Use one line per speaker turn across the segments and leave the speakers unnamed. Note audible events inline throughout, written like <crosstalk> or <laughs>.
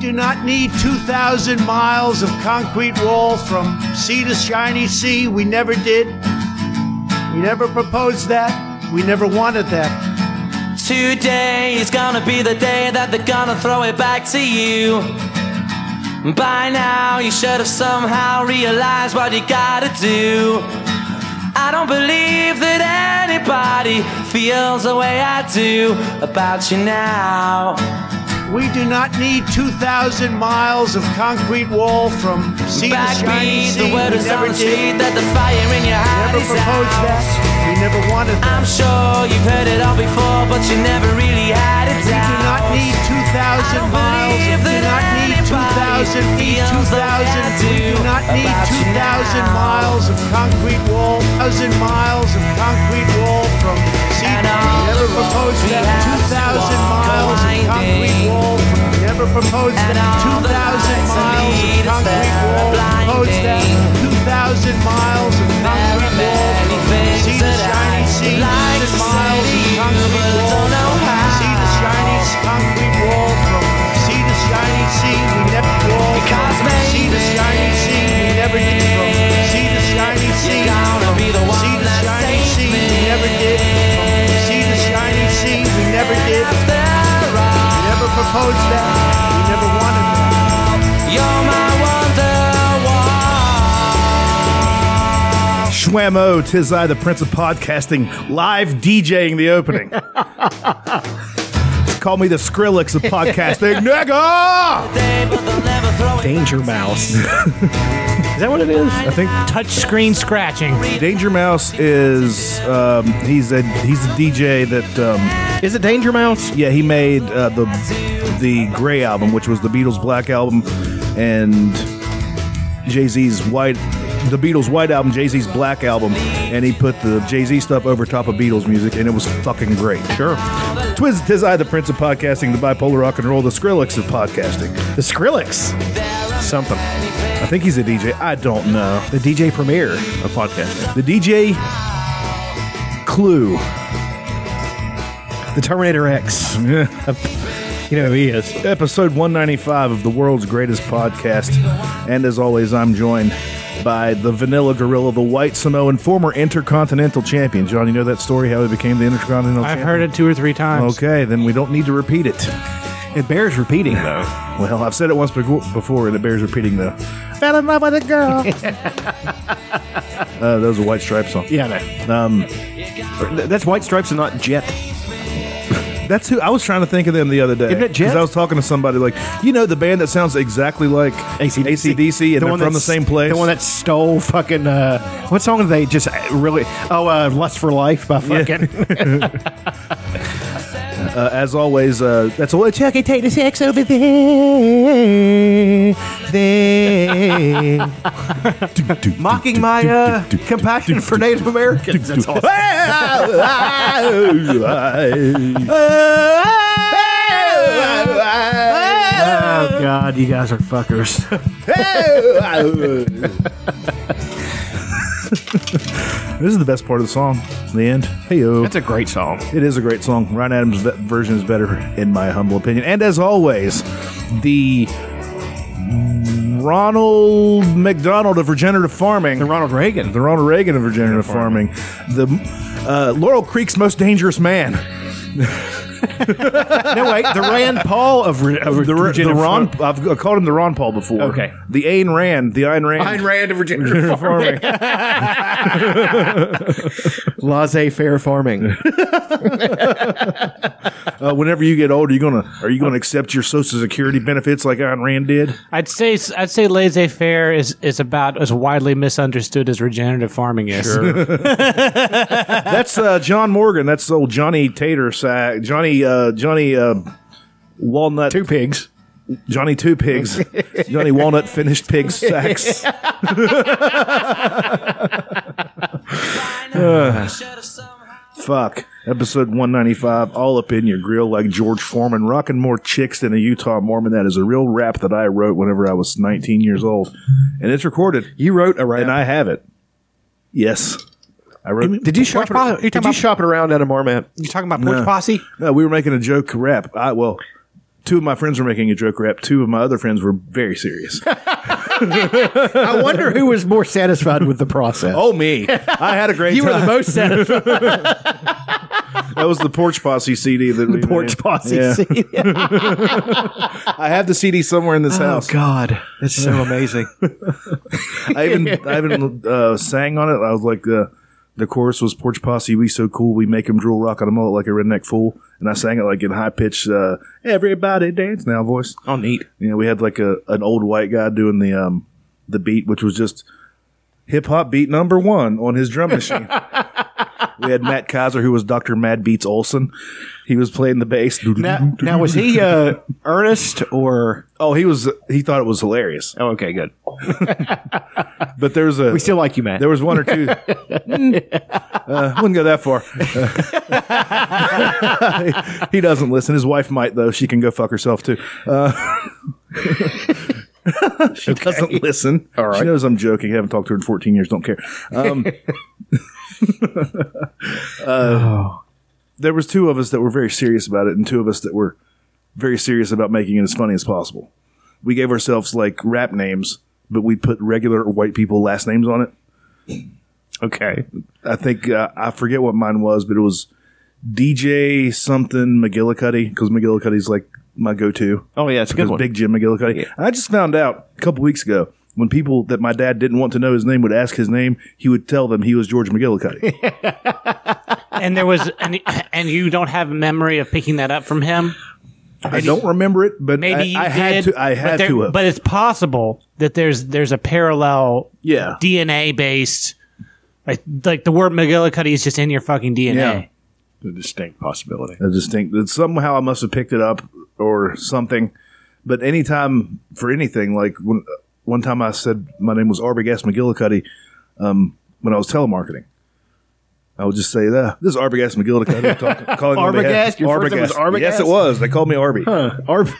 do not need 2,000 miles of concrete wall from sea to shiny sea. We never did. We never proposed that. We never wanted that.
Today is gonna be the day that they're gonna throw it back to you. By now, you should have somehow realized what you gotta do. I don't believe that anybody feels the way I do about you now.
We do not need 2,000 miles of concrete wall from sea to shiny
Backbeat,
sea.
the word
we
is on
never
the
did.
street that the fire in your heart
never
is
proposed
out.
that. We never wanted that.
I'm sure you've heard it all before, but you never really had it
We do
down.
not need 2,000 miles. We do not need 2,000 feet. 2,000. We do not need 2,000 miles of concrete wall. 1,000 miles of concrete wall from sea.
And all
Never
the
proposed
roads we
that.
have to
2,000
walk are
miles of concrete
winding.
wall. from- Never proposed that.
And all the
2,000
lights that
miles of
lead us
concrete
there
wall.
are
Proposed that.
blinding.
2,000 miles of concrete wall
many
from
things
sea to
that
shiny
I'd
sea.
like
2,000
to
miles of
say to you,
concrete
but I
wall
don't know
from sea to shiny
how.
sea concrete wall from sea to shiny sea. We never wall from
Because
sea to
maybe
shiny sea. We never did from sea to shiny sea.
gonna
from
be the one
sea to
that
shiny
saves
sea. We
me.
never did from sea to shiny sea. We never did.
After all,
We never proposed that. We never wanted that.
you're my wonderwall.
Schwammo, tis I, the Prince of Podcasting, live DJing the opening. Call me the Skrillex of
<laughs>
podcasting, nigga!
Day, but they'll never throw it
Danger
back to
<laughs>
Mouse.
you.
is that what it is?
I think
Touch screen scratching.
Danger Mouse is um, he's a he's a DJ that um,
Is it Danger Mouse?
yeah he made uh, the the Gray album, which was the Beatles' Black album, and Jay Z's White. The Beatles' White album, Jay Z's Black album, and he put the Jay Z stuff over top of Beatles music, and it was fucking great.
Sure.
Twiz, tis I, the Prince of Podcasting, the bipolar rock and roll, the Skrillex of podcasting.
The Skrillex. Something.
I think he's a DJ. I don't know.
The DJ premiere of podcasting.
The DJ Clue.
The Terminator X.
<laughs>
<laughs> You know who he is.
Episode 195 of the world's greatest podcast. And as always, I'm joined by the Vanilla Gorilla, the White Samoan, former Intercontinental Champion. John, you know that story, how he became the Intercontinental
I've
Champion?
heard it two or three times.
Okay, then we don't need to repeat it.
It bears repeating, though.
Well, I've said it once bego- before, and it bears repeating though. Fell in love with a girl. <laughs> uh, that was a White Stripes song.
Yeah, I know. Um, that's White Stripes and not Jet.
That's who I was trying to think of them the other day.
Isn't it Jet?
'Cause I was talking to somebody like, you know, the band that sounds exactly like
AC/DC.
AC/DC, and they're
one
from the
that's-
same place.
The one that stole fucking uh, what song did they just uh, really? Oh, uh, "Lust for Life" by
Yeah.
fucking.
uh, as always, uh, that's all. Check it.
take the sex over there, there. <laughs> Mocking my uh, compassion for Native Americans. That's Oh, all.
<laughs>
Oh God, you guys are fuckers.
this is the best part of the song. The end. Hey yo.
That's a great song.
It is a great song. Ryan Adams' ve- version is better, in my humble opinion. And as always, the Ronald McDonald of regenerative farming,
And Ronald Reagan.
the Ronald Reagan of regenerative farming, the uh, Laurel Creek's most dangerous man,
No wait, the Rand Paul of, re- of
the, Ra- the
Virginia
Ron.
Farm-
I've I called him the Ron Paul before.
Okay.
the Ayn Rand, the Ayn Rand.
Ayn Rand of Virginia farming. Laissez faire farming.
Uh, whenever you get older, you gonna are you gonna accept your Social Security benefits like Ayn Rand did?
I'd say I'd say laissez faire is, is about as widely misunderstood as regenerative farming is.
<laughs> That's uh, John Morgan. That's old Johnny Tater sack. Johnny uh, Johnny uh, Walnut.
Two pigs.
Johnny Two
<laughs>
Pigs. Johnny Walnut finished pig sacks. Fuck. Episode 195, all up in your grill like George Foreman, rocking more chicks than a Utah Mormon. That is a real rap that I wrote whenever I was 19 years old. And it's recorded.
You wrote a rap.
And I have it. Yes. I wrote
Did you
What
shop?
po-
It,
you're talking
did you
about-
shop it around at a marmot?
You talking about porch posse?
No, we were making a joke rap. I well, two of my friends were making a joke rap. Two of my other friends were very serious.
<laughs> I wonder who was more satisfied with the process.
oh me, I had a great
you were
time.
the most
<laughs>
satisfied.
that was the Porch Posse CD that we
Porch posse.
Yeah.
scene.
<laughs> I have the CD somewhere in this
Oh
house.
God, it's
<laughs>
so amazing.
I even I even uh, sang on it. I was like the the chorus was Porch Posse. We so cool. We make him drool, rock on a mullet like a redneck fool. And I sang it like in high pitched uh, everybody dance now voice.
oh, neat.
You know, we had like a an old white guy doing the um the beat, which was just hip hop beat number one on his
<laughs>
drum machine. we had Matt Kaiser, who was Doctor Mad Beats Olson. He was playing the bass.
Now, now was he uh, earnest or?
oh, he was. He thought it was hilarious.
Oh, okay, good.
<laughs> But there was a
We still like you, Matt.
<laughs> There was one or two. Mm, uh, wouldn't go that far. <laughs> Uh, he doesn't listen. His wife might though. She can go fuck herself too. Uh, <laughs> she doesn't listen. All right. She knows I'm joking. I haven't talked to her in 14 years. Don't care. Um, <laughs> uh, <sighs> There was two of us that were very serious about it, and two of us that were very serious about making it as funny as possible. We gave ourselves like rap names, but we put regular white people last names on it.
okay.
I think uh, I forget what mine was, but it was DJ something McGillicuddy because McGillicuddy's like my go-to.
Oh yeah, it's a good
Because
one.
Big Jim McGillicuddy. And I just found out a couple weeks ago when people that my dad didn't want to know his name would ask his name, he would tell them he was George
<laughs>
McGillicuddy.
And there was, and, and you don't have memory of picking that up from him.
I don't remember it, but
Maybe
I,
you
I had
did,
to. I
but
had
there-
to. Have.
But it's possible that there's there's a parallel
yeah,
DNA based, like like the word McGillicuddy is just in your fucking DNA.
Yeah.
a distinct possibility.
I just think that somehow I must have picked it up or something. But anytime for anything, like when, one time I said my name was Arbogast McGillicuddy um, when I was telemarketing. I would just say that this is Arbogast McGillicuddy
<laughs>
talking, calling on behalf-
Arbogast? Your first name was Arbogast?
Yes, it was. They called me Arby.
Arb-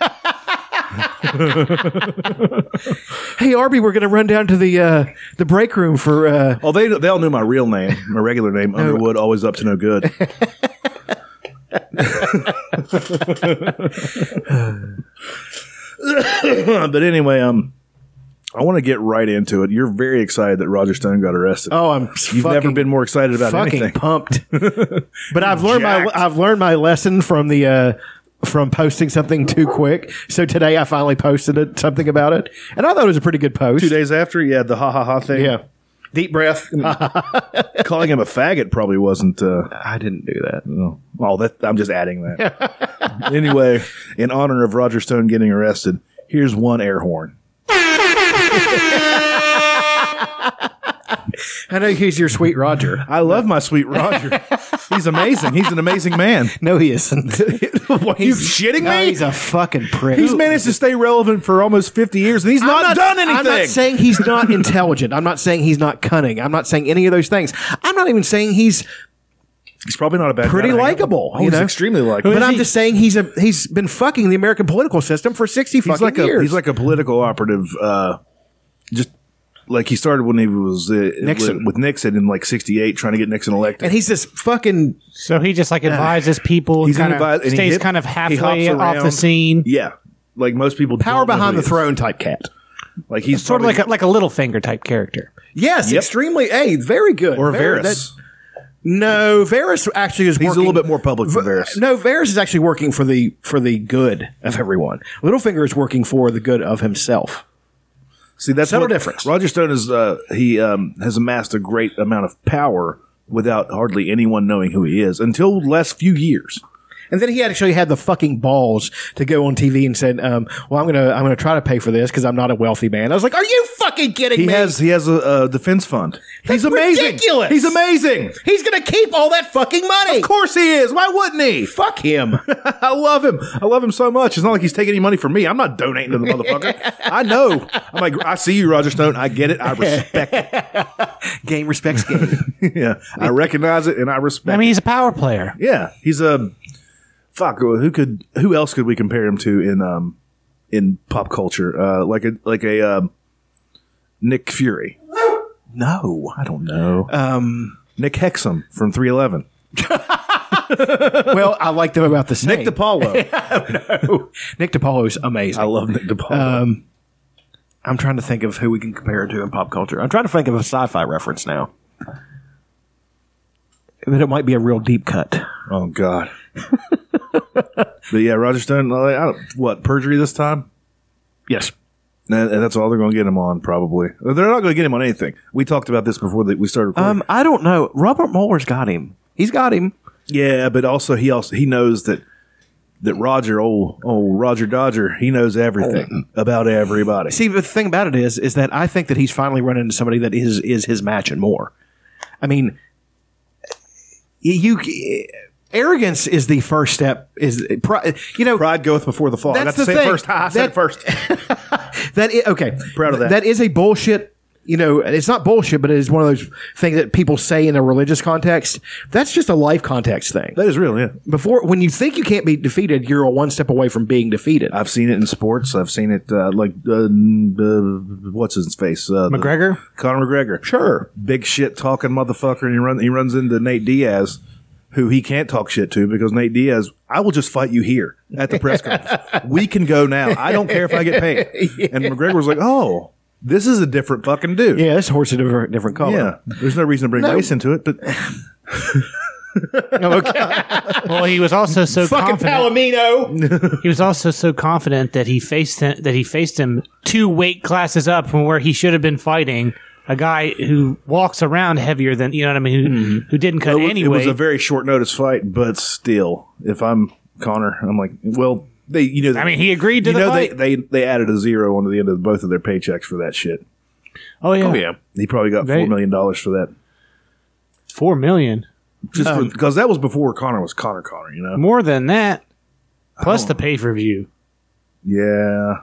Hey, Arby, we're gonna run down to the uh, the break room for. Uh,
Oh, they they all knew my real name, my regular <laughs> name, Underwood. Always up to no <laughs> good. but anyway, um, I want to get right into it. You're very excited that Roger Stone got arrested.
oh, I'm
You've never been more excited about
fucking
anything. <laughs>
pumped. but I've learned
Jacked.
my I've learned my lesson from the uh, from posting something too quick. So today I finally posted it, something about it, and I thought it was a pretty good post.
Two days after, yeah, the ha ha ha thing.
Yeah. Deep breath.
<laughs> calling him a faggot probably wasn't. Uh,
I didn't do
<laughs>
that.
Oh, well, that I'm just adding that. <laughs> anyway, in honor of Roger Stone getting arrested, here's one air horn.
I know he's your sweet Roger.
I love my sweet Roger. He's amazing. He's an amazing man.
No, he isn't.
What, you shitting
No,
me?
he's a fucking
<laughs>
prick.
he's managed to stay relevant for almost 50 years and he's
I'm
not, done anything.
I'm not saying he's
<laughs>
not intelligent. I'm not saying he's not cunning. I'm not saying any of those things. I'm not even saying he's
he's probably not a bad
pretty
guy to hang out
likable.
with. Oh,
you
he's
know?
extremely likable.
But I'm just saying he's a he's been fucking the American political system for sixty
he's
fucking
like
years.
a he's like a political operative uh just like he started when he was uh,
Nixon.
with, with Nixon in like 68 trying to get Nixon elected.
and he's this fucking
So he just like advises people.
He's
kind
an advi-
of
and he
stays
hip-
kind of
he
halfway
hops
off
around.
the scene.
yeah. Like most people
power
don't know
behind
who
the
he is.
throne type cat.
Like he's
Sort of
probably-
like a, like a little finger type character.
Yes,
Yep.
extremely. Hey, very good.
or
Very-
Varys.
that- no, Varys actually is.
he's
working,
a little bit more public than Varys.
No, Varys is actually working for the for the good of everyone. Littlefinger is working for the good of himself.
See, that's
Subtle
what-
difference.
Roger Stone is uh, he um, has amassed a great amount of power without hardly anyone knowing who he is until last few years.
And then he actually had the fucking balls to go on TV and said, um, "Well, I'm gonna I'm gonna try to pay for this because I'm not a wealthy man." I was like, "Are you fucking kidding
He
me?"
has he has a, uh defense fund.
That's
he's amazing.
ridiculous.
He's amazing.
He's gonna keep all that fucking money.
Of course he is. Why wouldn't he?
Fuck him.
<laughs> I love him. I love him so much. It's not like he's taking any money from me. I'm not donating to the motherfucker. I know. I'm like I see you, Roger Stone. I get it. I respect it.
<laughs> game respects game.
<laughs> Yeah, I recognize it and I respect.
I mean, he's a power player.
Yeah, he's a fuck. Who could? Who else could we compare him to in um in pop culture? Uh, like a like a um, Nick Fury.
no.
I don't know. Um, Nick Hexum from Three Eleven.
well, I like them about the same.
Nick DiPaolo.
<laughs> Nick DiPaolo's amazing.
I love Nick DiPaolo.
I'm trying to think of who we can compare it to in pop culture. I'm trying to think of a sci-fi reference now. But it might be a real deep cut.
oh God. but yeah, Roger Stone. like, I don't- what perjury this time?
Yes.
And and that's all they're going to get him on, probably. They're not going to get him on anything. We talked about this before that we started. Recording.
Um, I don't know. Robert Mueller's got him. He's got him.
Yeah, but also he also he knows that that Roger, old old Roger Dodger, he knows everything about everybody.
See, but the thing about it is, is that I think that he's finally run into somebody that is is his match and more. I mean, you arrogance is the first step. Is pri- you know
Pride goeth before the fall. I got
That's
to
the
say it
thing.
first. <laughs> I said it
That- <laughs>
first.
that i okay
Proud of that.
that is a bullshit you know and it's not bullshit but it is one of those things that people say in a religious context that's just a life context thing
That is real. Yeah,
before when you think you can't be defeated you're a one step away from being defeated
I've seen it in sports. I've seen it uh, like uh, n- uh, what's his face uh, the-
McGregor?
Conor McGregor.
Sure.
big shit talking motherfucker, and he runs he runs into Nate Diaz, who he can't talk shit to because Nate Diaz, I will just fight you here at the press
<laughs>
conference. we can go now. I don't care if I get paid. And McGregor was like, oh. This is a different fucking dude.
yeah this horse is a different, different color
Yeah, there's no reason to bring race into it, but
Well, he was also so confident.
palomino
He was also so confident that he faced him, that he faced him two weight classes up from where he should have been fighting a guy who walks around heavier than you know what I mean, who, who didn't cut
Mm-hmm. it was,
any
it was
weight.
a very short notice fight. But still, if I'm Connor, I'm like, well, they, you know,
I mean, he agreed to
you
the
know,
fight.
They, they they added a zero onto the end of both of their paychecks for that shit.
oh, yeah.
He probably got
They-
four million dollars for that,
four million
Um,
just because that was before Connor was Connor Connor. You know,
more than that, plus
Oh.
the pay per view.
yeah,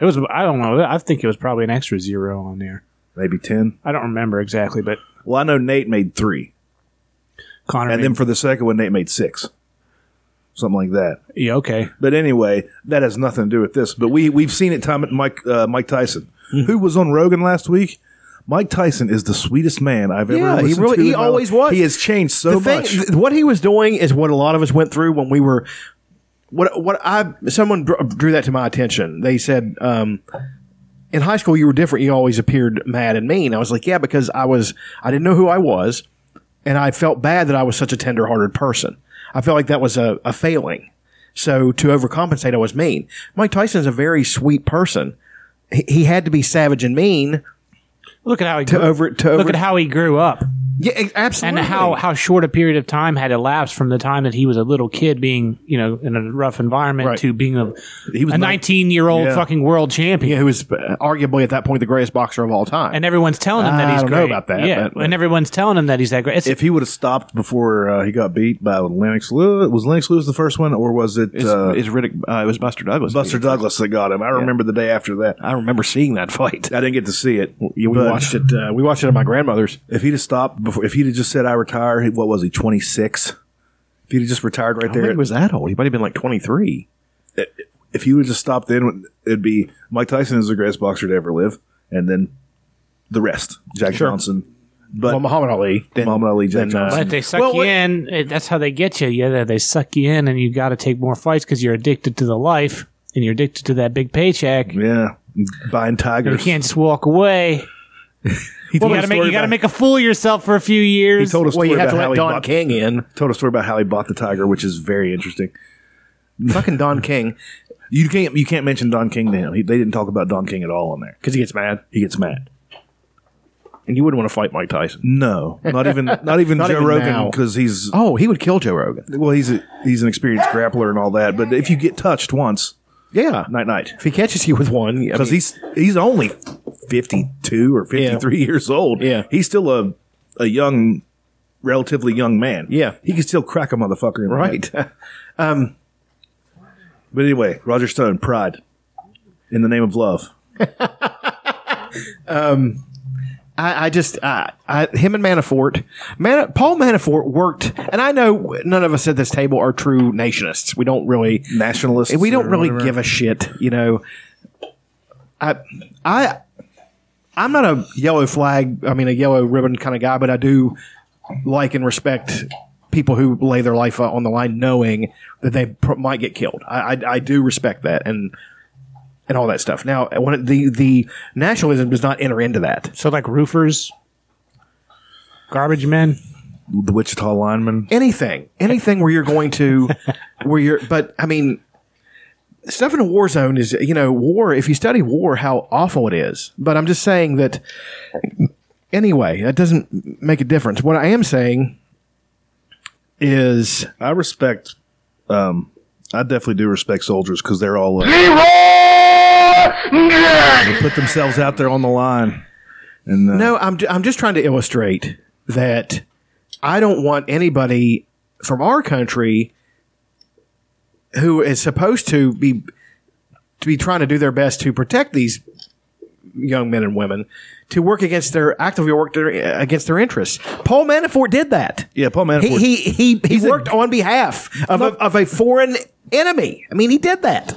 It was I don't know. I think it was probably an extra zero on there.
maybe ten.
I don't remember exactly, but
Well, I know Nate made three,
Connor.
and
made-
then for the second one, Nate made six, something like that.
yeah, okay.
But anyway, that has nothing to do with this. But we we've seen it time at Mike uh, Mike Tyson,
Mm-hmm.
who was on Rogan last week. Mike Tyson is the sweetest man I've ever.
Yeah, he
listened
really-
to
he
in my
always
life.
was.
He has changed so
the thing,
much.
th- what he was doing is what a lot of us went through when we were. What what I someone dr- drew that to my attention. They said um, in high school you were different. You always appeared mad and mean. I was like, yeah, because I was I didn't know who I was, and I felt bad that I was such a tender-hearted person. I felt like that was a, a failing. So to overcompensate, I was mean. Mike Tyson's a very sweet person. He, he had to be savage and mean
Look at how he
to
grew,
over to
look
over,
at how he grew up
yeah ex-
and
absolutely
how how short a period of time had elapsed from the time that he was a little kid being you know in a rough environment
Right.
to being a
He was
a
nine-
19 year old
Yeah.
fucking world champion.
Yeah, who was uh, arguably at that point the greatest boxer of all time.
And everyone's telling him that
I
he's
don't
great.
know about that,
Yeah,
but- but-
and everyone's telling him that he's that great. It's,
if he would have stopped before uh, he got beat by Lennox Lewis, was Lennox Lewis the first one, or was it
it's,
uh,
it's Riddick. Uh, it was Buster Douglas.
Buster Douglas that got him? I remember the day after that.
I remember seeing that fight.
I didn't get to see it.
Yeah, we
but
watched it. Uh, we watched it at my grandmother's.
If he'd have stopped before, if he'd have just said, "I retire," he- what was he? Twenty six. If he'd have just retired right
I
there,
think he was that old. He might have been like twenty three.
if you would just stop then, it'd be Mike Tyson is the greatest boxer to ever live, and then the rest, Jack Johnson, but
Well, Muhammad Ali. Then,
Muhammad Ali, Jack
then, uh,
Johnson.
But they suck
Well,
you
what-
in. It- That's how they get you. Yeah, they- they suck you in, and you got to take more fights because you're addicted to the life and you're addicted to that big paycheck.
yeah, buying
You
tigers.
can't just walk
<laughs>
away.
He
You
told a
got to make
story
you got to
about-
make a fool of yourself for a few
He
years.
told a
well,
story
you have
about
to
how
let
he
Don
bought,
King <laughs> in.
told a story about how he bought the tiger, which is very interesting.
Fucking Don King
You can't you can't mention Don King to him. He, they didn't talk about Don King at all on there.
because he gets mad,
He gets mad.
and you wouldn't want to fight Mike Tyson.
No, not even not even
<laughs> Not
Joe
even
Rogan
now.
because he's
Oh, he would kill Joe Rogan.
well he's a, he's an experienced grappler and all that. But if you get touched once,
Yeah.
night night.
If he catches you with one, I
because
mean,
he's he's only fifty two or fifty three years old.
Yeah.
he's still a a young, relatively young man.
Yeah.
he can still crack a motherfucker. in the head.
<laughs> right.
but anyway, Roger Stone, Pride, in the name of love.
I, I just I, I him and Manafort, Man, Paul Manafort worked, and I know none of us at this table are true nationists. We don't really
Nationalists.
we don't
or
really
whatever.
give a shit, you know. I I I'm not a yellow flag, I mean a yellow ribbon kind of guy, but I do like and respect people who lay their life uh, on the line, knowing that they pr- might get killed. I, I, I do respect that and and all that stuff. Now, when it, the the nationalism does not enter into that.
So like roofers, garbage men.
The Wichita lineman.
anything, anything where you're going to, where you're, but I mean, stuff in a war zone is, you know, war, if you study war, how awful it is. But I'm just saying that anyway, that doesn't make a difference. What I am saying is,
I respect. Um, I definitely do respect soldiers because they're all uh, they put themselves out there on the line. And uh,
no, I'm, ju- I'm just trying to illustrate that I don't want anybody from our country who is supposed to be to be trying to do their best to protect these young men and women to work against their actively work their, against their interests. Paul Manafort did that.
yeah, Paul Manafort.
He he he, he worked on behalf of a, of a foreign enemy. I mean, he did that.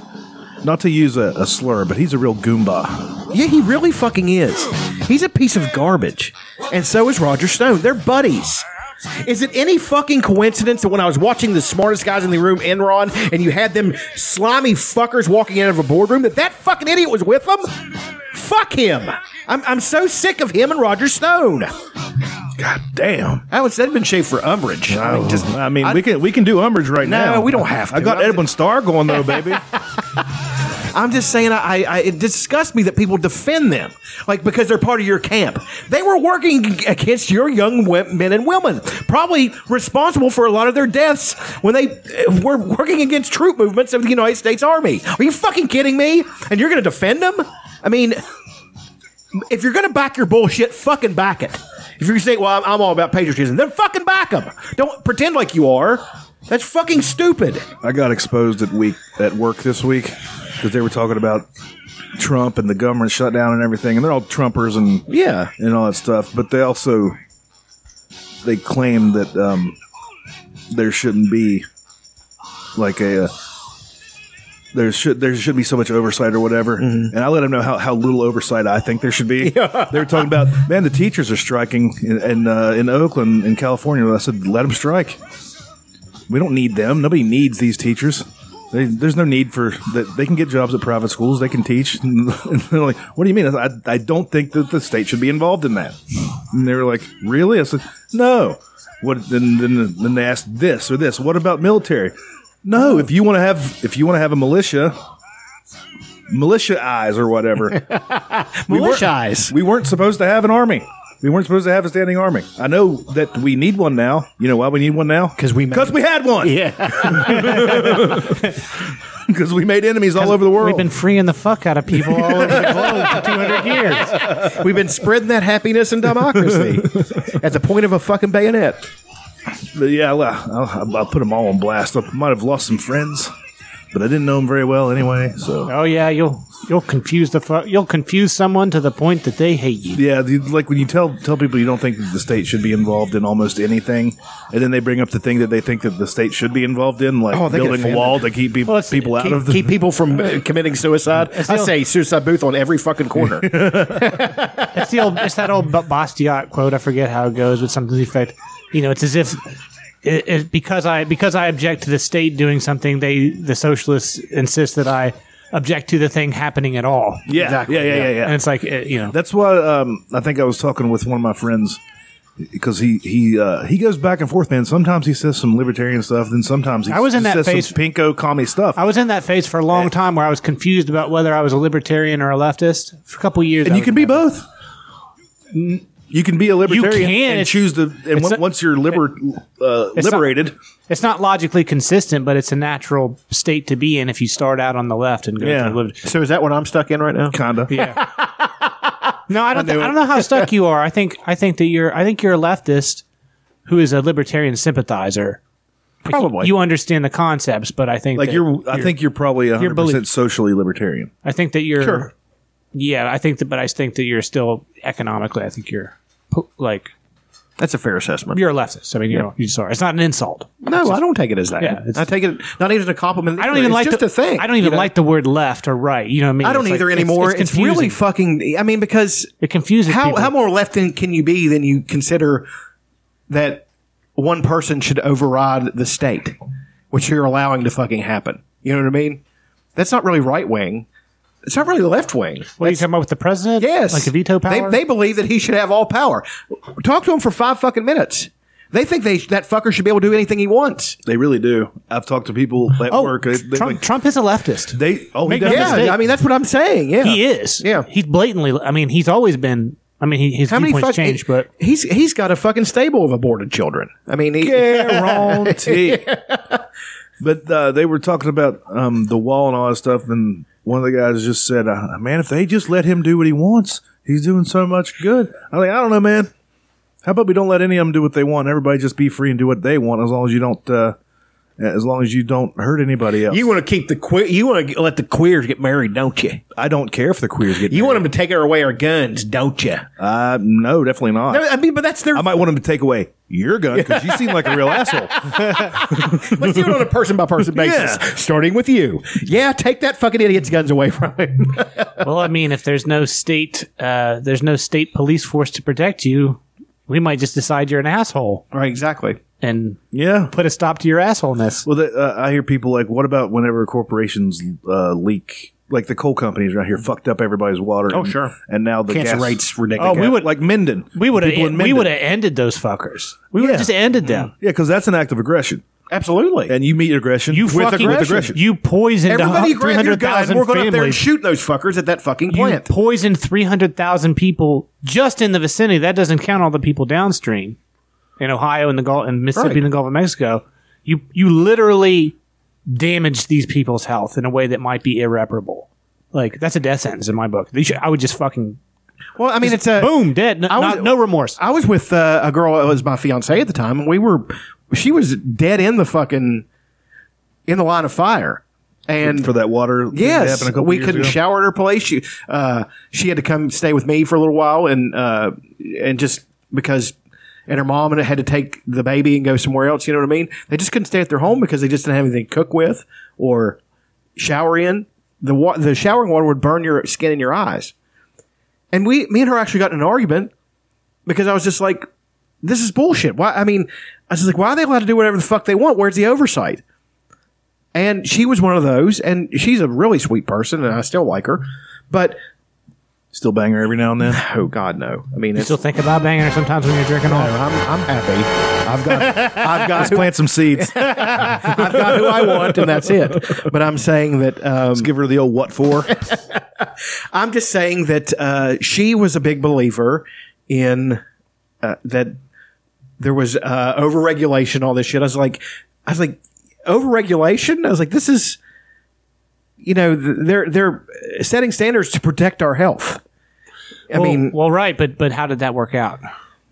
not to use a, a slur, but he's a real goomba.
Yeah, he really fucking is. He's a piece of garbage. And so is Roger Stone. They're buddies. Is it any fucking coincidence that when I was watching the smartest guys in the room, Enron, and you had them slimy fuckers walking out of a boardroom, that that fucking idiot was with them? Fuck him. I'm, I'm so sick of him and Roger Stone.
God damn!
That was, that'd been shaved for umbrage.
I mean,
just-
we can we can do umbrage right
No,
now.
we don't have
I
to.
got
I'm-
Edwin Starr going
<laughs>
though, baby.
I'm just saying, I, I it disgusts me that people defend them, like because they're part of your camp. They were working against your young wo- men and women, probably responsible for a lot of their deaths when they uh, were working against troop movements of the United States Army. Are you fucking kidding me? And you're going to defend them? I mean, if you're going to back your bullshit, fucking back it. If you say, "Well, I'm, I'm all about patriotism," then fucking back them. Don't pretend like you are. That's fucking stupid.
I got exposed at week at work this week because they were talking about Trump and the government shutdown and everything, and they're all Trumpers and
Yeah.
and all that stuff. But they also they claim that um, there shouldn't be like a uh, there should there should be so much oversight or whatever. And I let them know how, how little oversight I think there should be. they were talking about man, the teachers are striking in in, uh, in Oakland in California. I said let them strike. We don't need them. Nobody needs these teachers. They, there's no need for that. They can get jobs at private schools. They can teach. <laughs> And they're like, "What do you mean?" I, said, I, I don't think that the state should be involved in that. And they were like, "Really?" I said, "No." What? Then, then, then they asked this or this. What about military? No. If you want to have, if you want to have a militia, militia eyes or whatever, we weren't-
Militia eyes.
We weren't supposed to have an army. We weren't supposed to have a standing army. I know that we need one now. You know why we need one now?
'Cause we made-
because we had one. <laughs>
Yeah.
because we made enemies all over the world.
We've been freeing the fuck out of people all over the globe
<laughs>
for 200 years.
We've been spreading that happiness and democracy at the point of a fucking bayonet.
But yeah, I'll, I'll, I'll put them all on blast. I might have lost some friends, but I didn't know them very well anyway. So
Oh yeah, you'll you'll confuse the fu- you'll confuse someone to the point that they hate you.
yeah, the- like when you tell tell people you don't think that the state should be involved in almost anything, and then they bring up the thing that they think that the state should be involved in, like
Oh, they get
building a
offended.
wall to keep peop-
Well, it's-
people out
Keep,
of the.
keep people from uh, committing suicide. I
the-
say suicide booth on every fucking corner.
It's the old it's that old B- Bastiat quote. I forget how it goes, but something to the effect. You know, it's as if it, it, because I because I object to the state doing something, they the socialists insist that I object to the thing happening at all.
<laughs> yeah,
Exactly,
yeah, yeah, yeah,
yeah.
yeah.
And it's like uh, you know,
That's why um, I think I was talking with one of my friends because he he uh, he goes back and forth, man. Sometimes he says some libertarian stuff, then sometimes he
I was in
just
that
says
phase-
some pinko commie stuff.
I was in that phase for a long time where I was confused about whether I was a libertarian or a leftist for a couple years.
and
I
you
was
can be both. You can be a libertarian
can,
and
it's-
choose the and
it's
on-
not-
once you're liber, uh,
not-
liberated,
it's not logically consistent, but it's a natural state to be in if you start out on the left and go
Yeah.
to the left.
<laughs> so is that what I'm stuck in right now?
kinda.
<laughs> No, I don't. thi- I, don't know how stuck you are. I think I think that you're. I think you're a leftist who is a libertarian sympathizer.
Probably.
You understand the concepts, but I think
Like
that
you're, I think you're probably 100
bullied.
percent socially libertarian.
I think that you're.
Sure.
Yeah, I think that, but I think that you're still economically. I think you're po- like
That's a fair assessment.
you're a leftist. I mean, you're, you just are. It's not an insult.
no, I don't take it as that.
Yeah, it's-
I take it not even as a compliment.
I don't even
it's
like
just
the
a thing.
I don't even
you know?
like the word left or right. You know what I mean?
I don't
It's like-
either
it's-
anymore. It's,
confusing.
really fucking. I mean, because
it confuses
how
people.
how more left in can you be than you consider that one person should override the state, which you're allowing to fucking happen. You know what I mean? That's not really right wing. It's not really left wing.
What are you talking about with the president?
Yes.
Like a veto power?
They, they believe that he should have all power. Talk to him for five fucking minutes. They think they that fucker should be able to do anything he wants.
They really do. I've talked to people at
oh,
work. They, they,
Trump,
like,
Trump is a leftist.
they oh, he
Make no
definitely-
mistake.
Yeah, I mean that's what I'm saying. Yeah,
He is.
Yeah.
He's blatantly, I mean, he's always been, I mean, he, his
How many
viewpoints
fucking
changed, but
he's he's got a fucking stable of aborted children. I mean, he,
<laughs> guarantee. but uh, they were talking about um, the wall and all that stuff, and one of the guys just said, uh, "Man, if they just let him do what he wants, he's doing so much good." I'm like, I don't know, man. How about we don't let any of them do what they want? Everybody just be free and do what they want, as long as you don't, uh, as long as you don't hurt anybody else.
you want to keep the queer. You want to let the queers get married, don't you?
I don't care if the queers get.
You want them to take away our guns, don't you?
Uh, no, definitely not.
I mean, but that's their.
I might want them to take away your gun because you seem like a real asshole.
<laughs> Let's do it on a person by <laughs> person basis,
Yeah.
starting with you. Yeah, take that fucking idiot's guns away from him.
well, I mean, if there's no state, uh, there's no state police force to protect you, we might just decide you're an asshole
<laughs> right, exactly.
and
Yeah.
put a stop to your assholeness.
Well, the, uh, I hear people like, what about whenever corporations uh, leak? Like the coal companies around here fucked up everybody's water. Oh,
sure.
And now the
Cancer
gas-
rates ridiculous.
Oh, we would like Minden.
We would
People in
have, we
Minden.
would have ended those fuckers. We would
Yeah.
have just ended them.
Yeah, because that's an act of aggression,
Absolutely.
and you meet aggression.
You
with,
fucking,
with aggression.
you poisoned
Everybody
three
grab your
hundred
guns. We're
thousand
going up there <laughs> and
families.
shooting those fuckers at that fucking
You
plant.
poisoned three hundred thousand people just in the vicinity. That doesn't count all the people downstream, in Ohio and the Gulf and Mississippi
Right.
and the Gulf of Mexico. You you literally damaged these people's health in a way that might be irreparable. Like that's a death sentence in my book. They should, I would just fucking
well, I mean, it's a
boom dead. No,
I was-
not- no remorse.
I was with uh, a girl that was my fiance at the time, and we were, she was dead in the fucking, in the line of fire, and
for that water. thing that
yes,
happened a couple
we
years
couldn't
ago.
shower at her place. She, uh, she had to come stay with me for a little while, and uh, and just because, and her mom and it had to take the baby and go somewhere else. You know what I mean? They just couldn't stay at their home because they just didn't have anything to cook with or shower in. The wa- the showering water would burn your skin and your eyes. And we, me and her actually got in an argument because I was just like, this is bullshit. Why? I mean, I was just like, why are they allowed to do whatever the fuck they want? Where's the oversight? And she was one of those, and she's a really sweet person, and I still like her. But
Still bang her every now and then.
oh god, no! I mean,
You
it's,
still think about banging her sometimes when you're drinking
no,
all.
I'm I'm happy. I've got <laughs> I've got who,
Plant some
<laughs>
seeds.
I've got
<laughs>
who I want, and that's it. But I'm saying that um,
Give her the old what for?
<laughs> I'm just saying that uh, she was a big believer in uh, that there was uh, overregulation, all this shit. I was like, I was like, overregulation. I was like, this is, you know, th- they're they're setting standards to protect our health. I
Well-
mean,
well, right, but but how did that work out?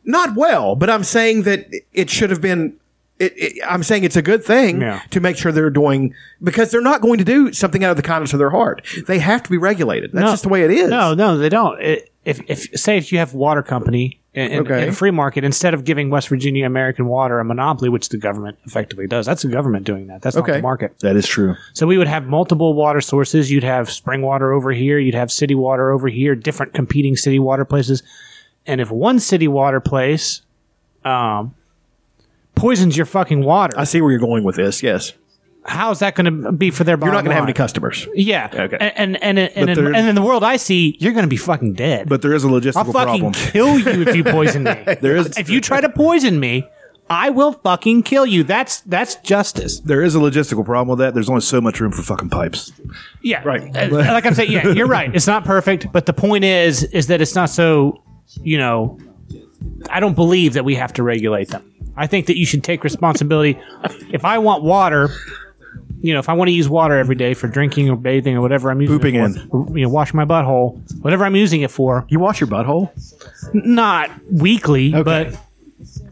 not well, but I'm saying that it should have been. It, it, I'm saying it's a good thing
Yeah.
to make sure they're doing because they're not going to do something out of the kindness of their heart. They have to be regulated. That's
No.
just the way it is.
No, no, they don't. It, if, if say if you have water company in, in,
Okay.
in a free market, instead of giving West Virginia American Water a monopoly, which the government effectively does, that's the government doing that. That's not
Okay.
the market.
that is true.
So we would have multiple water sources. You'd have spring water over here. You'd have city water over here. Different competing city water places. And if one city water place um, poisons your fucking water,
I see where you're going with this. Yes,
how's that going to be for their bottom
you're not going to have any
line?
customers.
Yeah.
Okay.
And and and, and,
But
in,
they're-
and in the world I see, you're going to be fucking dead.
But there is a logistical
I'll
problem.
fucking kill you if you poison me.
<laughs> There is-
if you try to poison me, I will fucking kill you. That's that's justice.
There is a logistical problem with that. There's only so much room for fucking pipes.
Yeah,
Right.
Uh, like I'm saying, yeah, you're right. It's not perfect, but the point is, is that it's not so. You know, I don't believe that we have to regulate them. I think that you should take responsibility. if I want water, you know, if I want to use water every day for drinking or bathing or whatever I'm using,
Pooping
it
in.
for, you know, washing my butthole, whatever I'm using it for,
You wash your butthole.
not weekly,
Okay.
but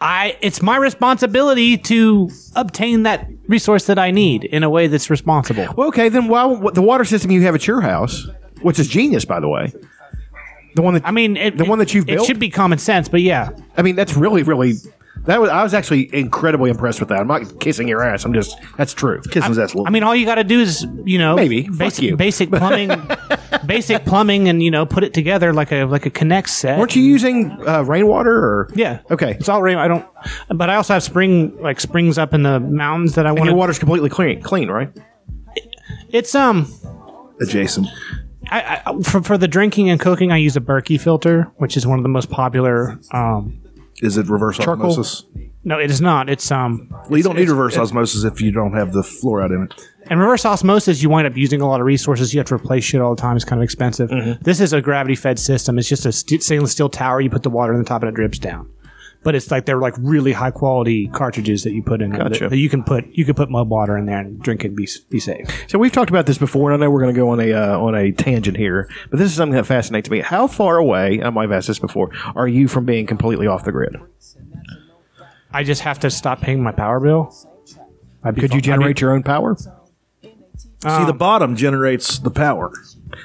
I it's my responsibility to obtain that resource that I need in a way that's responsible.
Well, okay, then why what, the water system you have at your house, which is genius, by the way. The one that
I mean, it,
The one that you've
it,
built?
it should be common sense, but yeah,
I mean, that's really, really. That was I was actually incredibly impressed with that. I'm not kissing your ass. I'm just that's true.
Kissing's that's
I mean, all you got to do is you know
Maybe. Fuck <laughs>
basic,
you.
basic plumbing basic plumbing and you know put it together like a like a connect set.
Weren't you using uh, rainwater or?
Yeah.
Okay.
It's all rain. I don't, but I also have spring like springs up in the mountains that I
And
want.
your water's completely clean, clean, right?
It's um,
adjacent.
I, I for for the drinking and cooking, I use a Berkey filter, which is one of the most popular. Um,
Is it reverse
Charcoal?
osmosis?
no, it is not. It's um,
Well, you don't need reverse osmosis if you don't have the fluoride in it.
and reverse osmosis. You wind up using a lot of resources. You have to replace shit all the time. It's kind of expensive.
Mm-hmm.
This is a gravity fed system. It's just a st- stainless steel tower. You put the water in the top and it drips down. But it's like they're like really high quality cartridges that you put in there that-
Gotcha.
that you can put you could put mud water in there and drink it and be s- be safe.
So we've talked about this before, and I know we're going to go on a uh, on a tangent here, but this is something that fascinates me. How far away? I might have asked this before. Are you from being completely off the grid?
I just have to stop paying my power bill. I'd be
Could you
fine.
generate your own power?
See, the bottom generates the power.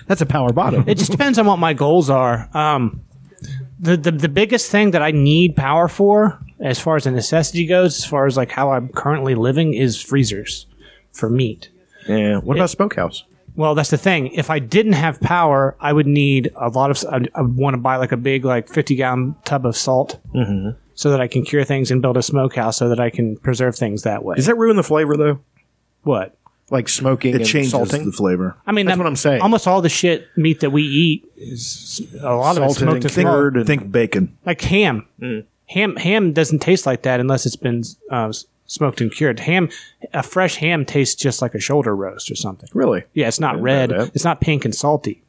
That's a power bottom.
It just depends on what my goals are. Um, the, the the biggest thing that I need power for, as far as a necessity goes, as far as like how I'm currently living, is freezers for meat.
yeah. What about smokehouse?
Well, that's the thing. If I didn't have power, I would need a lot of. I'd, I would want to buy like a big like fifty gallon tub of salt,
Mm-hmm.
so that I can cure things and build a smokehouse, so that I can preserve things that way.
Does that ruin the flavor though?
what?
Like smoking
It
and
changes
salting?
the flavor.
I mean,
That's
that-
what I'm saying.
Almost all the shit meat that we eat is a lot of it's
Salted
smoked
and
and
cured.
smoked.
Bird and-
Think bacon.
like ham. Ham ham doesn't taste like that unless it's been uh, s- smoked and cured. Ham, a fresh ham tastes just like a shoulder roast or something.
really?
Yeah, it's not
Didn't know
red.
that.
It's not pink and salty.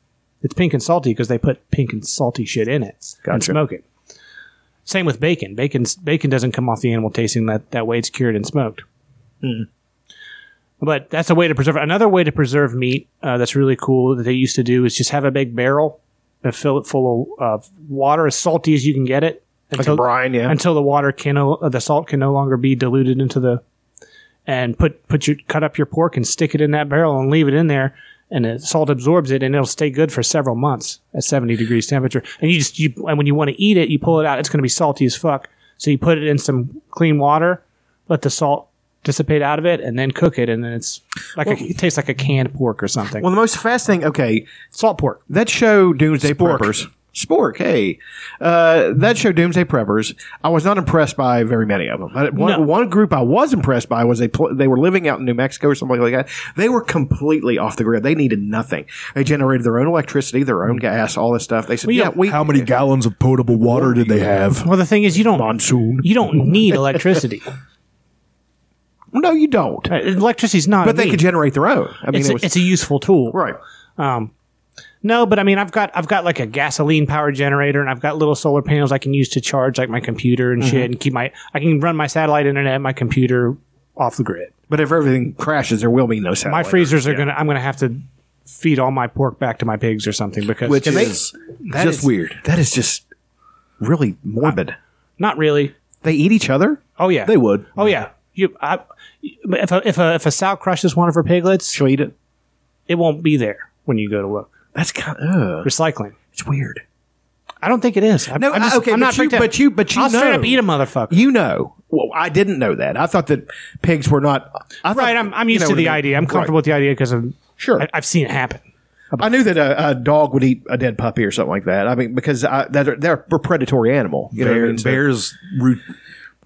It's pink and salty because they put pink and salty shit in it and
Gotcha.
smoke it. Same with bacon. Bacon's, bacon doesn't come off the animal tasting that, that way. It's cured and smoked.
Hmm.
But that's a way to preserve. Another way to preserve meat uh, that's really cool that they used to do is just have a big barrel and fill it full of uh, water as salty as you can get it
Like a brine? Yeah.
until the water can no, uh, the salt can no longer be diluted into the and put put your cut up your pork and stick it in that barrel and leave it in there and the salt absorbs it and it'll stay good for several months at 70 degrees temperature and you just you and when you want to eat it you pull it out it's going to be salty as fuck so you put it in some clean water let the salt dissipate out of it and then cook it and then it's like a, it tastes like a canned pork or something
Well, the most fascinating. Okay,
salt pork
that show Doomsday
Spork.
Preppers. Spork, hey, uh, that show Doomsday Preppers. I was not impressed by very many of them. I- One,
No.
one group I was impressed by was they pl- they were living out in New Mexico or something like that. They were completely off the grid. They needed nothing. They generated their own electricity, their own gas, all this stuff. They said, "Yeah, we
How many gallons of potable water did they have?
well the thing is you don't
monsoon."
you don't need
<laughs>
electricity
No, you don't.
Uh, electricity's not a
But they
need.
could generate their own. I mean,
it's,
it
a,
was
it's a useful tool
right.
No, but I mean, I've got I've got like a gasoline powered generator, and I've got little solar panels I can use to charge like my computer and
Mm-hmm.
shit, and keep my I can run my satellite internet, my computer off the grid.
But if everything crashes, there will be no satellite.
My freezers are gonna I'm gonna have to feed all my pork back to my pigs or something because
Which
they-
is
That
just
is-
weird.
That is just really morbid.
not really.
they eat each other.
Oh yeah,
They would.
Oh yeah, you. I, but if a, if a if a sow crushes one of her piglets,
She'll eat it.
it won't be there when you go to look
That's kind of
recycling.
it's weird.
I don't think it is. I'm,
No,
I'm
I-
just,
okay,
I'm
but
not
you-
freaked out.
but you- but you
I'll straight
know.
up eat a motherfucker.
You know, well, I didn't know that. I thought that pigs were not. I thought-
right, I'm I'm
you
used
know
to
what I
the
mean.
idea. I'm
Right.
comfortable with the idea because of
Sure.
I, I've seen it happen.
I knew that a, a dog would eat a dead puppy or something like that. I mean, because I, they're, they're a predatory animal. You know what I
Bear-
mean? So-
bears ru-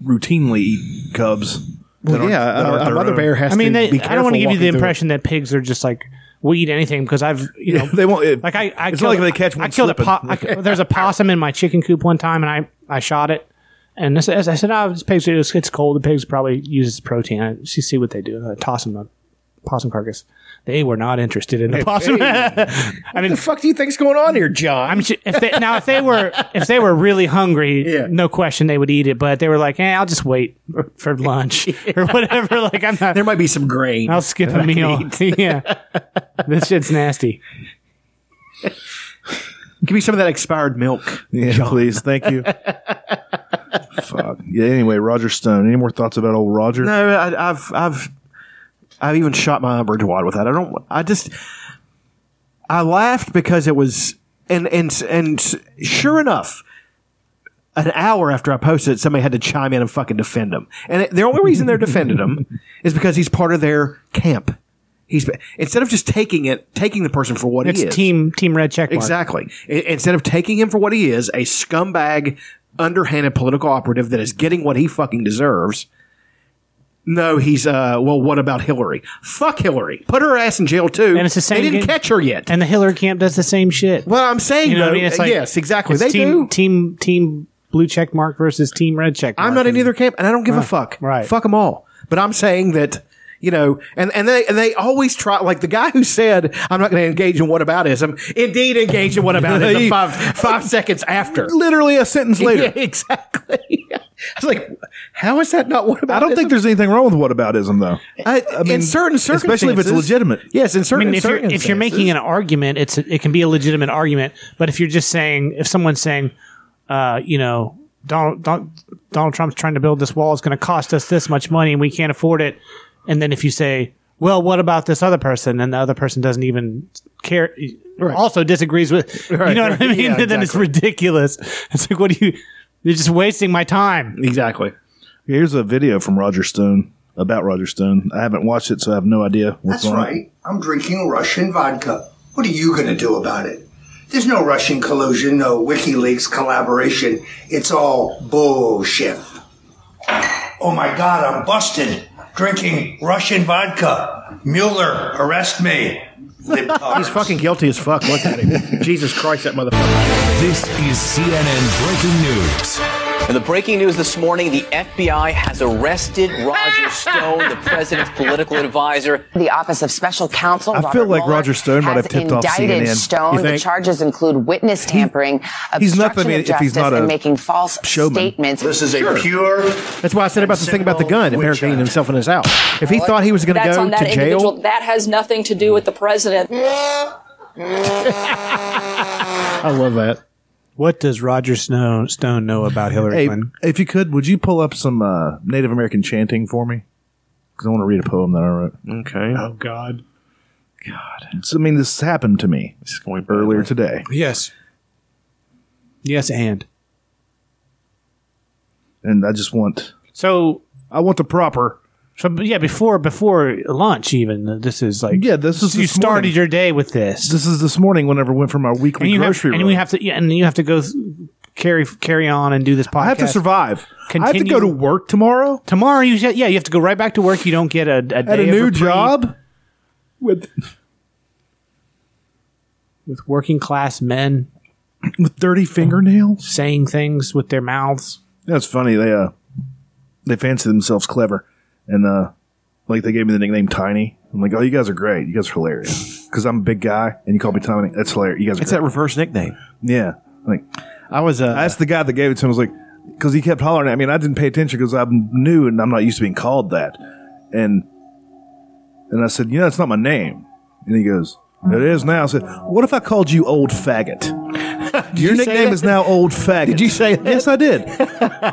routinely eat cubs. that
Well,
aren't- that
yeah, uh,
aren't
a, a
their
mother
own.
bear has
I mean,
to
they,
be
I don't want to give
careful
you the
walking through
impression that pigs are just like will eat anything because I've you know
They won't. It,
like I, I
it's
killed,
not like they catch one
I killed
slipping.
a po- I, there's a possum in my chicken coop one time and I I shot it and this, as I said oh this pigs it's, it's cold the pigs probably use its protein I see see what they do I toss them a possum carcass they were not interested in the possum I mean
The fuck do you think's going on here, John?
I'm ju- if they, now if they were if they were really hungry,
Yeah.
no question they would eat it. But they were like, eh, I'll just wait for lunch
<laughs>
or whatever. Like I'm not.
there might be some grain.
I'll skip a meal. <laughs> yeah, this shit's nasty.
Give me some of that expired milk.
<laughs> Yeah, please. Thank you. Fuck. Yeah. Anyway, Roger Stone. Any more thoughts about old Roger?
No, I, I've I've I've even shot my Bridgewater with that. I don't. I just I laughed because it was and and and sure enough. An hour after I posted it, somebody had to chime in and <laughs> fucking defend him. And the only reason they're defending him is because he's part of their camp. He's instead of just taking it, taking the person for what
It's
he is.
team team red check. mark.
Exactly. I- instead of taking him for what he is, a scumbag, underhanded political operative that is getting what he fucking deserves. No, he's uh. Well, what about Hillary? Fuck Hillary. Put her ass in jail too.
And it's the same
They didn't
again-
catch her yet.
And the Hillary camp does the same shit.
well, I'm saying
You know what
though,
I mean? It's like
yes, exactly.
it's
They
team,
do.
Team team blue check mark versus team red check. mark.
I'm not in either camp, and I don't give a fuck.
right.
Fuck them all. But I'm saying that you know, and and they and they always try. Like the guy who said, "I'm not going to engage in whataboutism," indeed engage
<laughs>
in whataboutism five five seconds after.
Literally a sentence later.
Yeah, <laughs> exactly. I was like, how is that not what about?
I don't think there's anything wrong with whataboutism, though.
I,
mean,
in certain circumstances,
especially if it's legitimate.
Yes, in
I
certain
mean, if you're if you're making an argument, it's a, it can be a legitimate argument. But if you're just saying, if someone's saying, uh, you know, Donald Don, Donald Trump's trying to build this wall, it's going to cost us this much money, and we can't afford it. And then if you say, well, what about this other person, and the other person doesn't even care, also disagrees with, you know what I
right.
mean? <laughs>
Yeah,
Then it's
exactly.
ridiculous. It's like, what do you? You're just wasting my time.
exactly,
Here's a video from Roger Stone about Roger Stone. I haven't watched it, so I have no idea what's
That's
going on.
right. I'm drinking Russian vodka. What are you going to do about it? There's no Russian collusion, no WikiLeaks collaboration. It's all bullshit. Oh my God, I'm busted drinking Russian vodka. Mueller, arrest
<laughs>
me.
he's fucking guilty as fuck. Look at him. <laughs> Jesus Christ, that motherfucker.
This is CNN breaking news.
In the breaking news this morning, the FBI has arrested
<laughs>
Roger Stone, the president's political advisor.
The Office of Special Counsel.
I feel like Roger Stone might
has
have tipped off
indicted
CNN.
Stone.
You
The
think?
charges include witness tampering,
he's not
obstruction
gonna be-
of
if he's
justice,
not a
and making false
showman.
statements.
This is a pure
That's why I said about the thing about the gun,
Witch
Americaning
hunt.
himself in his house. If he thought he was going to
That's
go
on
to
that
jail,
individual. That has nothing to do with the president.
I love that.
What does Roger Snow, Stone know about Hillary
Hey,
Clinton?
if you could, would you pull up some uh, Native American chanting for me? Because I want to read a poem that I wrote.
Okay,
Oh God.
It's- I mean, this happened to me earlier today.
Yes. Yes, and
And I just want,
so
I want the proper.
so yeah. Before before lunch, even this is like
Yeah, this is
you
this
started
morning.
your day with this,
This is this morning whenever I went for my weekly
and you have
grocery
and
run.
we have to yeah, and you have to go th- carry carry on and do this podcast.
I have to survive. I have to
Continue-
go to work tomorrow
tomorrow. You should- yeah, you have to go right back to work. You don't get a, a day
at a
of
new
reprieve
job with,
with working class men
with dirty fingernails.
saying things with their mouths.
That's funny. They uh, they fancy themselves clever, and uh, like they gave me the nickname Tiny. I'm like, oh, you guys are great. You guys are hilarious. Because I'm a big guy, and you call me Tiny. That's hilarious. You guys are
It's
great.
that reverse nickname.
yeah. Like
I was
I
uh,
asked the guy that gave it to him. I was like, because he kept hollering at me, and I didn't pay attention because I'm new and I'm not used to being called that. And and I said, you know, that's not my name. And he goes, it is now. I said, what if I called you old faggot?
<laughs>
Your
you say
nickname
that?
is now old faggot. Did
you say that?
Yes, I did.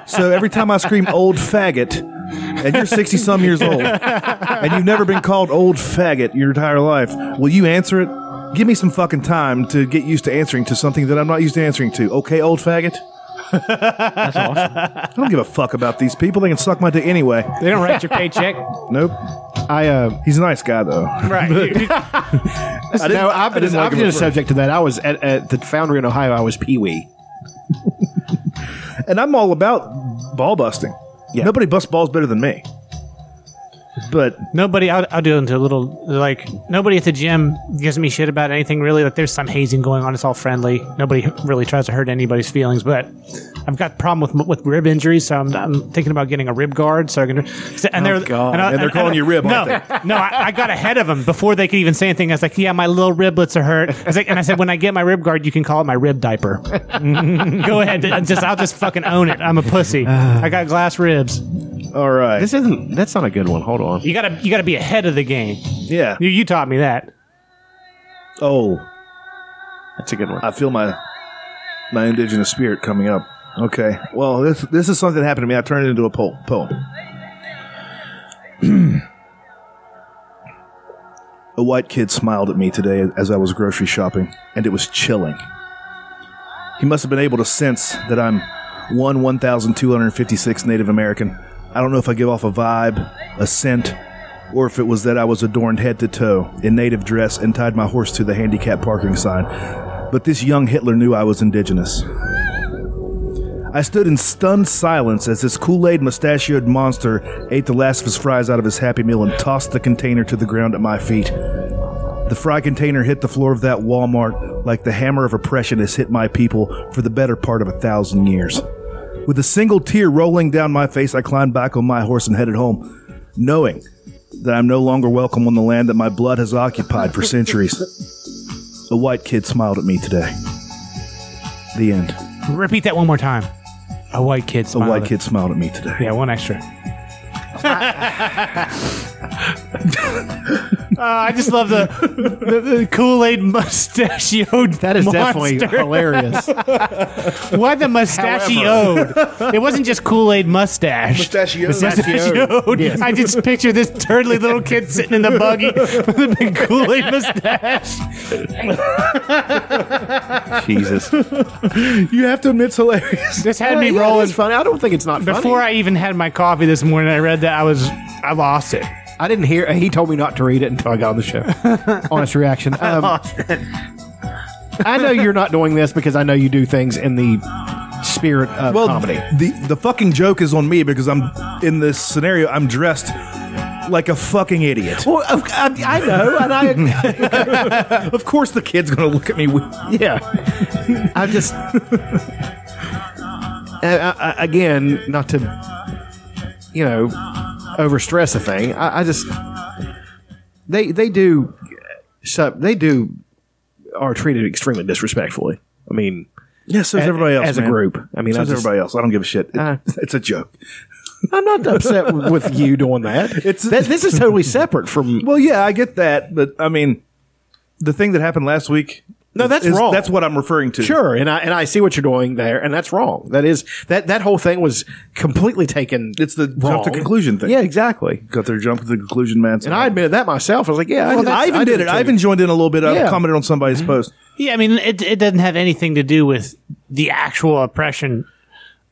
so every time I scream old faggot, and you're 60 some years old, and you've never been called old faggot your entire life, will you answer it? Give me some fucking time to get used to answering to something that I'm not used to answering to. Okay, old faggot? I don't give a fuck about these people. They can suck my dick anyway.
They don't write your paycheck.
Nope.
I uh,
He's a nice guy, though. <laughs>
<laughs> I no, I've been,
I didn't like
I've
him
been
at
a subject to that. I was at, at the foundry in Ohio. I was Pee Wee.
And I'm all about ball busting. Nobody busts balls better than me. But
Nobody, I'll, I'll do into a little like nobody at the gym gives me shit about anything really. Like there's some hazing going on. It's all friendly. Nobody really tries to hurt anybody's feelings. But I've got a problem with with rib injuries, so I'm, I'm thinking about getting a rib guard. So I can. so- And they're
God.
I-
And Oh, they're calling you rib,
No,
aren't
no, I, I got ahead of them before they could even say anything. I was like, yeah, my little riblets are hurt. I was like, and I said, when I get my rib guard, you can call it my rib diaper. <laughs> Go ahead, just I'll just fucking own it. I'm a pussy. I got glass ribs.
all right,
This isn't. That's not a good one. Hold on.
You gotta you gotta be ahead of the game.
yeah.
You, you taught me that.
Oh,
That's a good one.
I feel my my indigenous spirit coming up. Okay. Well, this this is something that happened to me. I turned it into a po- poem. <clears throat> a white kid smiled at me today as I was grocery shopping, and it was chilling. He must have been able to sense that I'm one 1,256 Native American. I don't know if I give off a vibe, a scent, or if it was that I was adorned head to toe in native dress and tied my horse to the handicap parking sign. But this young Hitler knew I was indigenous. I stood in stunned silence as this Kool Aid mustachioed monster ate the last of his fries out of his Happy Meal and tossed the container to the ground at my feet. The fry container hit the floor of that Walmart like the hammer of oppression has hit my people for the better part of a thousand years. With a single tear rolling down my face, I climbed back on my horse and headed home, knowing that I'm no longer welcome on the land that my blood has occupied for centuries. A white kid smiled at me today. The end.
Repeat that one more time. A white kid smiled.
A white
at-
kid smiled at me today.
Yeah, one <laughs> extra. Uh, I just love the, the, the Kool Aid mustachioed. That
is definitely <laughs> hilarious.
Why the mustachioed? it wasn't just Kool Aid mustache.
Mustachioed.
Mustachioed.
Yes.
I just picture this turtly little kid sitting in the <laughs> buggy with a big Kool Aid mustache.
Jesus. <laughs> you have to admit it's hilarious.
This had me
Yeah,
rolling.
it's funny. I don't think it's not funny.
Before I even had my coffee this morning, I read that I was I lost it.
I didn't hear. He told me not to read it until I got on the show. <laughs> Honest reaction. Um, I know you're not doing this because I know you do things in the spirit of
well,
comedy.
The the fucking joke is on me because I'm in this scenario. I'm dressed like a fucking idiot.
Well, of- I, I know, and I
of course, the kid's gonna look at me. With,
<laughs> yeah. I just I, I, I- again not to you know overstress a thing. I, I just they they do so they do are treated extremely disrespectfully. I mean,
yeah, so is
A-
everybody else
as a
man.
group. I mean,
so
I
is
just-
everybody else. I don't give a shit. It-
Uh.
it's a joke.
I'm not upset with- with you doing <laughs> that.
It's-
That- this is totally separate <laughs> from
Well, yeah, I get that, but I mean, the thing that happened last week.
No, that's
is-
wrong.
That's what I'm referring to.
Sure, and I and I see what you're doing there, and that's wrong. That is that that whole thing was completely taken.
It's the
wrong.
jump to conclusion thing.
Yeah, exactly.
Got their jump to the conclusion, man.
And I admitted that myself. I was like, yeah,
Well, I, even did it. Mm-hmm. I even joined in a little bit. I
Yeah.
commented on somebody's post.
Yeah, I mean, it, it doesn't have anything to do with the actual oppression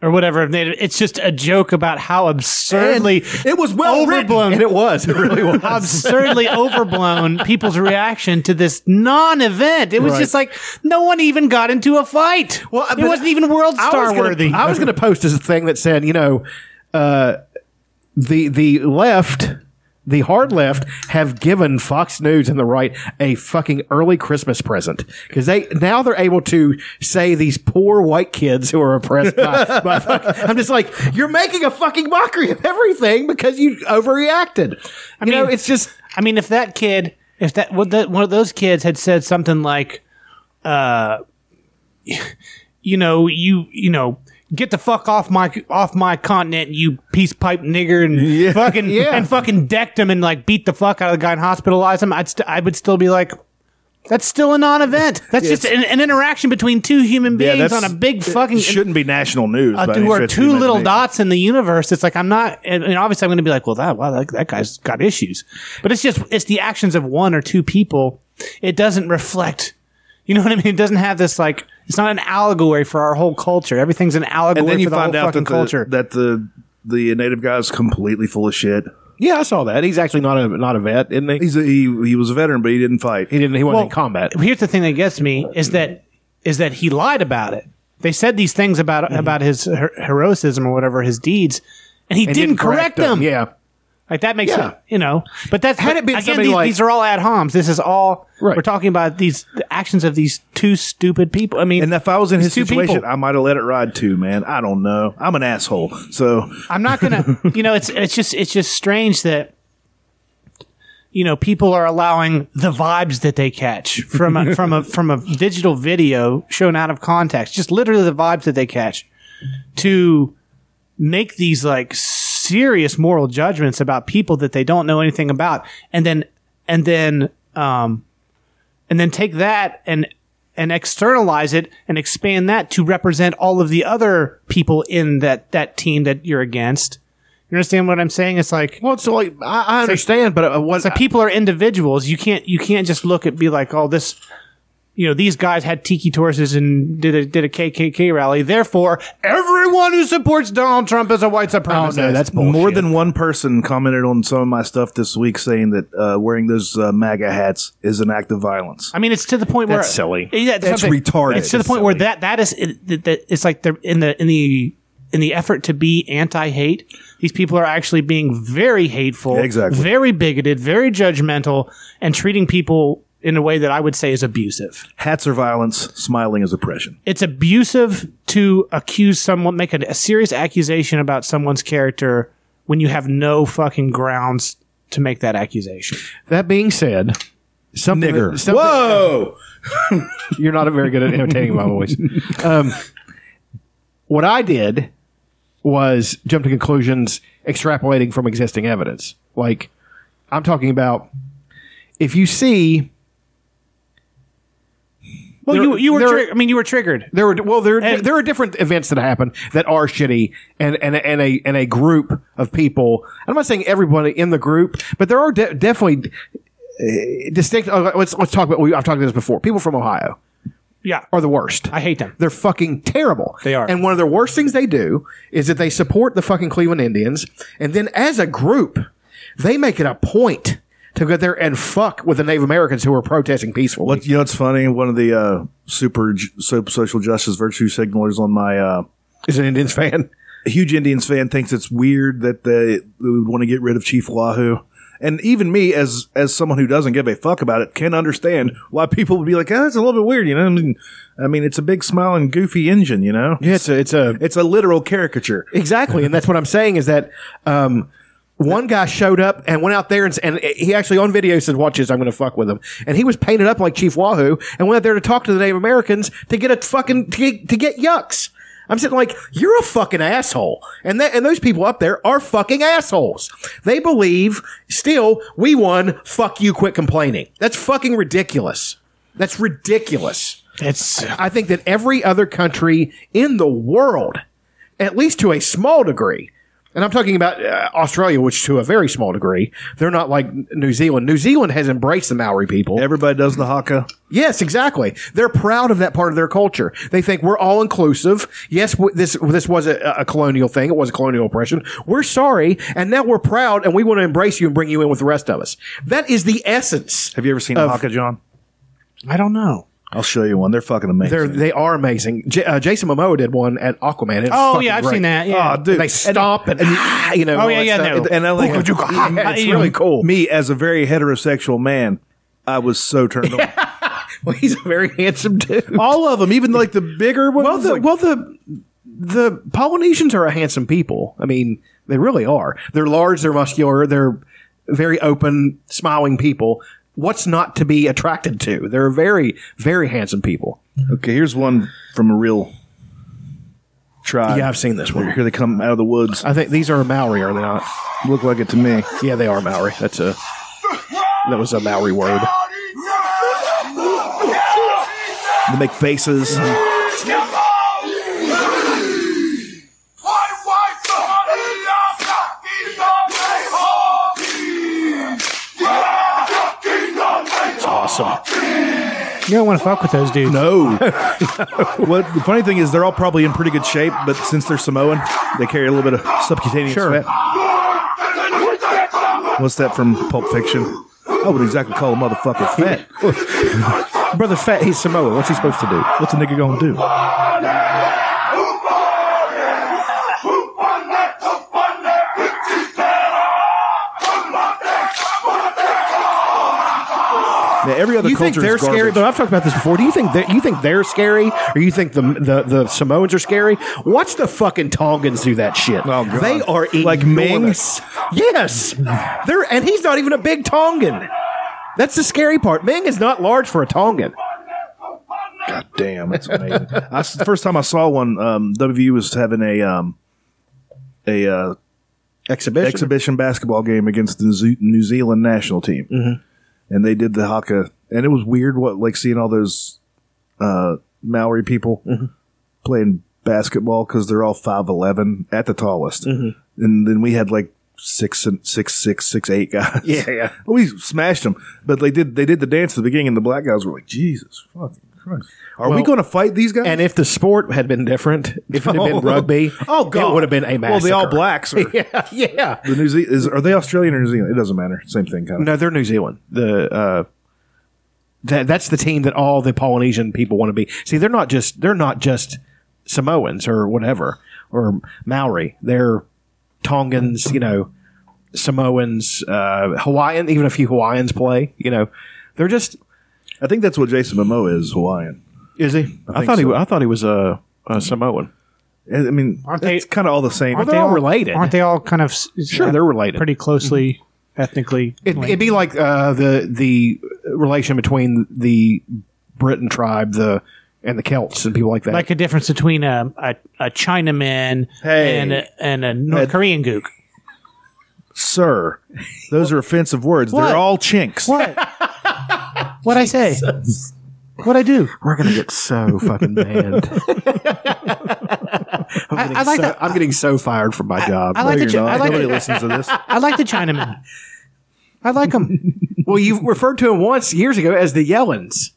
or whatever. of Native- It's just a joke about how absurdly
And it was well written.
overblown,
and it was. It really <laughs> was.
how absurdly overblown people's reaction to this non-event. It was
Right.
just like no one even got into a fight. Well, it
but
wasn't even world
I was
star
gonna-
worthy.
I was going to post as a thing that said, you know, uh, the the left. The hard left have given Fox News and the right a fucking early Christmas present because they now they're able to say these poor white kids who are oppressed.
<laughs>
By, by fuck- I'm just like you're making a fucking mockery of everything because you overreacted. I you know,
mean-
it's just
I mean, if that kid, if that what that one of those kids had said something like, uh, <laughs> you know, you you know. Get the fuck off my off my continent, you peace pipe nigger, and fucking
Yeah.
and fucking decked him and like beat the fuck out of the guy and hospitalized him. I'd st- I would still be like, that's still a non-event. That's just an, an interaction between two human beings
that's-
on a big
it
fucking
shouldn't be national news.
uh,
by
there
any
were
stretch of
two
the
little
imagination.
dots in the universe. It's like I'm not, and, and obviously I'm going to be like, well, that wow, that, that guy's got issues. But it's just it's the actions of one or two people. It doesn't reflect. You know what I mean? It doesn't have this like. It's not an allegory for our whole culture. Everything's an allegory
And then you
for the
find
whole
out
fucking
that
culture.
the, that the the native guy is completely full of shit.
yeah, I saw that. He's actually not a not a vet, isn't he?
He's a, he he was a veteran, but he didn't fight.
He didn't. He wasn't
Well,
in combat.
Here's the thing that gets me is that is that he lied about it. They said these things about
Mm-hmm.
about his her- heroism or whatever his deeds, and he
And
didn't, correct them.
Yeah.
Like that makes
Yeah.
it, you know. But that's
Had it been
again,
somebody
these,
like-
these are all ad homs. This is all
Right.
we're talking about. These the actions of these two stupid people. I mean,
And if I was in his
these two
situation,
people.
I might have let it ride too, man. I don't know. I'm an asshole. So
I'm not
<laughs>
gonna. you know, it's it's just it's just strange that you know people are allowing the vibes that they catch from a, from a from a digital video shown out of context, just literally the vibes that they catch, to make these like serious moral judgments about people that they don't know anything about, and then and then um and then take that and and externalize it and expand that to represent all of the other people in that that team that you're against. You understand what I'm saying? It's like
Well, so like I, I understand, but uh, what
it's like people are individuals. You can't you can't just look at be like, oh this you know, these guys had tiki torches and did a did a KKK rally. Therefore, everyone who supports Donald Trump is a white supremacist.
Oh, no, that's bullshit.
More than one person commented on some of my stuff this week saying that uh, wearing those uh, MAGA hats is an act of violence.
I mean, it's to the point where
That's silly.
Yeah,
That's
what I'm saying.
retarded.
It's to the
It's
point where
silly.
that that is it, that, that it's like they're in the in the in the effort to be anti-hate. These people are actually being very hateful,
Exactly.
very bigoted, very judgmental, and treating people in a way that I would say is abusive.
Hats are violence, smiling is oppression.
It's abusive to accuse someone, make a, a serious accusation about someone's character when you have no fucking grounds to make that accusation.
That being said, something.
Nigger.
something-
Whoa!
<laughs> You're not very good at imitating my voice. Um, what I did was jump to conclusions extrapolating from existing evidence. Like, I'm talking about if you see
Well,
There-
you you were
there-
tri- I mean you were triggered.
there were well there
And-
there are different events that happen that are shitty and and and a and a group of people. I'm not saying everybody in the group, but there are de- definitely uh, distinct. uh, let's let's talk about. we- I've talked about this before. People from Ohio
Yeah,
are the worst.
I hate them.
They're fucking terrible.
They are.
And one of the worst things they do is that they support the fucking Cleveland Indians, and then as a group, they make it a point to go there and fuck with the Native Americans who are protesting peacefully.
What, you know, it's funny. One of the uh, super ju- so- social justice virtue signalers on my uh,
Is an Indians fan?
a huge Indians fan thinks it's weird that they, they would want to get rid of Chief Wahoo. And even me, as as someone who doesn't give a fuck about it, can understand why people would be like, "Oh, that's a little bit weird," you know. I mean, I mean, it's a big smiling, goofy engine, you know.
Yeah, it's a, it's a
It's a literal caricature.
Exactly, and that's what I'm saying is that um, one guy showed up and went out there and, s- and he actually on video said, "Watch this, I'm going to fuck with him." And he was painted up like Chief Wahoo and went out there to talk to the Native Americans to get a fucking to get, to get yucks. I'm sitting like you're a fucking asshole, and that and those people up there are fucking assholes. They believe still we won. Fuck you, quit complaining. That's fucking ridiculous. That's ridiculous.
It's
I think that every other country in the world, at least to a small degree, and I'm talking about uh, Australia, which to a very small degree, they're not like New Zealand. New Zealand has embraced the Maori people.
Everybody does the haka.
Yes, exactly. They're proud of that part of their culture. They think we're all inclusive. Yes, w- this this was a, a colonial thing. It was a colonial oppression. We're sorry, and now we're proud, and we want to embrace you and bring you in with the rest of us. That is the essence.
Have you ever seen a haka, John?
I don't know.
I'll show you one. They're fucking amazing.
They're, they are amazing. J- uh, Jason Momoa did one at Aquaman. It's
Oh
fucking
yeah, I've
great.
seen that. Yeah.
Oh, dude.
They stomp and, ah, you know.
Oh,
all
yeah,
that
yeah,
stuff.
no.
and I like
Yeah, <laughs> it's
I-
really cool.
me as a very heterosexual man. I was so turned <laughs> on.
Well, he's a very handsome <laughs> dude.
All of them, even like the bigger ones.
Well, the
like-
well the the Polynesians are a handsome people. I mean, they really are. They're large. They're muscular. They're very open, smiling people. What's not to be attracted to? They're very, very handsome people.
Okay, here's one from a real tribe.
Yeah, I've seen this one.
Here they come out of the woods.
I think these are Maori, are they not?
Look like it to me.
Yeah, they are Maori. That's a that was a Maori <laughs> word.
They make faces.
You don't want to fuck with those dudes.
<laughs>
No. what the funny thing is, they're all probably in pretty good shape, but since they're Samoan, they carry a little bit of subcutaneous fat. What's that from Pulp Fiction? I would exactly call a motherfucker fat.
<laughs> Brother Fat, he's Samoa. What's he supposed to do?
What's a nigga gonna do? Now, every other
you
culture
think they're
is garbage.
scary? But I've talked about this before. Do you think that you think they're scary, or you think the the, the Samoans are scary? Watch the fucking Tongans do that shit.
Oh, God.
They are
Like
enormous. Yes, they're and he's not even a big Tongan. That's the scary part. Ming is not large for a Tongan.
God damn, that's amazing. I s the first time I saw one, um, WVU was having a um, a uh,
Exhibition.
exhibition basketball game against the Zoo- New Zealand national team,
Mm-hmm.
and they did the haka, and it was weird. What like seeing all those uh, Maori people
Mm-hmm. Mm-hmm.
playing basketball because they're all five eleven at the tallest, and then we had like six and six six six eight guys.
<laughs> Yeah, yeah.
we smashed them, but they did they did the dance at the beginning, and the black guys were like, Jesus fucking Christ, are we
Well-
going to fight these guys?
And if the sport had been different, if it had
<laughs> Oh.
been rugby,
oh god,
it would have been a massacre.
Well, the All Blacks are
yeah, <laughs> yeah.
the New Ze- is are they Australian or New Zealand? It doesn't matter. Same thing, kind of.
No, they're New Zealand. The uh, that that's the team that all the Polynesian people want to be. See, they're not just they're not just Samoans or whatever or Maori. They're Tongans, you know, Samoans, uh, Hawaiian. Even a few Hawaiians play. You know, they're just.
I think that's what Jason Momoa is Hawaiian.
Is he? I,
think
thought
so.
he. I thought he was a, a Samoan.
I I mean,
Aren't they-
it's kind of all the same.
Aren't
they're all related.
Aren't they all kind of s-
Sure, they're related. Mm-hmm.
pretty closely ethnically?
It,
linked?
it'd be like uh, the the relation between the Briton tribe, the and the Celts and people like that.
like a difference between a a, a Chinaman
Hey.
and a, and a North Korean gook.
Sir, those are offensive words.
What?
They're all chinks.
What? What'd I say? What'd I do?
We're gonna get so fucking <laughs> banned. I'm, getting
I like
so,
that-
I'm getting so fired from my job.
I like the
You're
Chi-
not.
I like
Nobody
the,
listens to this.
I like the Chinaman. I like
<laughs>
him.
well, you referred to him once years ago as the Yellens.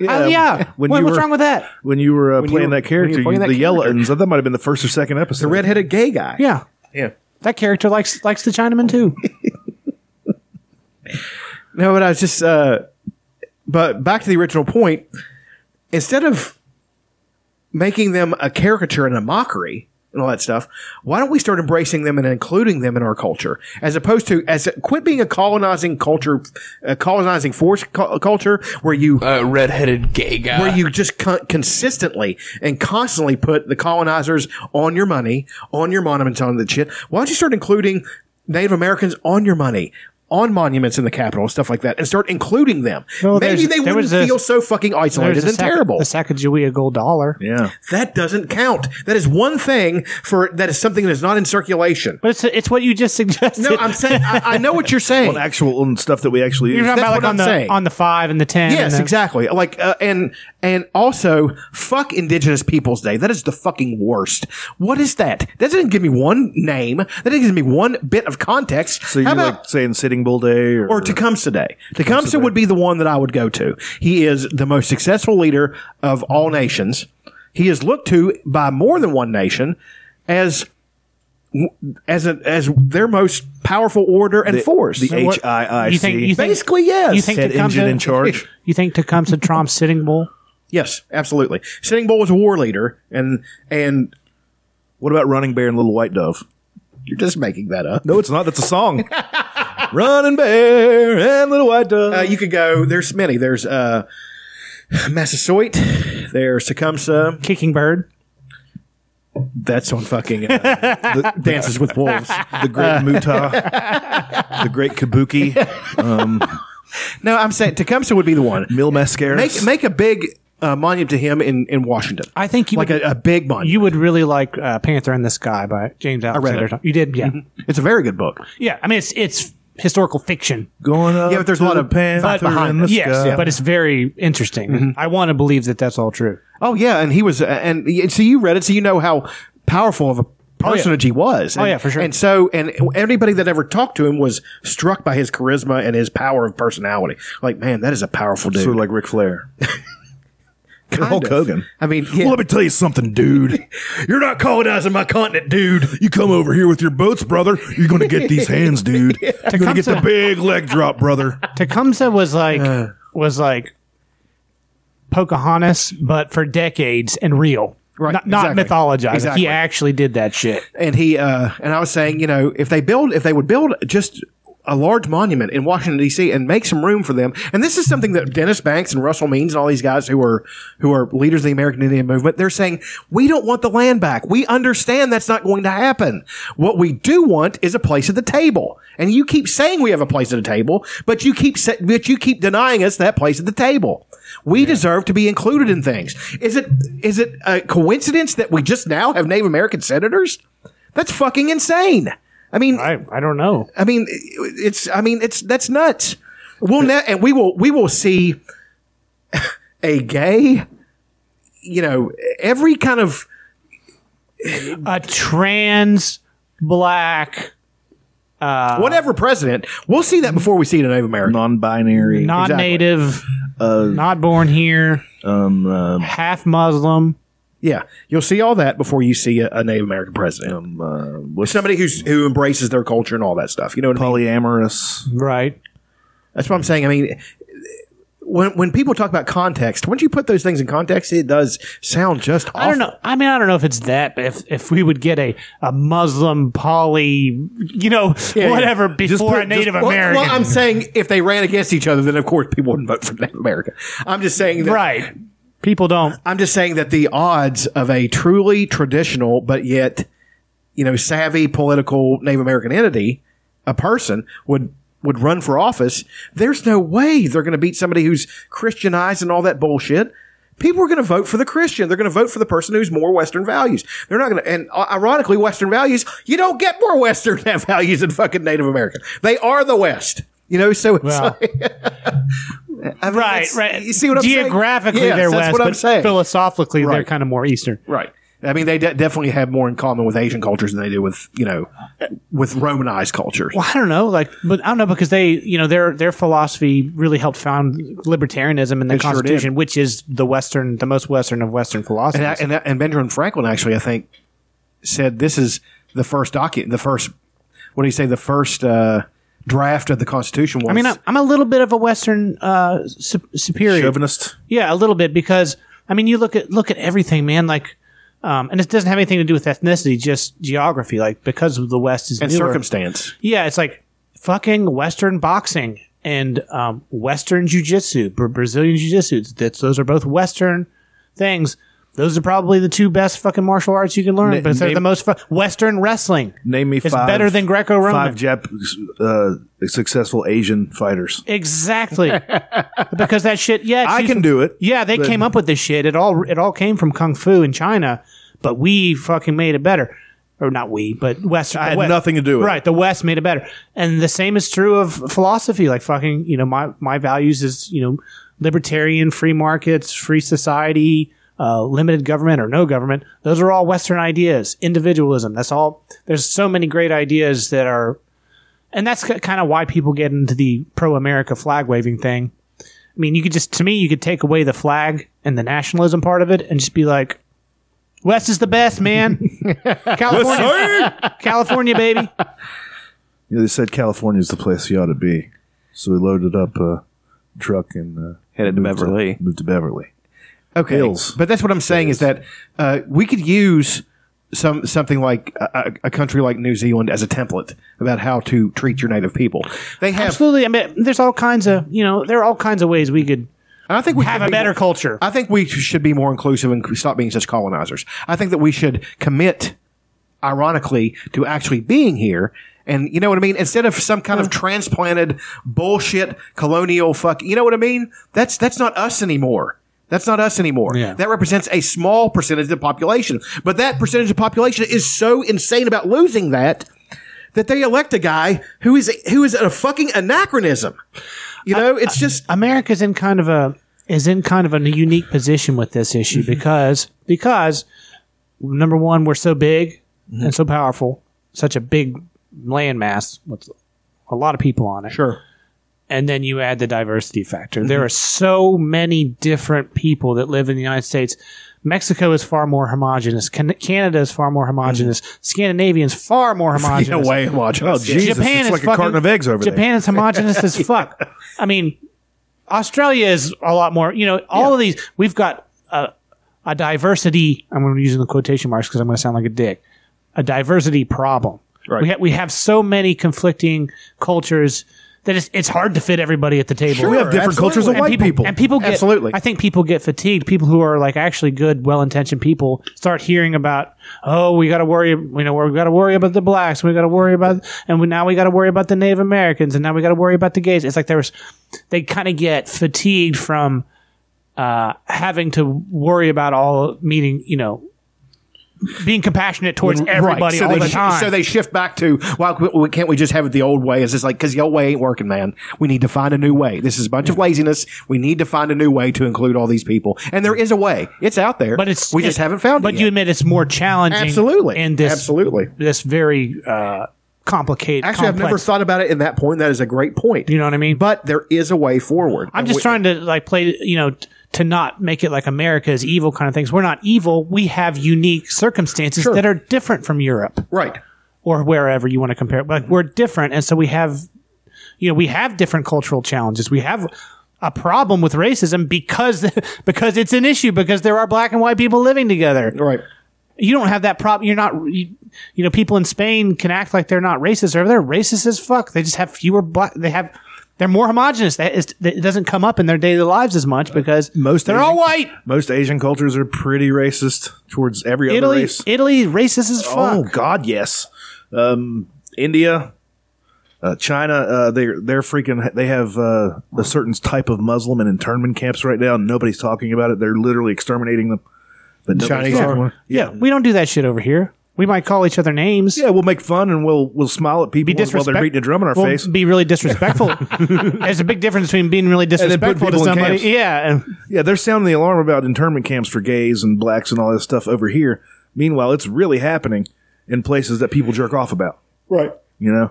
Yeah. yeah.
When
What-
you
what's
were-
wrong with that?
When you were uh,
When you
playing
were-
that character,
when you were
you-
playing
the
that character.
Yellens, that might have been the first or second episode.
The redheaded gay guy.
Yeah.
Yeah.
That character likes likes the Chinaman too.
No, but I was just. Uh, but back to the original point. Instead of making them a caricature and a mockery and all that stuff, why don't we start embracing them and including them in our culture, as opposed to as quit being a colonizing culture, a colonizing force cu- culture where you
A redheaded gay guy.
Uh,
where you just con- consistently and constantly put the colonizers on your money, on your monuments, on the shit. Why don't you start including Native Americans on your money? On monuments in the capital, stuff like that, and start including them.
Well,
Maybe
there's-
they
there
wouldn't
was a-
feel so fucking isolated and terrible.
The Sacagawea gold dollar.
yeah.
That doesn't count. That is one thing for that is something that is not in circulation.
But it's, it's what you just <laughs> suggested.
No, I'm saying I, I know what you're saying.
On actual on stuff that we actually
<laughs> You're
use.
talking
that's
about like
what
on
I'm
the
saying.
on the five and the ten.
Yes,
and the-
exactly. Like, uh, and and also, fuck Indigenous Peoples Day. That is the fucking worst. What is that? That doesn't give me one name. That doesn't give me one bit of context.
So you're like saying Sitting Bull Day or,
or Tecumseh Day? Tecumseh would be the one that I would go to. He is the most successful leader of all nations. He is looked to by more than one nation as as a, as their most powerful order and force.
the H I I
You think-
C
you think-
Basically, yes.
You think
head
Tecumseh
engine in charge.
You think Tecumseh Trump sitting bull?
Yes, absolutely. Sitting Bull was a war leader, and and
What about Running Bear and Little White Dove?
you're just making that up.
No, it's not. That's a song. Running Bear and Little White Dove.
Uh, you could go. There's many. There's uh, Massasoit. There's Tecumseh.
Kicking bird.
That's on <laughs> fucking uh,
the,
Dances with Wolves.
the Great
<laughs>
Muta, the Great Kabuki,
No, I'm saying Tecumseh would be the one.
Mil Mascaras.
Make make a big uh, monument to him in in Washington.
I think you
like
would,
a, a big monument.
you would really like uh, Panther in the Sky by James Alexander.
it.
Thom- You did, yeah,
it's a very good book.
Mm-hmm. yeah. I mean, it's it's historical fiction,
going up.
Yeah, but there's
to
a lot
the
of
panther
thought behind
in the
it.
yes,
sky.
but it's very interesting. I want to believe that that's all true.
Oh yeah, and he was, uh, and y- so you read it, so you know how powerful of a personage he was. And,
yeah, for sure.
And so, and anybody that ever talked to him was struck by his charisma and his power of personality. Like, man, that is a powerful dude.
sort of like Ric
<laughs>
Flair, Hulk
of.
Hogan.
I mean, yeah.
Well, let me tell you something, dude.
<laughs> you're not colonizing my continent, dude.
You come over here with your boats, brother. You're gonna get
<laughs>
these hands, dude. You're gonna get the big leg drop, brother.
Tecumseh was like was like Pocahontas, but for decades and real.
Right,
Not, not
exactly.
mythologized.
Exactly.
He actually did that shit.
And he, uh, and I was saying, you know, if they build, if they would build just a large monument in Washington D.C. and make some room for them, and this is something that Dennis Banks and Russell Means and all these guys who are who are leaders of the American Indian movement, they're saying we don't want the land back. We understand that's not going to happen. What we do want is a place at the table. And you keep saying we have a place at the table, but you keep sa- but you keep denying us that place at the table. We deserve to be included in things. Is it is it a coincidence that we just now have Native American senators? That's fucking insane. I mean,
I, I don't know.
I mean, it's I mean, it's that's nuts. We'll ne- and we will we will see <laughs> a gay, you know, every kind of
A trans black
Whatever president, we'll see that before we see it in Native America.
non-binary,
not native,
Uh,
not born here,
um, uh,
half Muslim.
Yeah, you'll see all that befefore you see a, a Native American president.
um, uh, what's
Somebody who's who embraces their culture and all that stuff. You know what I mean?
polyamorous.
Right.
That's what I'm saying. I mean, when when people talk about context, once you put those things in context, it does sound just. Awful.
I don't know. I mean, I don't know if it's that, but if, if we would get a, a Muslim poly, you know,
<laughs> yeah.
whatever before a Native
well,
American.
Well, I'm saying if they ran against each other, then of course people wouldn't vote for <laughs> Native America. I'm just saying that.
right. People don't.
I'm just saying that the odds of a truly traditional but yet, you know, savvy political Native American entity, a person would would run for office. There's no way they're going to beat somebody who's Christianized and all that bullshit. People are going to vote for the Christian. They're going to vote for the person who's more Western values. They're not going to, and i- ironically, Western values, you don't get more <laughs> Western values than fucking Native America. They are the West. You know, so it's
Well,
like, I mean,
right,
it's-
right.
You see what I'm saying?
Geographically,
Yes,
they're
that's
west,
what I'm
but
saying.
philosophically, they're
Right.
kind of more eastern.
Right. I mean, they de- definitely have more in common with Asian cultures than they do with you know with Romanized cultures.
Well, I don't know, like, but I don't know because they, you know, their their philosophy really helped found libertarianism in the
It sure did.
Constitution, which is the Western, the most Western of Western philosophies.
And, I, and, I- and Benjamin Franklin actually, I think, said this is the first document, the first what do you say, the first uh, draft of the Constitution was.
I mean, I'm, I'm a little bit of a Western uh, su- superior.
Chauvinist.
Yeah, a little bit because I mean, you look at look at everything, man. Like, um, and it doesn't have anything to do with ethnicity, just geography. Like, because of the West is
and
newer.
circumstance.
Yeah, it's like fucking Western boxing and um, Western jiu-jitsu, Bra- Brazilian jiu-jitsu. That's, those are both Western things. Those are probably the two best fucking martial arts you can learn,
Na-
but they're
name-
the most fu- Western wrestling.
Name me
It's
five.
better than Greco-Roman.
Five Jap uh, successful Asian fighters. <laughs>
Exactly, because that shit. Yeah,
I can do it.
Yeah, they
But-
came up with this shit. It all it all came from kung fu in China, but we fucking made it better, or not we, but West.
I had
West-
nothing to do with it.
Right, the West made it better, and the same is true of philosophy. Like fucking, you know, my my values is you know, libertarian, free markets, free society. Uh, limited government or no government; those are all Western ideas. Individualism. That's all. There's so many great ideas that are and that's kind of why people get into the pro America flag waving thing. I mean, you could just, to me, you could take away the flag and the nationalism part of it and just be like, West is the best,
<laughs>
man. California, California, baby.
You know, they said California's the place you ought to be. So we loaded up a truck and uh,
Headed to
moved
Beverly.
moved to Beverly.
Okay,
Hills.
but that's what I'm saying is that uh, we could use some something like a, a a country like New Zealand as a template about how to treat your native people. They have,
Absolutely. I mean, there's all kinds of, you know, there are all kinds of ways we could
and I think we
have
could
a
be
better
more-
culture.
I think we should be more inclusive and stop being such colonizers. I think that we should commit, ironically, to actually being here. And you know what I mean? Instead of some kind of transplanted bullshit colonial fuck, you know what I mean? That's that's not us anymore. That's not us anymore. That represents a small percentage of the population. But that percentage of population is so insane about losing that that they elect a guy who is who is a fucking anachronism. You know, it's just
America's in kind of a is in kind of a unique position with this issue
Mm-hmm.
because because number one we're so big
Mm-hmm.
and so powerful, such a big landmass with a lot of people on it.
sure.
And then you add the diversity factor. There are so many different people that live in the United States. Mexico is far more homogenous. Can- Canada is far more homogenous. Scandinavia is far more homogenous.
In a way, logical.
Oh, Jesus, it's
Japan is
like
fucking,
a carton of eggs over
Japan
there.
is homogenous
<laughs>
as fuck. I mean, Australia is a lot more. You know, all of these we've got a, a diversity. I'm going to use in the quotation marks because I'm going to sound like a dick. A diversity problem. Right. We, ha- we have so many conflicting cultures that it's, it's hard to fit everybody at the table.
we have different cultures of
And
white people.
and people get,
Absolutely.
I think people get fatigued. People who are like actually good, well-intentioned people start hearing about, oh, we got to worry, you know, we got to worry about the blacks, we got to worry about, and we, now we got to worry about the Native Americans, and now we got to worry about the gays. It's like there was, they kind of get fatigued from uh, having to worry about all meeting, you know, being compassionate towards everybody
so
all
they
the
sh-
time.
So they shift back to, well, qu- we- can't we just have it the old way? It's just like, because the old way ain't working, man. We need to find a new way. This is a bunch of laziness. We need to find a new way to include all these people. And there is a way. It's out there.
but it's
we just
it-
haven't found
But
it
you
yet.
admit it's more challenging,
Absolutely.
in this
Absolutely.
this very uh, complicated.
Actually, I've never
complex.
thought about it in that point. That is a great point.
You know what I mean?
But there is a way forward.
I'm just trying to like play, you know, t- to not make it like America is evil kind of things. We're not evil. We have unique circumstances that are different from Europe
Right.
or wherever you want to compare. it. Like we're different, and so we have, you know, we have different cultural challenges. We have a problem with racism because <laughs> because it's an issue because there are black and white people living together.
Right.
You don't have that problem. You're not, you, you know, people in Spain can act like they're not racist or they're racist as fuck. They just have fewer black. They have. They're more homogenous. That is, that it doesn't come up in their daily lives as much because
Most
they're all white.
Most Asian cultures are pretty racist towards every other
Italy,
race.
Italy, racist as fuck.
Oh God, yes. Um, India, uh, China, uh, they they're freaking. They have uh, a certain type of Muslim in internment camps right now, and nobody's talking about it. They're literally exterminating them. But
Chinese
yeah.
everyone.
yeah,
We don't do that shit over here. We might call each other names.
yeah. We'll make fun and we'll we'll smile at people
be
while
disrespectful.
they're beating a drum in our face.
Be
<laughs>
really disrespectful. There's a big difference between being really
put
disrespectful to
people in
somebody.
camps.
Yeah, and
yeah, they're sounding the alarm about internment camps for gays and blacks and all this stuff over here. Meanwhile, it's really happening in places that people jerk off about.
Right.
You know,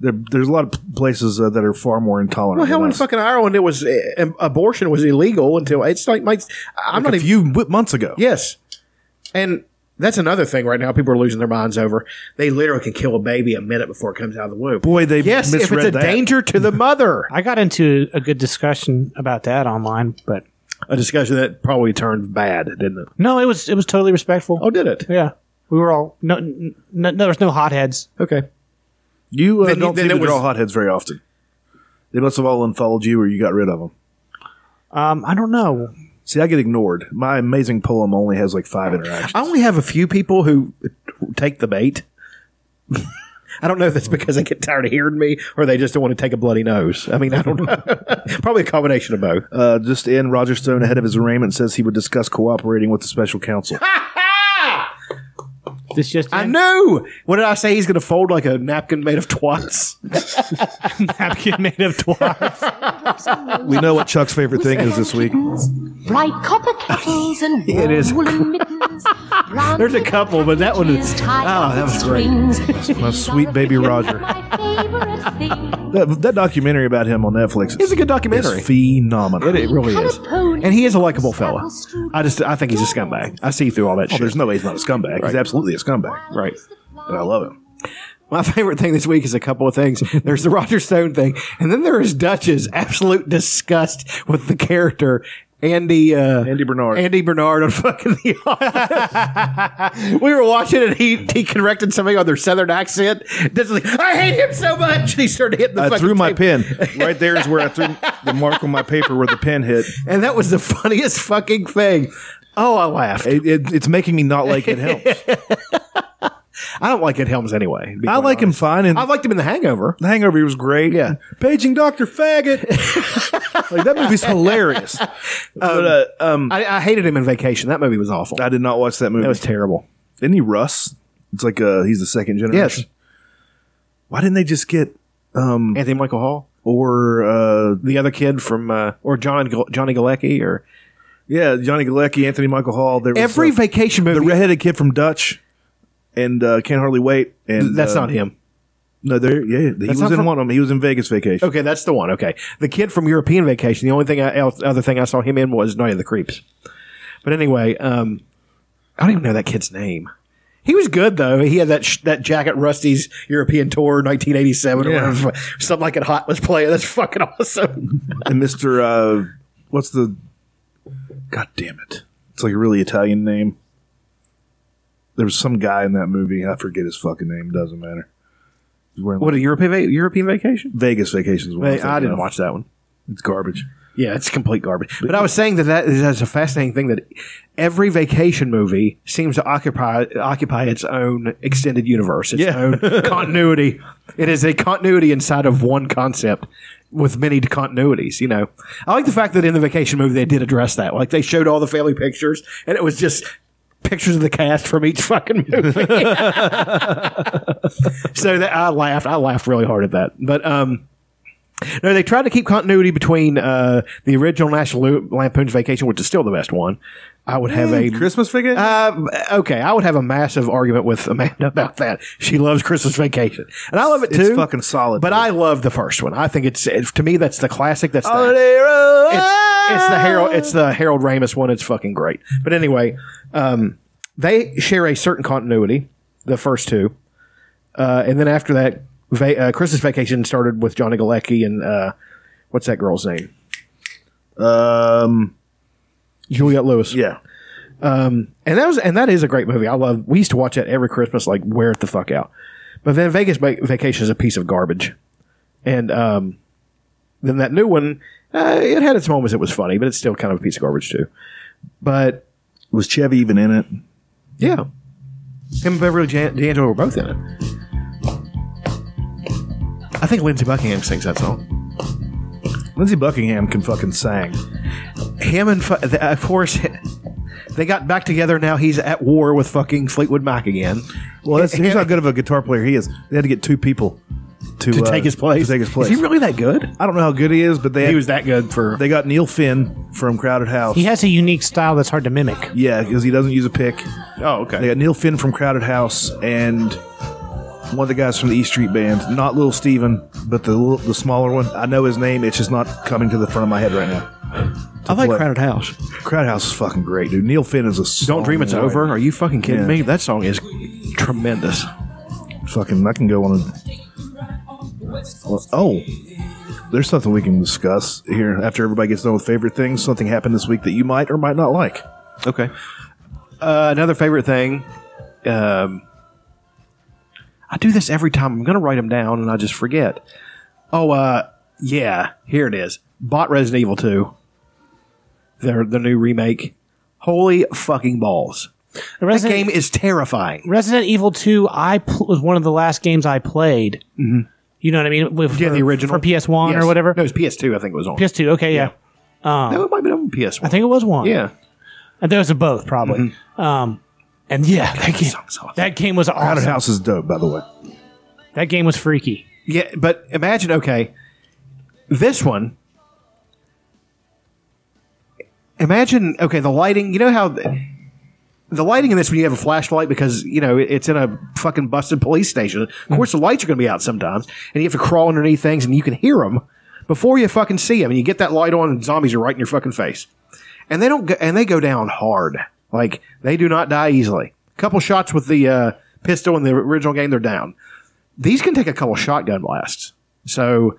there, there's a lot of p- places uh, that are far more intolerant.
Well, hell,
than
in
us.
fucking Ireland, it was uh, um, abortion was illegal until it's like, my, I'm not
a
even.
few w- months ago.
Yes. And that's another thing right now people are losing their minds over. They literally can kill a baby a minute before it comes out of the womb.
Boy, they
yes, if it's
misread
a
that.
danger to the mother.
I got into a good discussion about that online, but
<laughs> a discussion that probably turned bad, didn't it?
no, it was it was totally respectful.
Oh, did it?
yeah, we were all no, n- no, there was no hotheads.
Okay.
You uh,
Then-
don't
then
seem
it
to
was-
draw hotheads very often. They must have all unfollowed you, or you got rid of them.
Um, I don't know.
See, I get ignored. My amazing poem only has like five interactions.
I only have a few people who take the bait. <laughs> I don't know if that's because they get tired of hearing me or they just don't want to take a bloody nose. I mean, I don't know. <laughs> probably a combination of both.
Uh, just in, Roger Stone, ahead of his arraignment, says he would discuss cooperating with the special counsel.
This just
I knew. What did I say? He's going to fold like a napkin made of twats.
napkin made of
<laughs>
twat.
we know what Chuck's favorite thing is this week.
Bright copper kettles and warm
is. <laughs>
woolen mittens.
There's a couple, but that one is-
Oh,
that was great.
My sweet baby Roger. That, that documentary about him on Netflix
It's a good documentary.
is phenomenal.
It, it really is. And he is a likable fella. I just I think he's a scumbag. I see through all that
Oh,
shit.
there's no way he's not a scumbag. He's absolutely a scumbag.
right.
But I love him.
My <laughs> favorite thing this week is a couple of things. There's the Roger Stone thing, and then there is Dutch's absolute disgust with the character Andy uh,
Andy Bernard.
Andy Bernard on <laughs> fucking The Office. we were watching and he he corrected somebody on their southern accent. This is like I hate him so much. And he started hitting the
I
fucking
threw my
table.
pen.
<laughs>
Right there is where I threw the mark on my paper where the pen hit.
and that was the <laughs> funniest fucking thing. Oh, I laughed.
It, it, it's making me not
<laughs>
like it helps.
I don't like Ed Helms anyway. to be
I
quite
like him
honest.
fine. And
I liked him in The Hangover.
The Hangover he was great.
Yeah.
paging Doctor
<laughs>
Faggot. like that movie's hilarious. but, uh, um,
I, I hated him in Vacation. That movie was awful.
I did not watch that movie.
that was terrible.
Isn't he Russ? It's like uh, he's the second generation. Why didn't they just get um,
Anthony Michael Hall,
or uh,
the other kid from, uh, or John Gal- Johnny Galecki, or
yeah Johnny Galecki, Anthony Michael Hall? There was,
every
uh,
vacation movie.
the redheaded kid from Dutch and uh, Can't Hardly Wait. And
that's
uh,
not him.
No, there. Yeah, he was
not
in
from-
one of them. He was in Vegas Vacation.
Okay, that's the one. Okay, the kid from European Vacation. The only thing, I, else, other thing I saw him in was Night of the Creeps. But anyway, um, I don't even know that kid's name. He was good though. He had that sh- that jacket, Rusty's European Tour, nineteen eighty seven,
Yeah.
or whatever. Something like it hot was playing. That's fucking <laughs> awesome.
And Mister, uh, what's the? God damn it! It's like a really Italian name. There was some guy in that movie. I forget his fucking name. Doesn't matter. He's wearing
What a European va- European Vacation?
Vegas Vacations?
Wait, I didn't watch that one.
It's garbage.
Yeah, it's complete garbage. But I was saying that, that is that's a fascinating thing that every vacation movie seems to occupy occupy its own extended universe, its
Yeah.
own continuity. It is a continuity inside of one concept with many continuities. You know, I like the fact that in the vacation movie they did address that. Like they showed all the family pictures, and it was just pictures of the cast from each <laughs> fucking movie. so that I laughed. I laughed really hard at that. But um, no, they tried to keep continuity between uh, the original National Lampoon's Vacation, which is still the best one, I would have a
Mm, Christmas vacation.
Uh, okay, I would have a massive argument with Amanda <laughs> about that. She loves Christmas Vacation, and I love it too.
It's fucking solid.
but I love the first one. I think it's it, to me that's the classic. That's the,
Holiday Road.
it's, it's the Harold it's the Harold Ramis one. It's fucking great. But anyway, um, they share a certain continuity. The first two, uh, and then after that, va- uh, Christmas Vacation started with Johnny Galecki and uh, what's that girl's name?
um,
Juliette Lewis.
yeah.
and that was and that is a great movie. I love. We used to watch that every Christmas, like wear it the fuck out. But then Vegas Va- Vacation is a piece of garbage, and um, then that new one, uh, it had its moments. It was funny, but it's still kind of a piece of garbage too. But
Was Chevy even in it?
yeah, him and Beverly Jan- D'Angelo were both in it. I think Lindsey Buckingham sings that song.
Lindsey Buckingham can fucking sang.
him and fu- th- of course they got back together now he's at war with fucking fleetwood mac again
Well, that's, here's how good of a guitar player he is. They had to get two people to,
to
uh,
take his place
To take his place.
is he really that good
I don't know how good he is, but they
he
had-
was that good for
They got Neil Finn from Crowded House.
He has a unique style that's hard to mimic.
yeah, because he doesn't use a pick.
oh
They
okay
got Neil Finn from Crowded House and one of the guys from the E Street Band. Not Little Steven, but the little, the smaller one. I know his name. It's just not coming to the front of my head right now.
i like
play.
crowded house
Crowded House is fucking great, dude. Neil Finn is a
don't dream it's over are you fucking kidding
Oh, Yeah.
me that song is tremendous
Fucking, I can go on. And, Well, oh, there's something we can discuss here after everybody gets done with favorite things. Something happened this week that you might or might not like.
okay uh, another favorite thing um, i do this every time i'm gonna write them down and i just forget oh uh yeah here it is bought resident evil 2 their, their new remake holy fucking balls That
Resident,
game is terrifying.
Resident Evil 2 I pl- was one of the last games I played. Mm-hmm. You know what I mean? With,
Yeah,
for,
the original
For PS1
Yes.
or whatever?
No, it was PS2. I think it was on.
PS2, okay, yeah.
no, it might have been on PS1.
I think it was one.
Yeah,
And there was a both, probably. Um, and yeah, that game,
sounds awesome.
that game was
Crowded
awesome.
House is dope, by the way.
Oh, That game was freaky.
yeah. But imagine, okay, this one. Imagine, okay, the lighting. You know how th- the lighting in this when you have a flashlight because you know it- it's in a fucking busted police station. Of course, the lights are going to be out sometimes, and you have to crawl underneath things, and you can hear them before you fucking see them. And you get that light on, and zombies are right in your fucking face. and they don't go, and they go down hard. Like they do not die easily. couple shots with the uh, pistol in the original game, they're down. These can take a couple shotgun blasts. So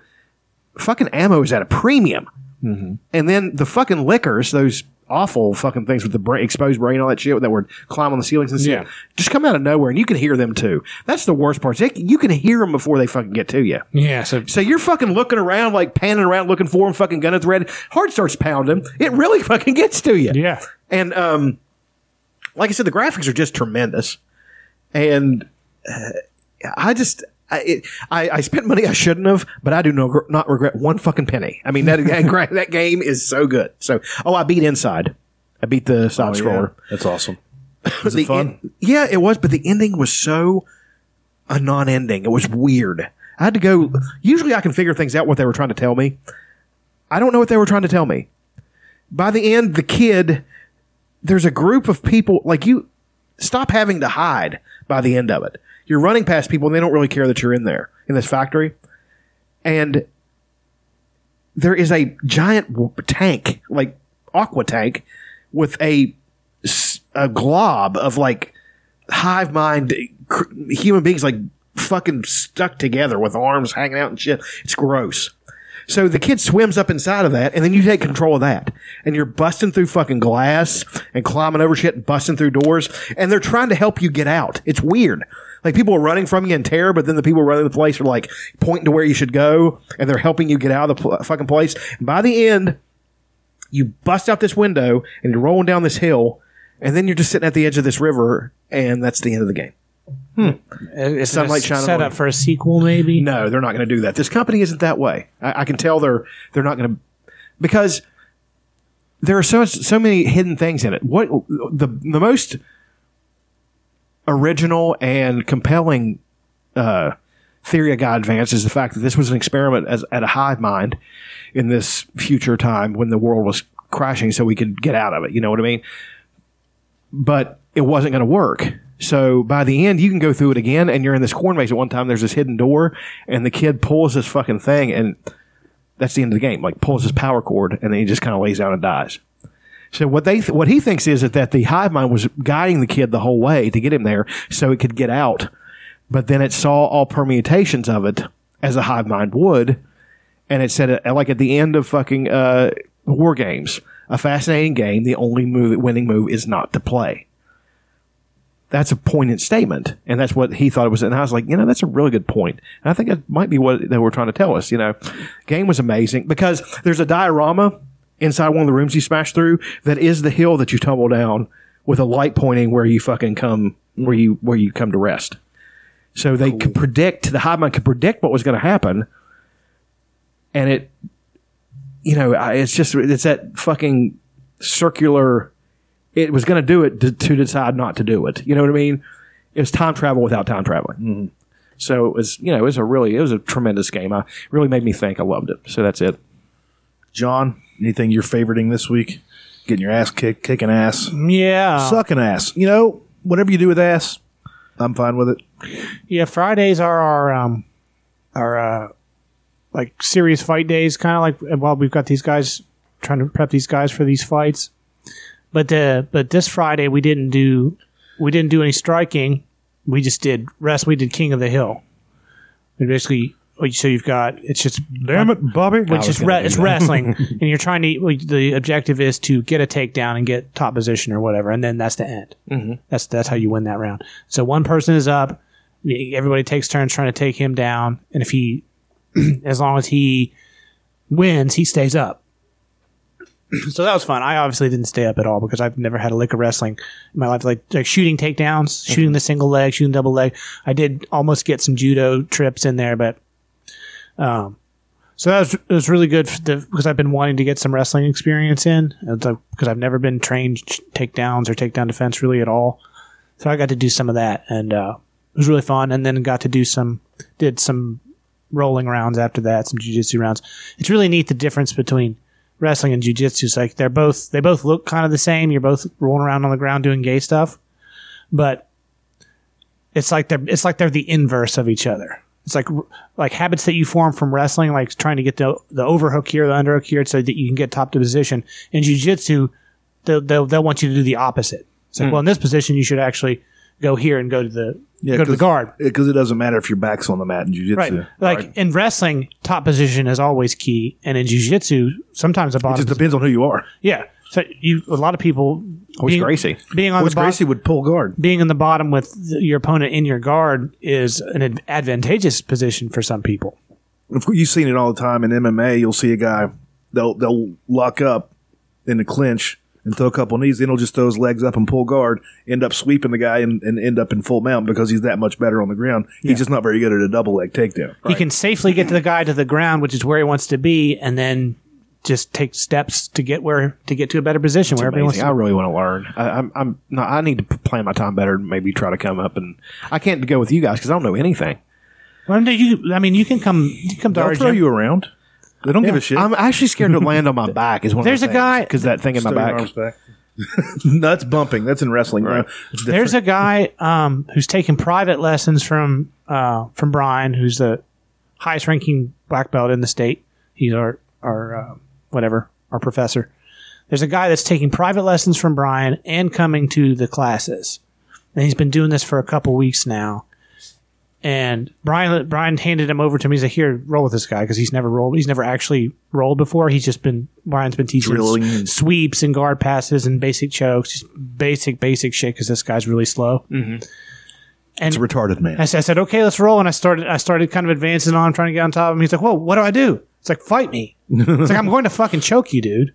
fucking ammo is at a premium.
Mm-hmm.
And then the fucking liquors, those awful fucking things with the brain, exposed brain, all that shit that would climb on the ceilings and shit,
Yeah.
just come out of nowhere, and you can hear them too. That's the worst part. They- You can hear them before they fucking get to you.
Yeah, so
So you're fucking looking around, like panning around, looking for him, fucking gun at the red. Heart starts pounding. It really fucking gets to you.
yeah.
And um, like I said, the graphics are just tremendous. And uh, I just. I, it, I, I spent money I shouldn't have, but I do no, gr- not regret one fucking penny. I mean that that, gra- that game is so good. So oh, I beat Inside, I beat the side
Oh,
scroller.
That's awesome.
Was it
fun?
yeah, it was, but the ending was so a non-ending. It was weird. I had to go. Usually, I can figure things out what they were trying to tell me. I don't know what they were trying to tell me. By the end, the kid, there's a group of people like you. Stop having to hide. By the end of it, you're running past people, and they don't really care that you're in there in this factory. And there is a giant w- tank, like aqua tank, with a s- a glob of like hive mind cr- human beings like fucking stuck together with arms hanging out and shit. It's gross. So the kid swims up inside of that, and then you take control of that, and you're busting through fucking glass and climbing over shit and busting through doors, and they're trying to help you get out. It's weird. Like people are running from you in terror, but then the people running the place are like pointing to where you should go, and they're helping you get out of the pl- fucking place. And by the end, you bust out this window and you're rolling down this hill, and then you're just sitting at the edge of this river, and that's the end of the game.
It's
Sunlight Shine on
set
Me.
up for a sequel, maybe.
No, they're not going to do that. This company isn't that way. I, I can tell they're they're not going to because there are so so many hidden things in it. What the the most original and compelling uh, theory of God advance is the fact that this was an experiment as, at a hive mind in this future time when the world was crashing, so we could get out of it. You know what I mean? but it wasn't going to work. So by the end, you can go through it again, and you're in this corn maze. At one time, there's this hidden door, and the kid pulls this fucking thing, and that's the end of the game. Like pulls his power cord, and then he just kind of lays down and dies. So what they th- what he thinks is that the hive mind was guiding the kid the whole way to get him there, so it could get out. But then it saw all permutations of it as a hive mind would, and it said uh, like at the end of fucking uh, war games, a fascinating game. The only move winning move is not to play. That's a poignant statement, and that's what he thought it was. And I was like, you know, that's a really good point. And I think that might be what they were trying to tell us. You know, game was amazing because there's a diorama inside one of the rooms you smash through that is the hill that you tumble down with a light pointing where you fucking come where you where you come to rest. So they could predict the hive mind could predict what was going to happen, and it, you know, I- it's just it's that fucking circular. It was going to do it to, to decide not to do it. You know what I mean? It was time travel without time traveling.
Mm-hmm.
So it was, you know, it was a really, it was a tremendous game. I really made me think. I loved it. So that's it.
John, anything you're favoriting this week? Getting your ass kicked, kicking ass,
Mm. Yeah.
sucking ass. You know, whatever you do with ass, I'm fine with it.
Yeah, Fridays are our um our uh like serious fight days, kind of like well, we've got these guys trying to prep these guys for these fights. But uh but this Friday we didn't do we didn't do any striking. We just did rest. We did King of the Hill. And basically, what you- so you've got it's just damn it, Bobby. Which is re- it's wrestling, and you're trying to. well, The objective is to get a takedown and get top position or whatever, and then that's the end. Mm-hmm. That's that's how you win that round. So one person is up. Everybody takes turns trying to take him down, and if he, <clears throat> as long as he wins, he stays up. so that was fun. I obviously didn't stay up at all because I've never had a lick of wrestling in my life. Like like shooting takedowns, shooting the single leg, shooting double leg. I did almost get some judo trips in there, but um, so that was it was really good for the, because I've been wanting to get some wrestling experience in It's like- because I've never been trained sh- takedowns or takedown defense really at all. So I got to do some of that, and uh, it was really fun. And then got to do some did some rolling rounds after that, some jujitsu rounds. It's really neat the difference between wrestling and jujitsu. It's like they're both they both look kind of the same. You're both rolling around on the ground doing gay stuff, but it's like they're it's like they're the inverse of each other. It's like like habits that you form from wrestling, like trying to get the the overhook here, the underhook here, so that you can get top to position. In jujitsu, they'll, they'll they'll want you to do the opposite. It's like, well, in this position, you should actually go here and go to the go to the guard.
because it doesn't matter if your back's on the mat in jujitsu.
Right. Like in wrestling, top position is always key, and in jiu-jitsu, sometimes the
It
bottom.
just depends on who you are.
yeah. So you a lot of people
Always Gracie.
being on
Which
the bottom,
Gracie would pull guard.
being in the bottom with the, your opponent in your guard is an ad- advantageous position for some people.
Of course, you've seen it all the time in MMA. You'll see a guy they'll they'll lock up in the clinch and throw a couple knees. Then he'll just throw his legs up and pull guard. End up sweeping the guy and, and end up in full mount because he's that much better on the ground. He's just not very good at a double leg takedown.
He can safely get to the guy to the ground, which is where he wants to be, and then just take steps to get where to get to a better position wherever he wants.
Amazing. I
To.
really want to learn. I, I'm, I'm no, I need to p- plan my time better and maybe try to come up and I can't go with you guys because I don't know anything.
Well, no, you, I mean, you can come. You can come to
They'll
our
throw
gym.
you around. They don't give a shit.
I'm actually scared to land on my back. Is one.
There's a guy-
because that thing in my
Throw your
back.
arms back. <laughs> no, that's bumping. That's in wrestling. No, it's different.
There's a guy um, who's taking private lessons from uh, from Brian, who's the highest ranking black belt in the state. He's our our uh, whatever our professor. There's a guy that's taking private lessons from Brian and coming to the classes, and he's been doing this for a couple weeks now. And Brian Brian handed him over to me. He's like, "Here, roll with this guy because he's never rolled. He's never actually rolled before. He's just been Brian's been teaching
Drilling
s-
and-
sweeps and guard passes and basic chokes, just basic basic shit because this guy's really slow."
Mm-hmm. it's a retarded man.
I s- I said, okay, let's roll. And I started, I started kind of advancing on him, trying to get on top of him. He's like, whoa, what do I do? It's like, fight me. It's like, I'm going to fucking choke you, dude.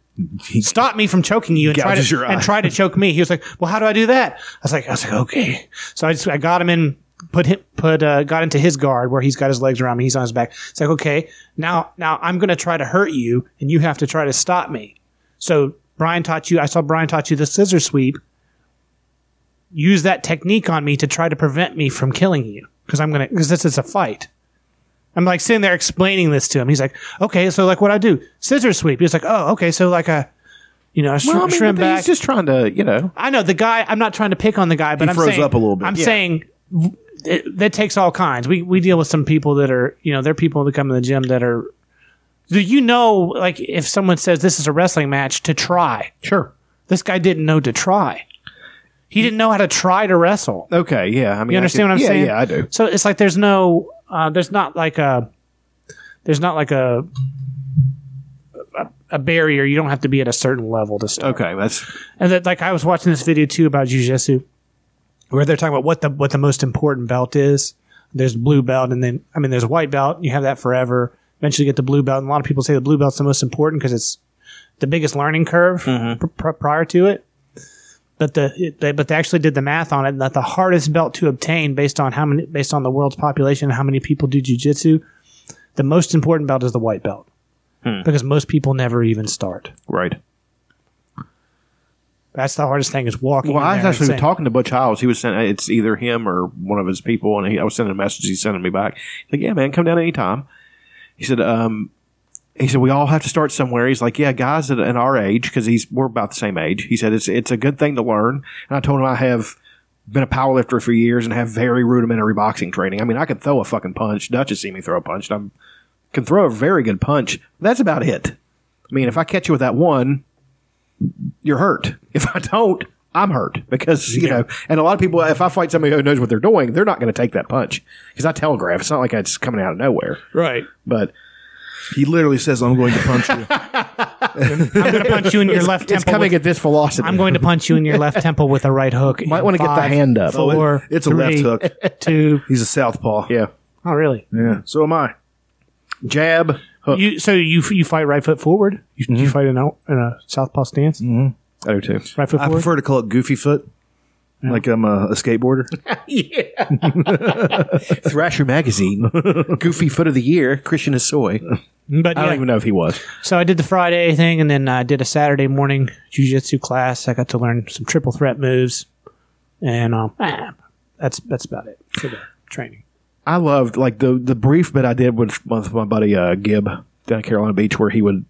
Stop me from choking you and try,
Gouges
to,
your eye.
and try to choke me. He was like, well, how do I do that? I was like, I was like, okay. So I just, I got him in, put him, put, uh, got into his guard where he's got his legs around me. He's on his back. It's like, okay, now, now I'm going to try to hurt you and you have to try to stop me. So Brian taught you, I saw Brian taught you the scissor sweep use that technique on me to try to prevent me from killing you because I'm gonna because this is a fight. I'm like sitting there explaining this to him. He's like, okay, so like what I do, scissors sweep. He's like, oh, okay, so like a, you you know, sh-
Well, I mean,
shrimp
he's
back.
just trying to, you know.
I know the guy. I'm not trying to pick on the guy, but
He
I'm
froze
saying,
up a little bit.
I'm
Yeah.
saying it, that takes all kinds. We we deal with some people that are you know they're people that come in the gym that are. Do you know like if someone says this is a wrestling match to try?
Sure.
This guy didn't know to try. He didn't know how to try to wrestle.
Okay, yeah. I mean, I
You
could-
understand what I'm
yeah,
saying?
Yeah, I do.
So it's like there's no, uh, there's not like a, there's not like a, a, a barrier. You don't have to be at a certain level to start.
Okay, that's
And that, like I was watching this video too about jujitsu, where they're talking about what the what the most important belt is. There's blue belt, and then I mean there's white belt. You have that forever. Eventually, you get the blue belt, and a lot of people say the blue belt's the most important because it's the biggest learning curve pr- pr- prior to it. But the it, they, but they actually did the math on it, and that the hardest belt to obtain based on how many based on the world's population, and how many people do jujitsu, the most important belt is the white belt because most people never even start.
right.
That's the hardest thing is walking.
Well,
in
I was
there and
actually
saying-
talking to Butch Hiles. He was sending it's either him or one of his people, and he, I was sending a message. He's sending me back. He's like, "Yeah, man, come down anytime." He said, um, "He said we all have to start somewhere." He's like, "Yeah, guys at, at our age, because he's we're about the same age." He said, "It's it's a good thing to learn." And I told him I have been a powerlifter for years and have very rudimentary boxing training. I mean, I can throw a fucking punch. Dutch has seen me throw a punch. I can throw a very good punch. That's about it. I mean, if I catch you with that one, you're hurt. <laughs> If I don't, I'm hurt because you know. And a lot of people, if I fight somebody who knows what they're doing, they're not going to take that punch because I telegraph. It's not like it's coming out of nowhere.
Right.
But
He literally says, "I'm going to punch
<laughs>
you."
I'm going to punch you in your left
it's
temple.
coming
with-
at this velocity.
I'm going to punch you in your left temple with a right hook.
<laughs> Might want to get the hand up. Oh,
Four,
It's a left
three,
hook.
<laughs> Two.
He's a southpaw.
yeah,
Oh, really?
yeah. So am I.
jab. Hook.
You so you you fight right foot forward. You,
Mm-hmm.
you fight in a, in a southpaw stance.
I do too.
Right foot
I
forward.
prefer to call it goofy foot. Like I'm a, a skateboarder.
<laughs>
Thrasher magazine, goofy foot of the year. Christian Asoy.
Mm, But
I
yeah.
don't even know if he was.
so I did the Friday thing, and then I did a Saturday morning jujitsu class. I got to learn some triple threat moves, and um, ah, that's that's about it for the training.
I loved like the the brief bit I did with, with my buddy uh, Gibb down at Carolina Beach, where he would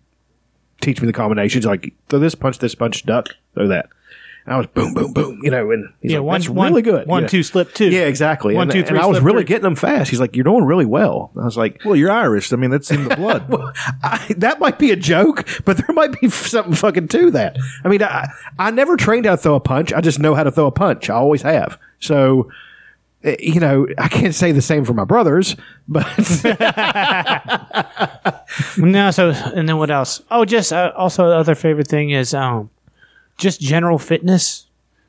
teach me the combinations, like throw this punch, this punch, duck, throw that. And I was boom, boom, boom, you know, and he's
Yeah,
like,
one-
"That's
one-
really good.
one,
yeah.
two, slip, two.
Yeah, exactly.
One,
and,
two,
and
three,
I was
slip,
really
three.
getting them fast. He's like, you're doing really well. I was like,
Well, you're Irish. I mean, that's in the
<laughs>
blood.
I, that might be a joke, but there might be something fucking to that. I mean, I, I never trained how to throw a punch. I just know how to throw a punch. I always have. So, eh, you know, I can't say the same for my brothers, but <laughs>
No, so and then what else? Oh, just uh, also the other favorite thing is um, just general fitness.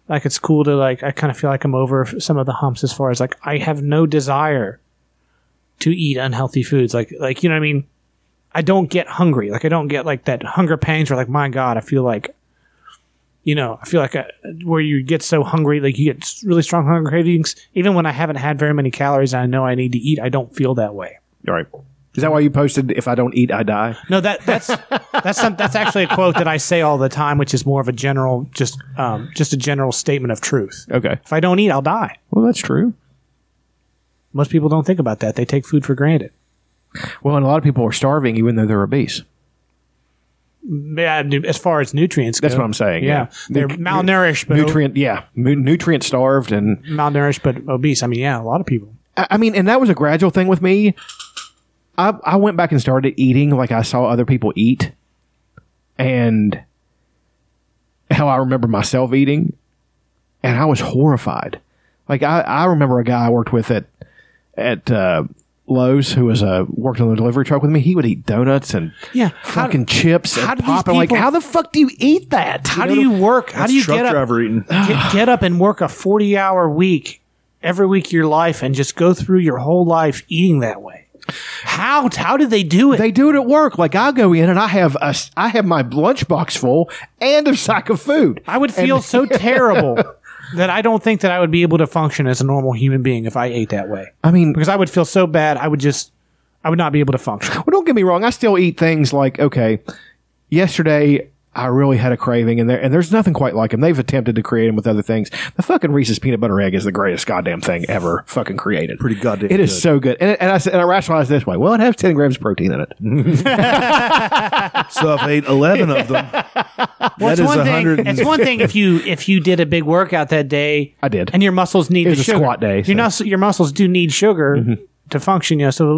Like it's cool to like. I kind of feel like I'm over some of the humps as far as like I have no desire to eat unhealthy foods. Like like you know what I mean. I don't get hungry. Like I don't get like that hunger pangs or like my god, I feel like. You know, I feel like I, where you get so hungry, like you get s- really strong hunger cravings. Even when I haven't had very many calories, and I know I need to eat. I don't feel that way.
All right. Is that why you posted if I don't eat I die?
No, that that's that's some, that's actually a quote that I say all the time, which is more of a general, just um, just a general statement of truth.
Okay.
If I don't eat, I'll die.
Well, that's true.
Most people don't think about that; they take food for granted.
Well, and a lot of people are starving even though they're obese.
Yeah, nu- as far as nutrients,
That's
go.
what I'm saying,
Yeah,
yeah.
they're
Nu-
malnourished, but
Nutrient, yeah, mu- nutrient starved, and
malnourished but obese. I mean, yeah, a lot of people.
I I mean, and that was a gradual thing with me. I I went back and started eating like I saw other people eat, and how I remember myself eating, and I was horrified. Like I, I remember a guy I worked with at at uh, Lowe's who was uh, worked on the delivery truck with me. He would eat donuts and
Yeah, how-
fucking chips
how
and
do these
pop. I'm like,
people-
how the fuck do you eat that?
How do you work? How
That's
do you
truck
get up?
driver eating?
<sighs>
Get, get up and work a forty-hour week every week of your life, and just go through your whole life eating that way. How how did they do it?
They do it at work. Like I go in and I have a, s- I have my lunchbox full and a sack of food.
I would feel so terrible that I don't think that I would be able to function as a normal human being if I ate that way.
I mean,
Because I would feel so bad, I would just, I would not be able to function.
Well, don't get me wrong. I still eat things like okay. Yesterday, I really had a craving, and there and there's nothing quite like them. They've attempted to create them with other things. The fucking Reese's peanut butter egg is the greatest goddamn thing ever fucking created. Pretty
goddamn.
It is
good.
so good, and, it- and I s- and I rationalized this way. Well, it has ten grams of protein in it.
so I've ate eleven of <laughs> them.
Well,
That
it's
is
one thing.
100
It's one thing if you if you did a big workout that day.
I did,
and your muscles need
It was
the
a
sugar.
squat day, so-
Your mus- your muscles do need sugar
Mm-hmm.
to function. You know, so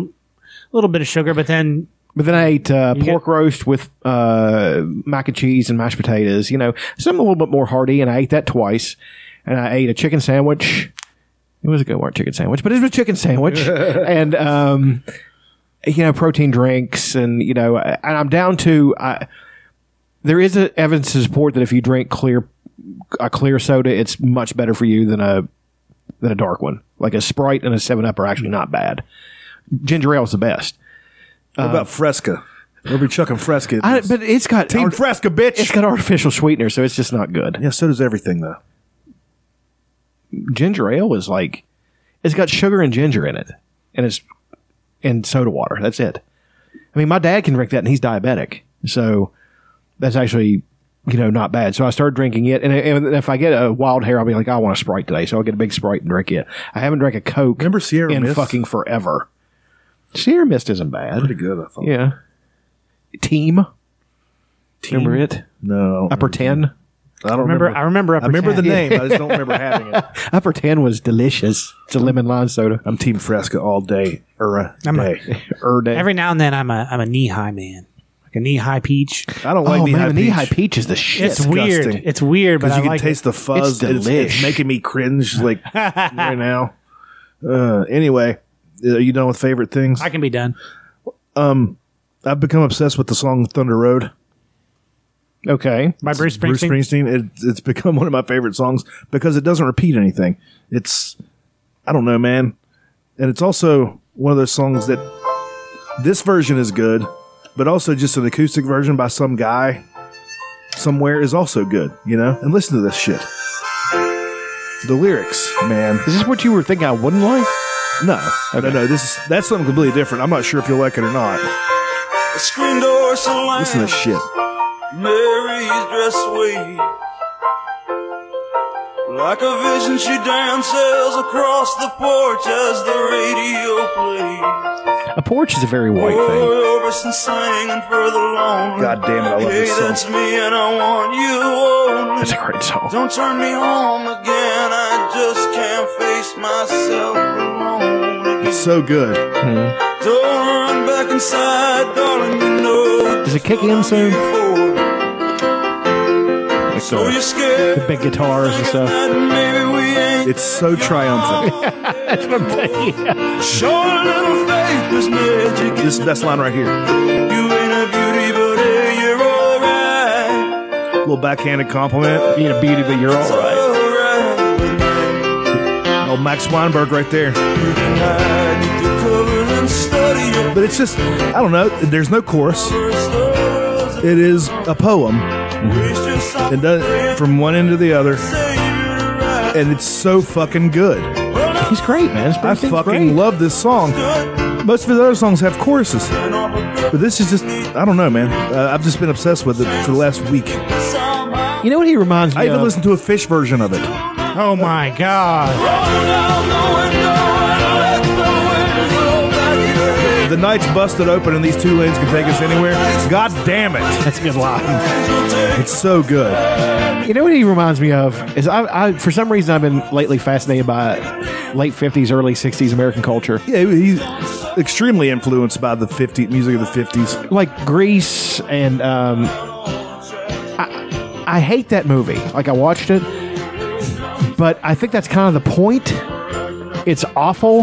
a little bit of sugar, but then
But then I ate uh, pork roast with uh, mac and cheese and mashed potatoes. You know, something a little bit more hearty, and I ate that twice. And I ate a chicken sandwich. It was a good work chicken sandwich, but it was a chicken sandwich, and um, you know, protein drinks, and you know, and I'm down to. I, there is a evidence to support that if you drink clear a clear soda, it's much better for you than a than a dark one. Like a Sprite and a Seven Up are actually not bad. Ginger ale is the best.
What about Fresca? We'll be chucking Fresca. at
I,
this.
but it's got
Team Fresca, bitch.
It's got artificial sweetener, so it's just not good.
yeah, so does everything though.
Ginger ale is like it's got sugar and ginger in it, and it's and soda water. That's it. I mean, my dad can drink that, and he's diabetic, so that's actually you know not bad. So I started drinking it, and, and if I get a wild hair, I'll be like, I want a sprite today, so I'll get a big sprite and drink it. I haven't drank a Coke
Remember Sierra
in
Mist?
fucking forever. Sierra Mist isn't bad.
Pretty good, I thought.
Yeah. Team.
Team?
Remember it?
No,
Upper ten.
I don't
remember,
remember.
I remember. Upper
I remember the
10.
name. I just don't remember having it.
Upper ten was delicious. It's a lemon lime soda. <laughs>
I'm Team Fresca all day. Era
I'm a-
day.
Er day.
Every now and then, I'm a I'm a knee high man, like a knee high peach.
I don't like
oh
knee high
man, knee high
peach
peach is the shit.
It's
disgusting.
weird. It's weird, but
because
I
you can
like
taste
it.
the fuzz.
It's
and It's, it's,
delish.
making me cringe like right now. Uh, anyway, uh, are you done with favorite things?
I can be done.
I've become obsessed with the song Thunder Road.
okay.
By Bruce Springsteen.
Bruce Springsteen. It, it's become <laughs> one of my favorite songs because it doesn't repeat anything. It's, I don't know, man. And it's also one of those songs that this version is good, but also just an acoustic version by some guy somewhere is also good, you know? And listen to this shit. The lyrics, man.
Is this what you were thinking? I wouldn't like.
No, no, no. This is that's something completely different. I'm not sure if you'll like it or not.
The screen door slammed.
Listen to this shit.
Mary's dress swayed. Like a vision, she dances across the porch as the radio plays.
A porch is a very white thing.
Roy Orbison singing for the lonely.
God damn it, I love
hey,
this song.
that's me, and I want you only.
That's a great song.
Don't turn me home again. I just can't face myself alone. again.
It's so good.
Don't run back inside, darling. You know.
Does it kick in soon?
Before.
Like
So you're
the,
scared.
the big guitars
<laughs>
and stuff.
That maybe we ain't
It's so triumphant.
Show a little faith, there's magic.
This is the best line right here.
You ain't a beauty, but hey, you're alright.
Little backhanded compliment.
You need a beauty, but you're all right.
Alright.
Oh, Max Weinberg right there.
I need to cover and study your
But it's just, I don't know. There's no chorus.
first love's
It is a poem,
waste your soft
and does from one end to the other,
say you're right.
and it's so fucking good.
Well, I'm
He's great, man.
I
Springsteen's
fucking
great.
love this song.
good.
Most of his other songs have choruses,
And all the
but this is just, I don't know, man. Uh, I've just been obsessed with it for the last week.
good somehow.
You know what he reminds me
I even
of?
listened to a fish version of it.
Oh my god!
Roll down the window and let the wind blow back your hair.
The night's busted open and these two lanes can take us anywhere. God damn it.
That's a good line.
You'll take
It's so good.
You know what he reminds me of is I, I for some reason I've been lately fascinated by late fifties, early sixties American culture,
Yeah, he's extremely influenced by the 50 music of the 50s.
like Greece and um, I, I hate that movie. Like I watched it, but I think that's kind of the point. It's awful,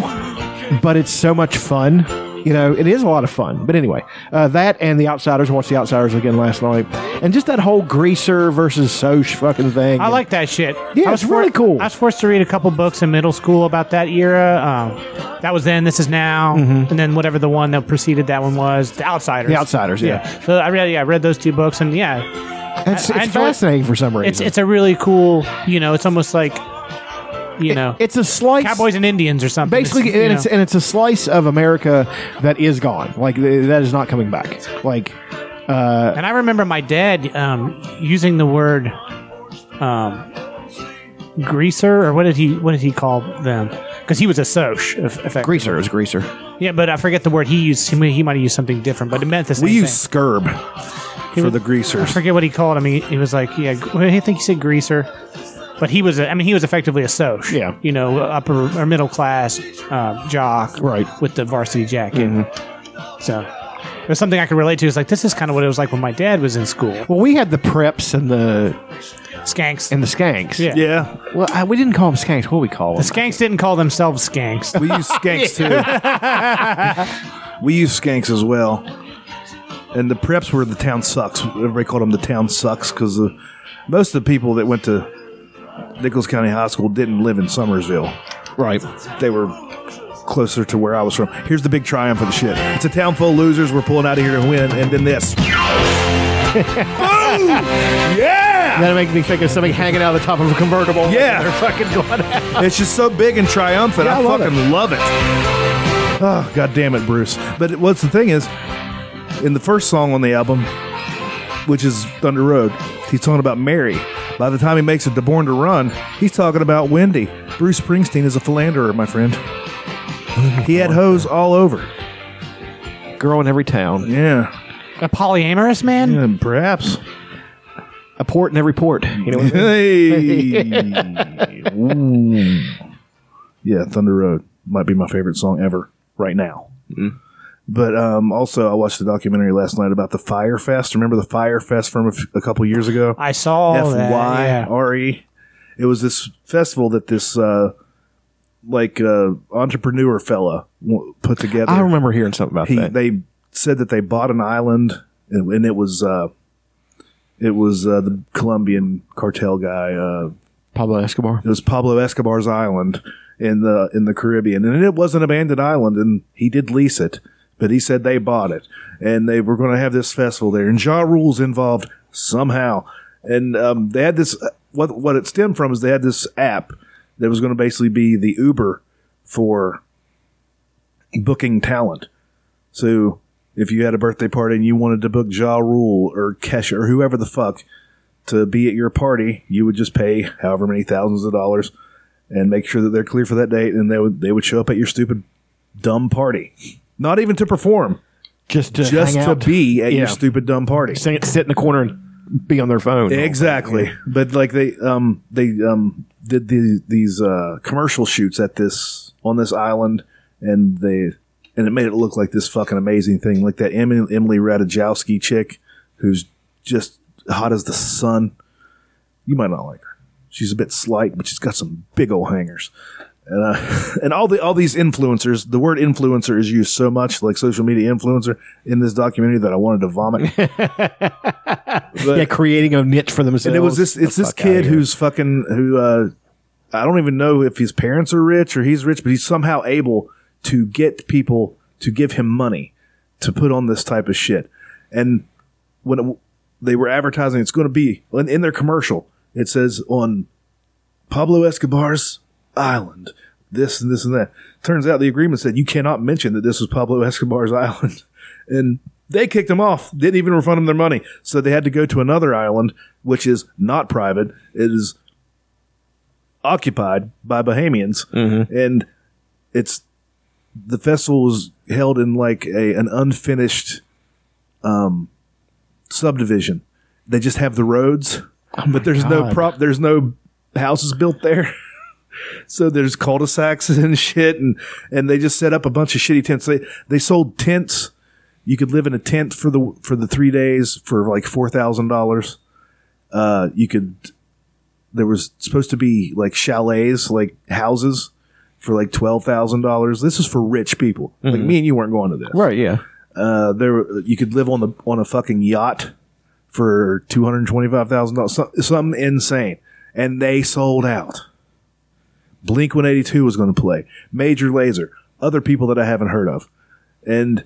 but it's so much fun. You know, it is a lot of fun. But anyway, uh, that and The Outsiders. I watched The Outsiders again last night, and just that whole greaser versus soch fucking thing.
I like that shit.
Yeah,
I was
it's
for-
really cool.
I was forced to read a couple books in middle school about that era. Um, that was then. This is now. And then whatever the one that preceded that one was, The Outsiders.
Mm-hmm. The Outsiders. Yeah,
So I read, yeah, I read those two books, and yeah,
it's,
I- I
it's
enjoy-
fascinating for some reason.
it's it's a really cool. You know, it's almost like, you know,
it's a slice.
Cowboys and Indians or something.
basically,
you
and
know.
it's and it's a slice of America that is gone. Like th- that is not coming back. Like
Uh,
and I remember my dad um, using the word um, greaser, or what did he what did he call them? Because he was a soch.
greaser is greaser.
Yeah, but I forget the word he used. He, may- he might have used something different, but it meant the same
We
thing.
use scurb
He
for
was-
the
I
greasers.
forget what he called him. He, he was like, yeah, gr- I think he said greaser, but he was, a, I mean, he was effectively a soch.
Yeah.
you know, upper or middle class uh, jock,
Right.
with the varsity jacket. So it was something I could relate to. It's like this is kind of what it was like when my dad was in school.
Well, we had the preps and the
Skanks.
and the skanks.
Yeah.
Yeah,
Well, I, we didn't call them skanks. What do we call
The
them?
skanks didn't call themselves skanks.
we use skanks
<laughs>
too. we use skanks as well. And the preps were the town sucks. Everybody called them the town sucks because most of the people that went to Nichols County High School didn't live in Somersville.
right.
They were closer to where I was from. Here's the big triumph of the shit. It's a town full of losers. We're pulling out of here to win. And then <laughs> this. Boom! Yeah!
That makes me think of somebody hanging out of the top of a convertible. <laughs>
Yeah.
They're fucking going out.
It's just so big and triumphant.
Yeah,
I,
I love
fucking love it. Oh, God damn it, Bruce. But it- what's the thing is, in the first song on the album, which is Thunder Road, he's talking about Mary. By the time he makes it to Born to Run, he's talking about Wendy. Bruce Springsteen is a philanderer, my friend. He had hoes all over.
Girl in every town.
Yeah.
A polyamorous man.
And perhaps.
A port in every port. You know what I mean?
Hey. Ooh. Yeah, Thunder Road might be my favorite song ever right now. But um, also, I watched a documentary last night about the Fire Fest. Remember the Fire Fest from a, f- a couple years ago?
I saw
F
that.
Y
Oh, yeah.
R E. It was this festival that this uh, like uh, entrepreneur fella w- put together.
I remember hearing something about
He,
that.
they said that they bought an island, and, and it was uh, it was uh, the Colombian cartel guy. Uh,
Pablo Escobar.
it was Pablo Escobar's island in the in the Caribbean, and it was an abandoned island, and he did lease it, but he said they bought it, and they were going to have this festival there, and Ja Rule's involved somehow, and um, they had this. What what it stemmed from is they had this app that was going to basically be the Uber for booking talent. So if you had a birthday party and you wanted to book Ja Rule or Kesha or whoever the fuck to be at your party, you would just pay however many thousands of dollars and make sure that they're clear for that date, and they would they would show up at your stupid dumb party, not even to perform,
Just to
just
hang
to
out.
be at
Yeah.
your stupid dumb party.
Sit, sit in the corner and be on their phone.
Exactly. But like they um they um did the, these uh commercial shoots at this on this island and they and it made it look like this fucking amazing thing like that Emily, Emily Ratajkowski chick who's just hot as the sun. You might not like her. She's a bit slight, but she's got some big old hangers. And, uh, <laughs> and all the all these influencers, the word influencer is used so much, like social media influencer, in this documentary that I wanted to vomit.
Yeah, creating a niche for themselves.
And it was this. It's
The
this
fuck outta
kid
here.
who's fucking who. Uh, I don't even know if his parents are rich or he's rich, but he's somehow able to get people to give him money to put on this type of shit. And when it, they were advertising, it's going to be in, in their commercial. It says on Pablo Escobar's island, this and this and that. Turns out the agreement said you cannot mention that this was Pablo Escobar's <laughs> island. And they kicked him off, didn't even refund him their money. So they had to go to another island, which is not private. It is occupied by Bahamians. And it's the festival was held in like a an unfinished um, subdivision. They just have the roads, but there's no
God.
prop. There's no houses built there. <laughs> So there's cul-de-sacs <laughs> and shit, and and they just set up a bunch of shitty tents. They they sold tents. You could live in a tent for the for the three days for like four thousand dollars. Uh, you could. There was supposed to be like chalets, like houses, for like twelve thousand dollars. This is for rich people. Like me and you weren't going to this.
right. Yeah.
Uh, there you could live on the on a fucking yacht for two hundred twenty five thousand dollars. Something insane, and they sold out. Blink one eighty two was going to play. Major Laser, other people that I haven't heard of, and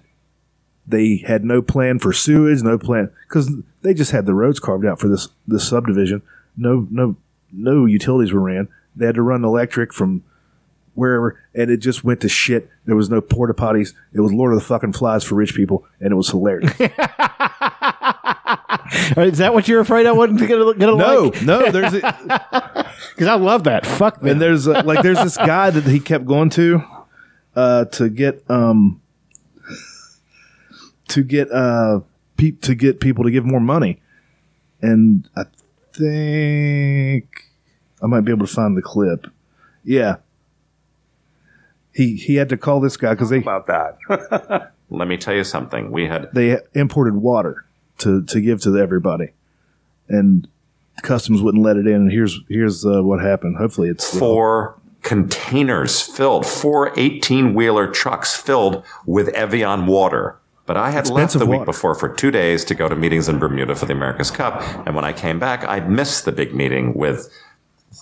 they had no plan for sewage, no plan because they just had the roads carved out for this this subdivision. No, no, no utilities were ran. They had to run electric from wherever, and it just went to shit. There was no porta potties. It was Lord of the fucking Flies for rich people, and it was hilarious.
Uh,
Is that what you're afraid I wasn't going to
No,
like?
no, there's
because I love that. Fuck
And there's uh, like there's this guy that he kept going to uh, to get um to get uh pe- to get people to give more money, and I think I might be able to find the clip. Yeah, he he had to call this guy because they
about that. <laughs> Let me tell you something. We had
they imported water to to give to everybody, and customs wouldn't let it in. And here's here's uh, what happened. Hopefully, it's
four containers filled, four 18 wheeler trucks filled with Evian water. But I had
Expensive
left the
water.
week before for two days to go to meetings in Bermuda for the America's Cup. And when I came back, I'd missed the big meeting with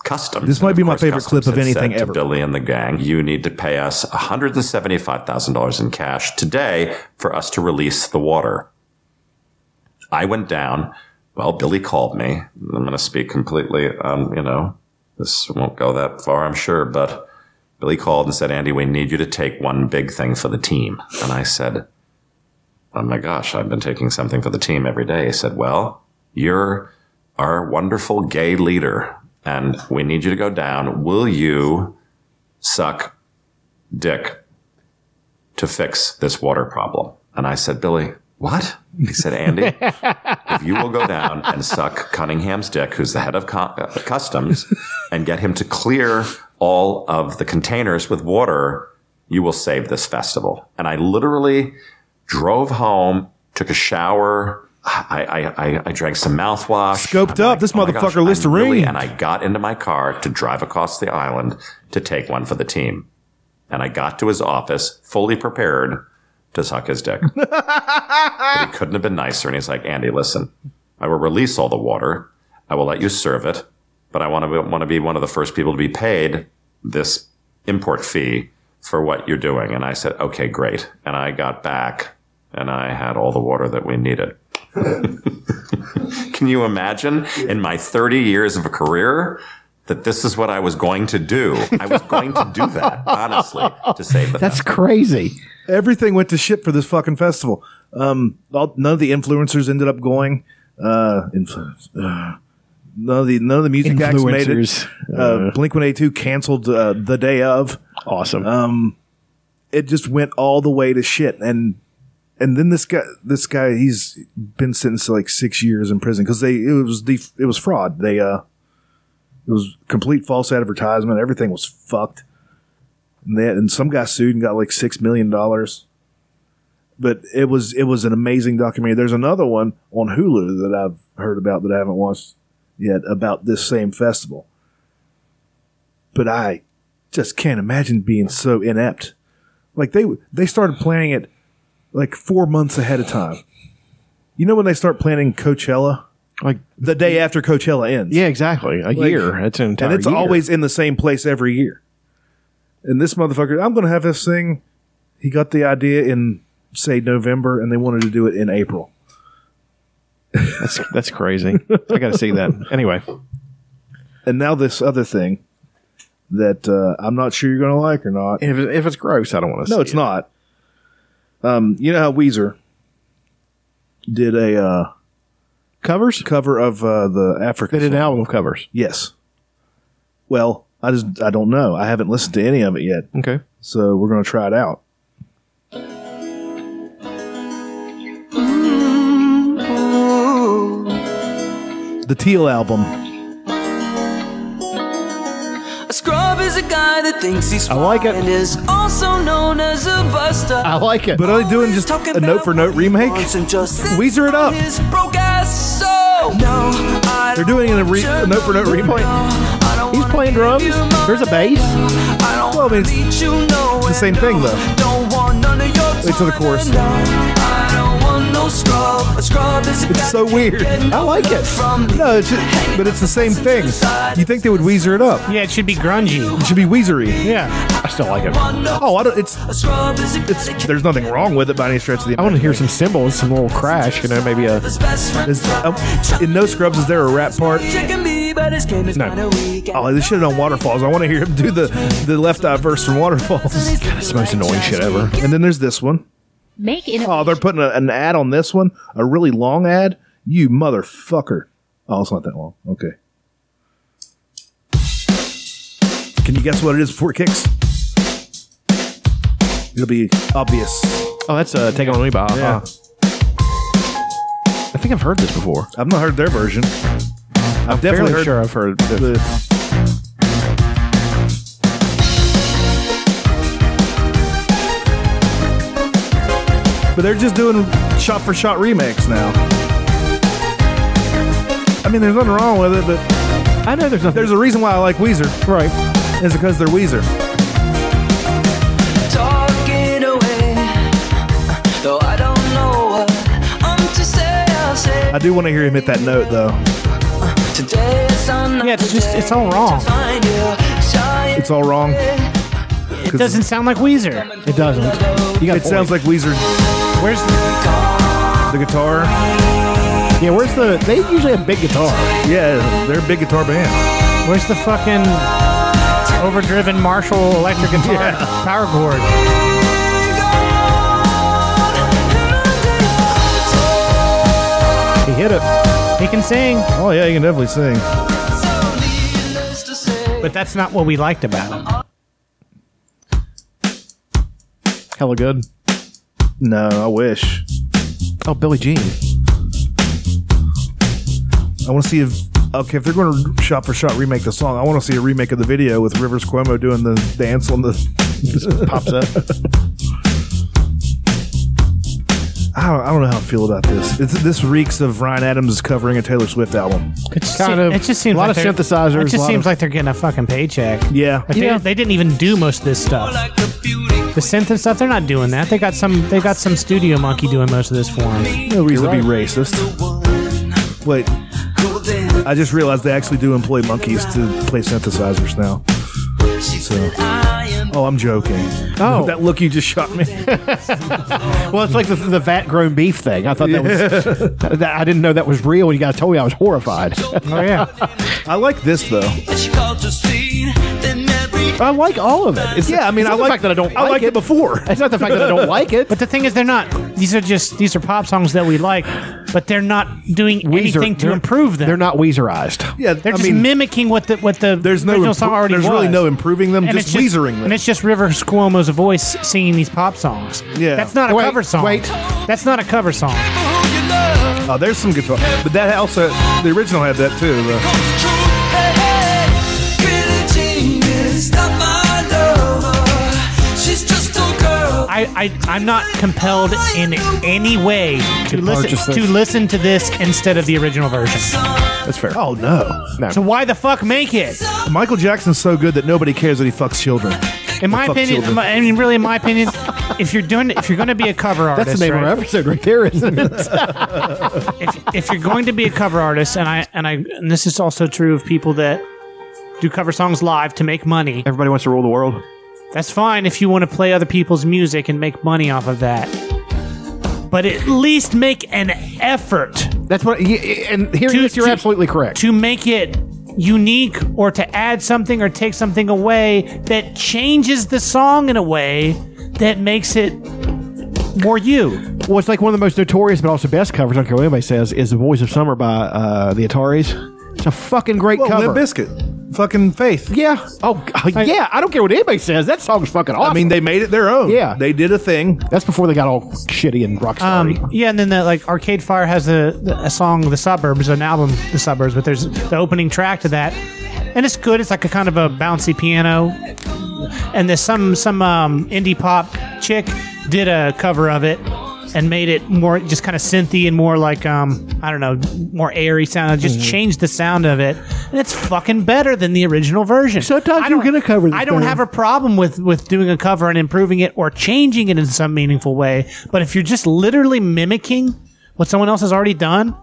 customs.
This might
And
be
of
my
course,
favorite clip of
customs had
anything
said to
ever.
Billy and the gang, you need to pay us $175,000 in cash today for us to release the water. I went down. Well, Billy called me. I'm going to speak completely, um, you know, this won't go that far, I'm sure, but Billy called and said, Andy, we need you to take one big thing for the team. And I said, Oh my gosh, I've been taking something for the team every day. He said, Well, you're our wonderful gay leader, and we need you to go down. Will you suck dick to fix this water problem? And I said, Billy, what? He said, Andy, if you will go down and suck Cunningham's dick, who's the head of co- uh, customs, and get him to clear all of the containers with water, you will save this festival. And I literally drove home, took a shower. I, I, I, I drank some mouthwash. Scoped up.
Oh
this motherfucker
Listerine.
Listerine."
and I got into my car to drive across the island to take one for the team. And I got to his office fully prepared to suck his dick. But he couldn't have been nicer. And he's like, Andy, listen, I will release all the water. I will let you serve it, but I want to want to be one of the first people to be paid this import fee for what you're doing. And I said, okay, great. And I got back, and I had all the water that we needed. <laughs> Can you imagine in my 30 years of a career that this is what I was going to do? I was going to do that, honestly, to save
<laughs>
the
That's crazy.
Everything went to shit for this fucking festival. Um, all, none of the influencers ended up going. Uh, influ- uh, none of the none of the music acts made it.
Influencers.
Uh, Blink One Eight Two canceled uh, the day of.
Awesome.
Um, it just went all the way to shit, and and then this guy, this guy, he's been sentenced to like six years in prison because they it was the it was fraud. They uh, it was complete false advertisement. Everything was fucked. And that and some guy sued and got like six million dollars. But it was it was an amazing documentary. There's another one on Hulu that I've heard about that I haven't watched yet about this same festival. But I just can't imagine being so inept. Like they they started planning it like four months ahead of time. You know when they start planning Coachella,
like
the day after Coachella ends.
Yeah, exactly. A
Like,
year. That's an entire
and it's
year.
always in the same place every year. And this motherfucker, I'm going to have this thing. He got the idea in say November, and they wanted to do it in April.
that's that's crazy. I got to see that <laughs> anyway.
And now this other thing that uh, I'm not sure you're going to like or not.
If, if it's gross, I don't want to.
No, it's not. Um, you know how Weezer did a uh,
covers
cover of uh, the African.
They did an album of covers.
Yes. Well, I just I don't know. I haven't listened to any of it yet,
Okay.
so we're going to try it out. The Teal album.
A scrub is a guy that thinks he's
I like it.
and is also known as a buster.
I like it.
But are they doing just a note for note remake? Weezer it up.
His broke ass soul. No, I
They're doing a, re- a note for note remake.
He's playing drums. There's a bass.
Well, I mean, it's
don't you know
the same thing though.
don't want none of your
Wait till the chorus.
I don't want no scrub. A scrub is a guy
It's so weird.
I
like it. No, it's just, but it's the same thing. You think they would Weezer it up?
Yeah, it should be grungy.
It should be Weezery.
Yeah.
I still like it.
Oh, I don't. It's
A scrub is a guy that
it's. There's nothing wrong with it by any stretch of the.
I want to hear some cymbals, some little crash. You know, maybe a.
his best friend.
Is, um, in No Scrubs, is there a rap part?
Checking me, but his game is kinda weak.
Oh, this shit on Waterfalls. I want to hear him do the the left eye verse from Waterfalls.
God, it's the most annoying shit ever.
And then there's this one.
Make it.
Oh, they're putting a, an ad on this one, a really long ad, You motherfucker. Oh, it's not that long. Okay. Can you guess what it is before it kicks? It'll be obvious.
Oh, that's uh, Take On Me by
Yeah.
I think I've heard this before.
I've not heard their version. I've definitely
fairly
heard.
sure I've heard
the- but they're just doing shot for shot remakes now. I mean, there's nothing wrong with it, but
I know there's nothing.
There's a reason why I like Weezer,
right?
Is because they're Weezer.
Talking away, though I don't know what I'm to say. I'll say
I do want to hear him hit that note though.
today it's on. Yeah, it's just it's all wrong. Find you, saw you
It's all wrong.
It doesn't sound like Weezer.
It doesn't. You got
it sounds like Weezer.
Where's
the guitar?
Yeah, where's the? They usually have big guitar.
Yeah, they're a big guitar band.
Where's the fucking overdriven Marshall electric
<laughs>
guitar power chord?
He hit it.
He can sing,
Oh yeah, you can definitely sing.
but that's not what we liked about him.
Hella good.
No, I wish.
Oh, Billy Jean.
I want to see if okay if they're going to shot for shot remake the song. I want to see a remake of the video with Rivers Cuomo doing the dance on the.
Just pops up.
I don't, I don't know how I feel about this. It's, this reeks of Ryan Adams covering a Taylor Swift album.
It's
kind of-
It just seems
a lot
like
of
they're-
synthesizers,
It
a
just
lot
seems
of-
like they're getting a fucking paycheck.
Yeah,
Like
You
they,
know-
they didn't even do most of this stuff. The synth and stuff, they're not doing that. They got some. They got some studio monkey doing most of this for
<laughs>
them.
no reason to be racist. Wait, I just realized they actually do employ monkeys to play synthesizers now. So, oh, I'm joking.
Oh.
that look you just shot me.
Well, it's like the, the vat grown beef thing. I thought that was. that, I didn't know that was real when you guys told me. I was horrified.
Oh yeah,
I like this though.
I like all of it. It's,
Yeah, I mean,
it's
I
not the
like
fact that I don't.
I
like
liked it, before.
It's not the fact that I don't like it.
but the thing is, they're not. These are just these are pop songs that we like, but they're not doing anything to
they're-
improve them.
They're not Weezerized.
Yeah,
They're
I
just
mean,
mimicking what the what the
there's no
original
impro-
song already
there's
was.
really no improving them, just Weezering them.
And it's just River Cuomo's voice singing these pop songs.
Yeah.
that's not a
Wait,
cover song.
wait.
that's not a cover song.
Oh, there's some guitar, but that also the original had that too. Uh, though.
I, I I'm not compelled in any way to
purchase
listen
this.
to listen to this instead of the original version.
That's fair.
Oh no,
So why the fuck make it?
Michael Jackson's so good that nobody cares that he fucks children.
In my
fuck
opinion,
children.
I mean, really, in my opinion, if you're doing, if you're going to be a cover artist,
That's the name
right?
of our episode right there, isn't <laughs> it?
if, if you're going to be a cover artist, and I and I and this is also true of people that do cover songs live to make money.
Everybody wants to rule the world.
That's fine if you want to play other people's music and make money off of that. But at least make an effort
That's what. y- y- And here
To-
yes, you're
to-
absolutely correct.
to make it unique or to add something or take something away that changes the song in a way that makes it more you.
Well, it's like one of the most notorious but also best covers. I don't care what anybody says. Is "The Voice of Summer" by uh, the Ataris. It's a fucking great
Well,
cover.
Limp Biscuit, fucking Faith.
Yeah. Oh, g- yeah. I don't care what anybody says. That song's fucking awesome.
I mean, they made it their own.
Yeah.
they did a thing.
that's before they got all shitty and rock starry.
Um, yeah, and then the, like Arcade Fire has a, a song, "The Suburbs," an album, "The Suburbs," but there's the opening track to that, and it's good. It's like a kind of a bouncy piano, and there's some some um, indie pop chick did a cover of it and made it more just kind of synthy and more like um I don't know more airy sound. Just
Mm-hmm.
changed the sound of it, and it's fucking better than the original version.
Sometimes
I
you're
don't-
gonna cover this
I don't
better.
have a problem with with doing a cover and improving it or changing it in some meaningful way. But if you're just literally mimicking what someone else has already done,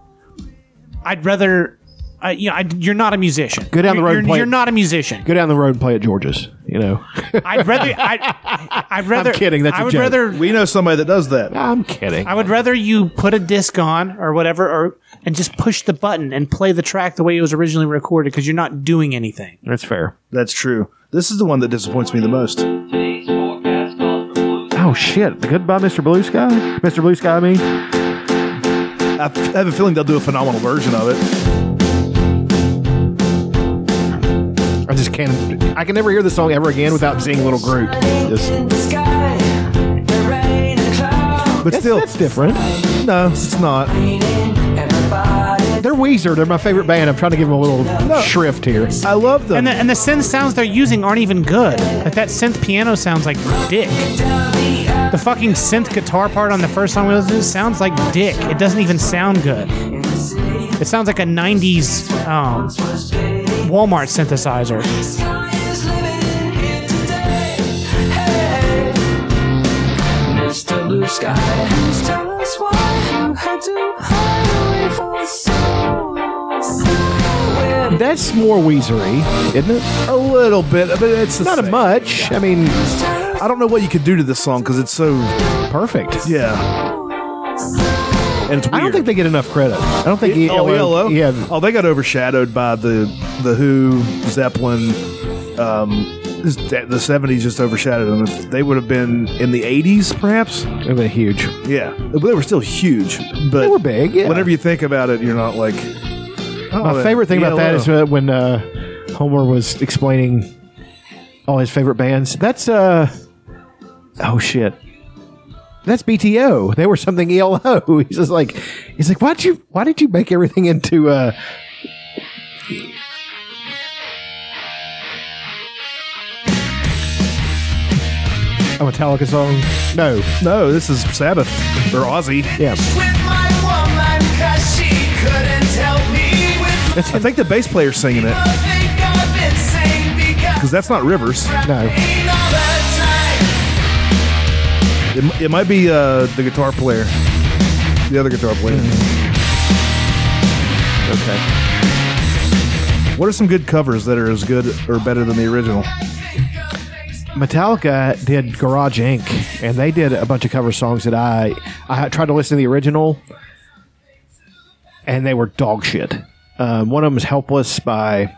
I'd rather. I you know, I, you're not a musician.
Go down the
You're-
road and
You're,
play
you're
it.
not a musician.
Go down the road and play at George's. You know.
I'd rather. I, I'd rather.
kidding, that's
I
a
would
joke.
rather
We know somebody that does that.
<laughs> I'm kidding.
I would rather you put a disc on or whatever, or and just push the button and play the track the way it was originally recorded because you're not doing anything.
That's fair.
That's true. This is the one that disappoints me the most.
Oh shit! The Goodbye, Mr. Blue Sky. Mr. Blue Sky. I mean,
I f- I have a feeling they'll do a phenomenal version of it.
I just can't. I can never hear the song ever again without seeing Little Groot.
But still, it's
different.
No, it's not.
They're Weezer. They're my favorite band. I'm trying to give them a little shrift here.
I love them.
And the, and the synth sounds they're using aren't even good. Like that synth piano sounds like dick. The fucking synth guitar part on the first song we listened to sounds like dick. It doesn't even sound good. It sounds like a 90s um, Walmart synthesizer.
Mr. Blue Sky, please tell us why you had to hide away for so long.
That's more Weezery, isn't it?
A little bit, but it's
Not a much. I mean,
I don't know what you could do to this song because it's so
perfect.
yeah. And it's weird.
I don't think they get enough credit. I don't think
oh,
ELO
ELO?
Yeah,
Oh, they got overshadowed by the the Who, Zeppelin. Um, this- that- the '70s just overshadowed them. If they would have been in the '80s, perhaps.
they've been huge.
Yeah, but they were still huge. But
They were big. Yeah.
whenever you think about it, you're not like. oh,
My
that
favorite thing about that
ELO.
is uh, when uh, Homer was explaining all his favorite bands. That's uh oh shit. That's BTO. They were something ELO. <laughs> He's just like he's like, why'd you why did you make everything into uh a Oh, Metallica song? No.
no, this is Sabbath or Ozzy.
Yeah.
With my woman, 'cause she couldn't help me with
I think the bass player's singing it
nothing I've been saying because
because that's not Rivers.
No.
ain't all the time.
It, m- it might be uh, the guitar player, the other guitar player. Okay. What are some good covers that are as good or better than the original?
Metallica did Garage Inc. and they did a bunch of cover songs that I I tried to listen to the original, and they were dog shit. Um, one of them is "Helpless" by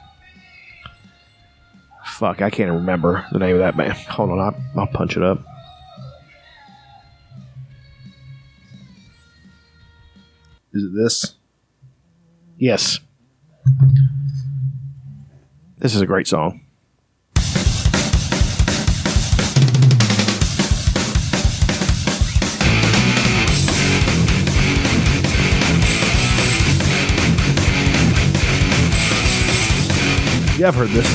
fuck I can't remember the name of that man. Hold on, I'll, I'll punch it up.
Is it this?
Yes, this is a great song.
Yeah, I've heard this.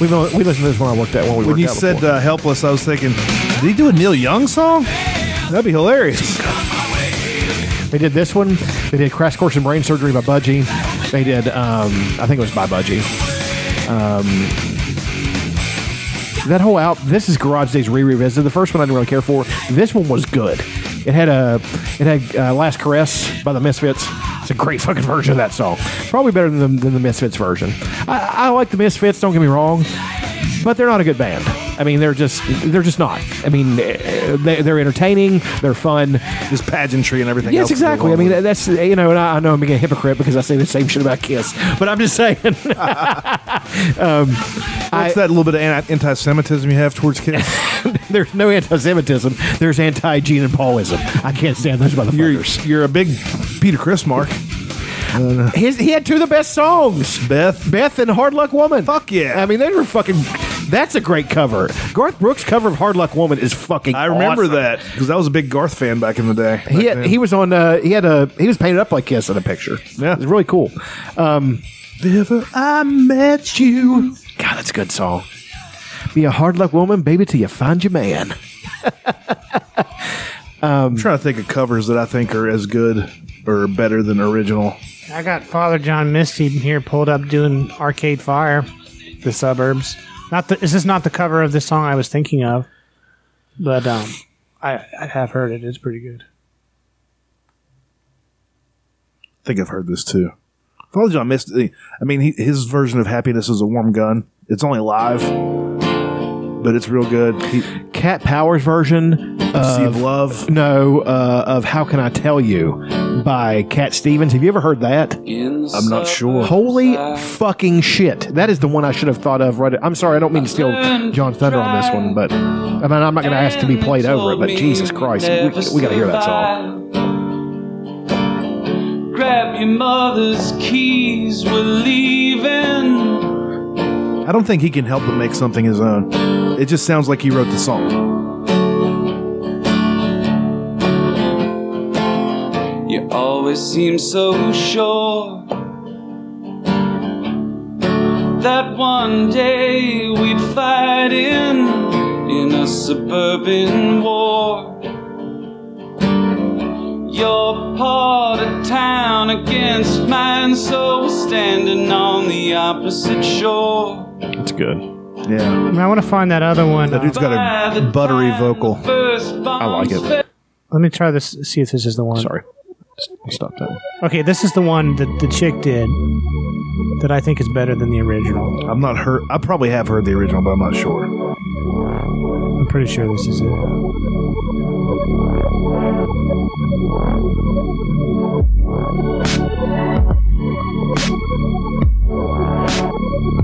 We we listened to this when I worked at when we
When
worked
you
out
said
before.
uh, "helpless," I was thinking, did he do a Neil Young song? That'd be hilarious.
they did this one. They did "Crash Course in Brain Surgery" by Budgie. They did um, I think it was by Budgie. Um, that whole out this is garage days re-revisited the first one i didn't really care for this one was good it had a it had uh, last caress by the misfits it's a great fucking version of that song probably better than the, than the misfits version I, I like the misfits don't get me wrong but they're not a good band i mean they're just they're just not i mean eh, they, they're entertaining they're fun
<laughs> Just pageantry and everything.
Yes,
else to go
exactly. I
along
mean,
with it.
that's you know, and I, I know I'm being a hypocrite because I say the same shit about Kiss, but I'm just saying. <laughs>
what's that little bit of anti- anti-Semitism you have towards <laughs> kids?
There's no anti-Semitism. There's anti-Gene and Paulism. I can't stand those
you're <laughs>
motherfuckers.
you're a big Peter Chris mark.
His, he had two of the best songs,
Beth,
Beth and Hard Luck Woman.
Fuck yeah.
I mean, they were fucking. That's a great cover. Garth Brooks' cover of Hard Luck Woman is fucking.
I remember
awesome.
that because I was a big Garth fan back in the day.
He
Back
had,
then.
he was on. Uh, he had a. He was painted up like Kiss in a picture.
Yeah.
it's really cool. Um, Never I met you. God, that's a good song. Be a hard luck woman, baby, till you find your man.
I'm trying to think of covers that I think are as good or better than original.
I got Father John Misty here pulled up doing Arcade Fire, the suburbs. Not the, is this not the cover of the song I was thinking of? But um, I, I have heard it. It's pretty good.
I think I've heard this too. Father John Misty. I mean, he, his version of "Happiness Is a Warm Gun." It's only live, but it's real good. He,
Cat Powers version
Steve
of
Love.
no uh, of How Can I Tell You by Cat Stevens. Have you ever heard that?
I'm not sure.
Holy fucking shit! That is the one I should have thought of. Right, I'm sorry, I don't mean to steal John Thunder on this one, but I mean, I'm not going to ask to be played over it. But Jesus Christ, we, we got to hear that song.
grab your mother's keys. We're leaving.
I don't think he can help but make something his own. It just sounds like he wrote the song.
You always seem so sure that one day we'd fight in in a suburban war. You're part of town against mine, so we're standing on the opposite shore.
It's good. Yeah.
I want to find that other one. Um,
That dude's got a buttery vocal.
First
I like it.
Let me try this. See if this is the one.
Sorry, stop that. One.
Okay, this is the one that the chick did that I think is better than the original.
I'm not heard. I probably have heard the original, but I'm not sure.
I'm pretty sure this is it.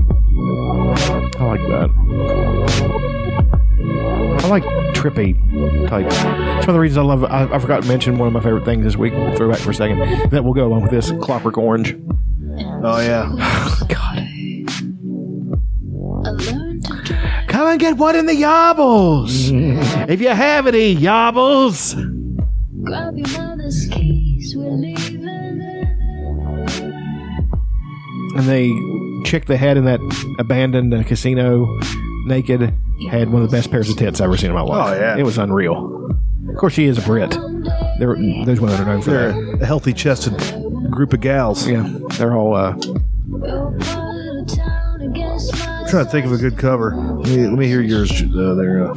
I like that. I like trippy type. It's one of the reasons I love. I, I forgot to mention one of my favorite things this week. We'll throw back for a second. That will go along with this Clockwork Orange.
Oh yeah.
Come and get one in
<laughs>
the yobbles. if you have any yobbles.
Grab your mother's keys, we're leaving.
and they chick they had in that abandoned uh, casino naked had one of the best pairs of tits I've ever seen in my life.
Oh, yeah.
It was unreal. Of course, she is a Brit. They're, those women are known for
They're
that.
a healthy chested group of gals.
Yeah, they're all. Uh,
I'm trying to think of a good cover. Let me, let me hear yours uh, there, uh,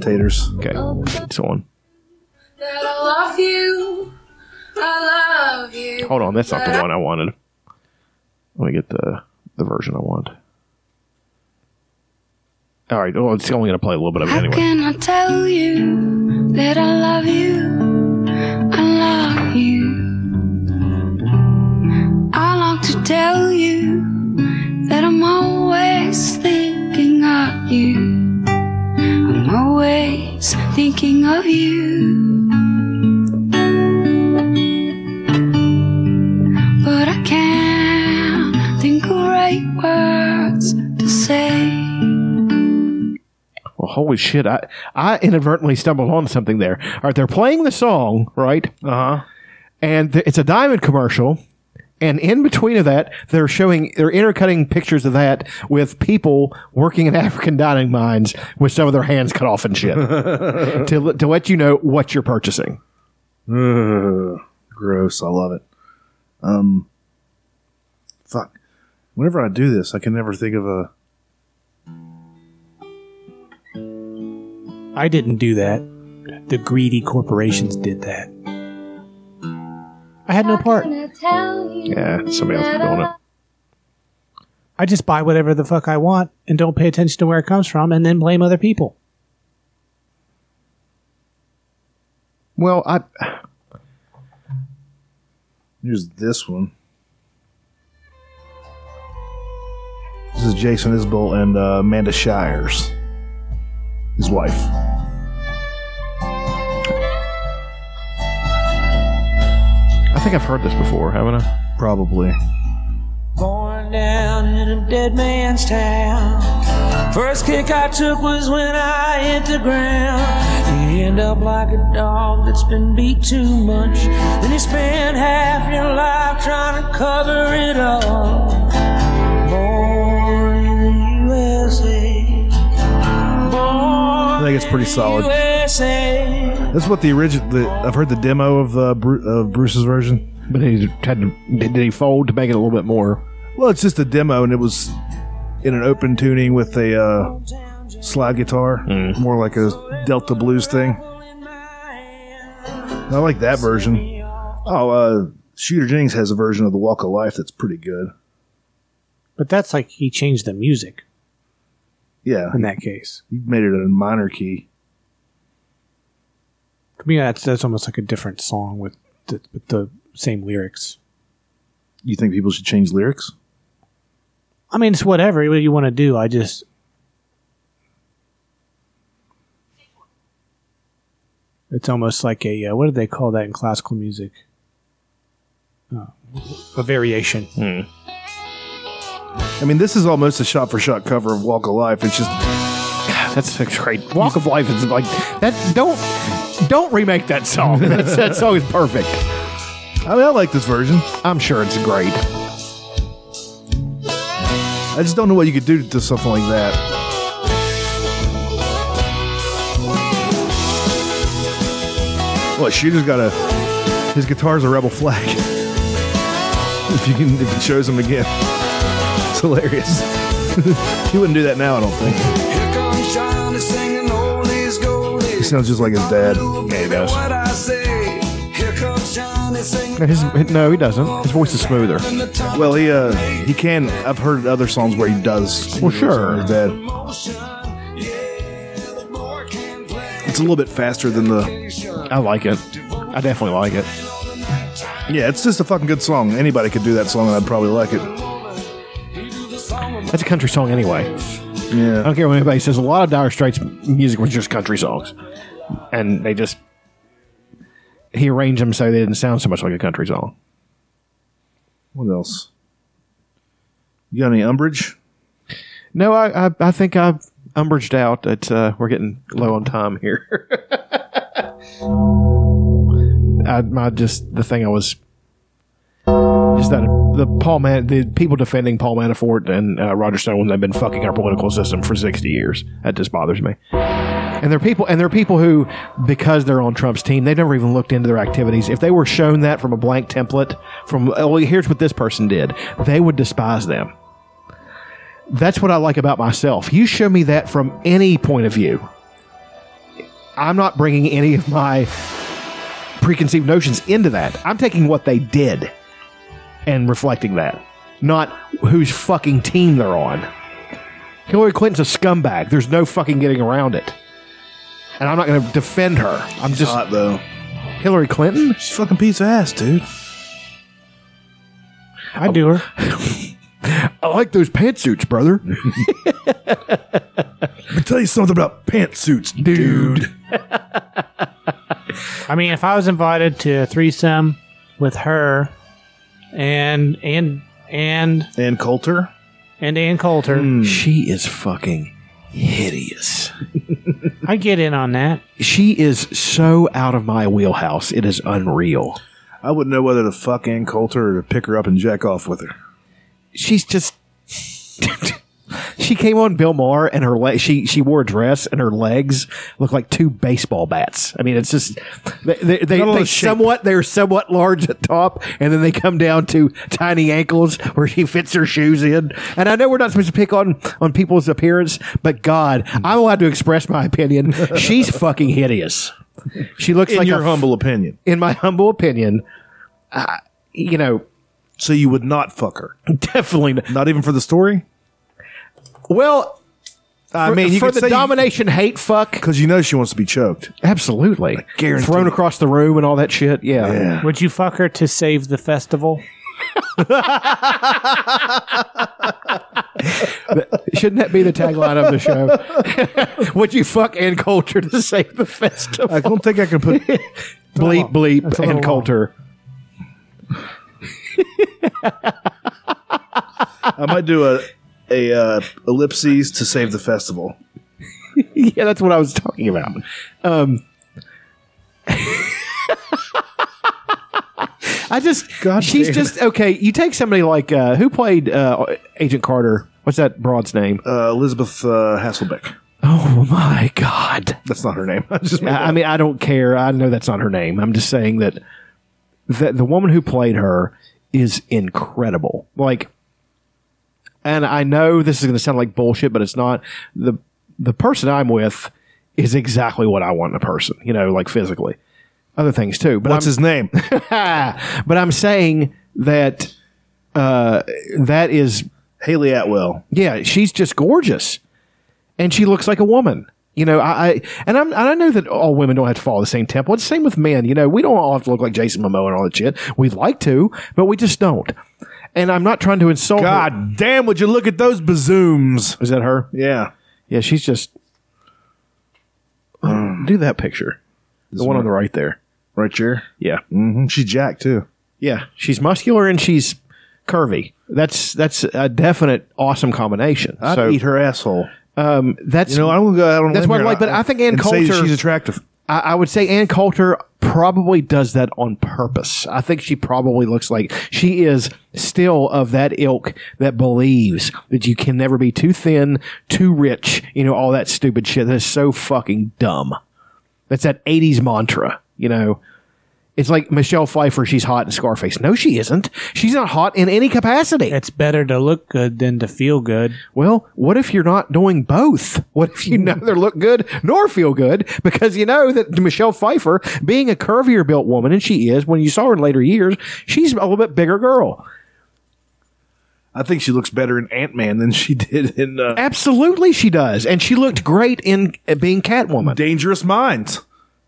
Taters.
Okay, so on.
That I love you, I love you.
Hold on, that's not the one I wanted. Let me get the the version I want. All right, well, it's only going to play a little bit of it
How
anyway.
can I tell you that I love you? I love you. I long to tell you that I'm always thinking of you. I'm always thinking of you. But I can't think of right words to say.
Well, holy shit! I I inadvertently stumbled onto something there. All right, they're playing the song, right? Uh huh. And th- it's a diamond commercial, and in between of that, they're showing they're intercutting pictures of that with people working in <laughs> African diamond mines with some of their hands cut off and <laughs> shit to l- to let you know what you're purchasing.
Ugh, gross. I love it. Um, fuck. Whenever I do this, I can never think of a.
I didn't do that. The greedy corporations did that. I had no part.
Yeah, somebody else is doing it.
I just buy whatever the fuck I want and don't pay attention to where it comes from and then blame other people.
Well, I
Here's this one. This is Jason Isbell and uh, Amanda Shires, his wife.
I think I've heard this before, haven't I?
Probably.
Born down in a dead man's town. First kick I took was when I hit the ground. You end up like a dog that's been beat too much. Then you spend half your life trying to cover it up. Born in the USA. Born
I think it's pretty solid.
USA.
That's what the original. The, I've heard the demo of uh, Bru- of Bruce's version.
But he had to, did he fold to make it a little bit more?
Well, it's just a demo, and it was in an open tuning with a uh, slide guitar, more like a Delta blues thing. I like that version. Oh, uh, Shooter Jennings has a version of the Walk of Life that's pretty good.
But that's like he changed the music
Yeah,
in that case.
he made it a minor key.
To me, that's, that's almost like a different song with the, with the same lyrics.
You think people should change lyrics?
I mean, it's whatever what you want to do. I just. It's almost like a uh, what do they call that in classical music? a variation.
I mean, this is almost a shot for shot cover of Walk of Life. It's just
that's a great Walk of Life is like that. Don't don't remake that song. <laughs> That's, that song is perfect.
I mean, I like this version.
I'm sure it's great.
I just don't know what you could do to something like that. Well, Shooter's got a his guitar's a rebel flag. <laughs> if you can, if it shows him again, it's hilarious. <laughs> he wouldn't do that now, I don't think.
Here comes Johnny singing oldies goldies.
He sounds just like his dad.
Yeah, he does. What I say. Here comes Johnny singing.
No, his- no, he doesn't. His voice is smoother.
Well, he uh, he can. I've heard other songs where he does.
Well, sure.
His dad. It's a little bit faster than the.
I like it. I definitely like it.
Yeah, it's just a fucking good song. Anybody could do that song, and I'd probably like it.
That's a country song anyway.
Yeah.
I don't care what anybody says. A lot of Dire Straits music was just country songs, and they just he arranged them so they didn't sound so much like a country song.
What else? You got any umbrage?
No, I I, I think I umbraged out. That uh, we're getting low on time here. <laughs> I, I just the thing I was just that the Paul Man the people defending Paul Manafort and uh, Roger Stone when they've been fucking our political system for sixty years. That just bothers me. And they're people, and they're people who, because they're on Trump's team, they never even looked into their activities. If they were shown that from a blank template, from oh, here's what this person did, they would despise them. That's what I like about myself. You show me that from any point of view. I'm not bringing any of my preconceived notions into that. I'm taking what they did and reflecting that, not whose fucking team they're on. Hillary Clinton's a scumbag. There's no fucking getting around it. And I'm not going to defend her. I'm just
Hot though.
Hillary Clinton.
She's a fucking piece of ass, dude.
I do her.
I like those pantsuits, brother.
Let me tell you something about pantsuits, dude.
I mean, if I was invited to a threesome with her and and and
And Coulter.
and Ann Coulter,
Hmm. she is fucking hideous.
I get in on that.
She is so out of my wheelhouse. It is unreal.
I wouldn't know whether to fuck Ann Coulter or to pick her up and jack off with her.
she's just <laughs> she came on Bill Maher and her le- she she wore a dress and her legs look like two baseball bats. I mean, it's just they they, they,
Got a lot
they
of shape.
somewhat they're somewhat large at top and then they come down to tiny ankles where she fits her shoes in. And I know we're not supposed to pick on on people's appearance, but God, I'm allowed to express my opinion. She's fucking hideous. She looks
In
like
your
a-
humble opinion.
in my <laughs> humble opinion, I, you know, <laughs>
So you would not fuck her.
definitely
Not even for the story?
well.
I
for,
mean, you
for
could
the
say
domination hate fuck.
Because you know she wants to be choked.
Absolutely,
guarantee
thrown
it.
across the room and all that shit. Yeah,
Would you fuck her to save the festival?
shouldn't that be the tagline of the
<laughs>
show? <laughs> Would you fuck Ann Coulter to save the festival?
I don't think I can put.
<laughs> bleep
That's a
bleep
little
Ann Coulter.
I might do a a uh, ellipses to save the festival.
<laughs> Yeah, that's what I was talking about. Um, <laughs> I just,
God
she's
damn
just okay. You take somebody like uh, who played uh, Agent Carter. What's that broad's name?
Uh, Elizabeth uh, Hasselbeck.
Oh my god.
That's not her name. <laughs> I just
I I mean, I don't care. I know that's not her name. I'm just saying that the, the woman who played her is incredible. Like, and I know this is going to sound like bullshit, but it's not. the The person I'm with is exactly what I want in a person. You know, like physically, other things too. But
what's
I'm,
his name?
<laughs> but I'm saying that uh, that is
Haley Atwell.
yeah, she's just gorgeous, and she looks like a woman. You know, I, I and I'm and I know that all women don't have to follow the same template. It's the same with men. You know, we don't all have to look like Jason Momoa and all that shit. We'd like to, but we just don't. And I'm not trying to insult.
<laughs>
her.
God damn! Would you look at those bazooms?
is that her?
Yeah,
Yeah, she's just.
Mm.
Do that picture, the one on the right there.
right here.
Yeah,
hmm She's Jack too.
Yeah, she's muscular and she's curvy. That's that's a definite awesome combination.
I'd
so,
eat her asshole.
Um, that's
You know, I don't go out on a
that's
limb
what I
here
like. But I think Ann
and
Coulter.
say that she's attractive.
I, I would say Ann Coulter probably does that on purpose. I think she probably looks like she is still of that ilk that believes that you can never be too thin, too rich. You know all that stupid shit that is so fucking dumb. That's that '80s mantra. You know. It's like Michelle Pfeiffer, she's hot in Scarface. No, she isn't. She's not hot in any capacity.
It's better to look good than to feel good.
Well, what if you're not doing both? What if you neither look good nor feel good? Because you know that Michelle Pfeiffer, being a curvier built woman, and she is, when you saw her in later years, she's a little bit bigger girl.
I think she looks better in Ant Man than she <laughs> did in uh,
Absolutely, she does. And she looked great in uh, being Catwoman.
Dangerous Minds.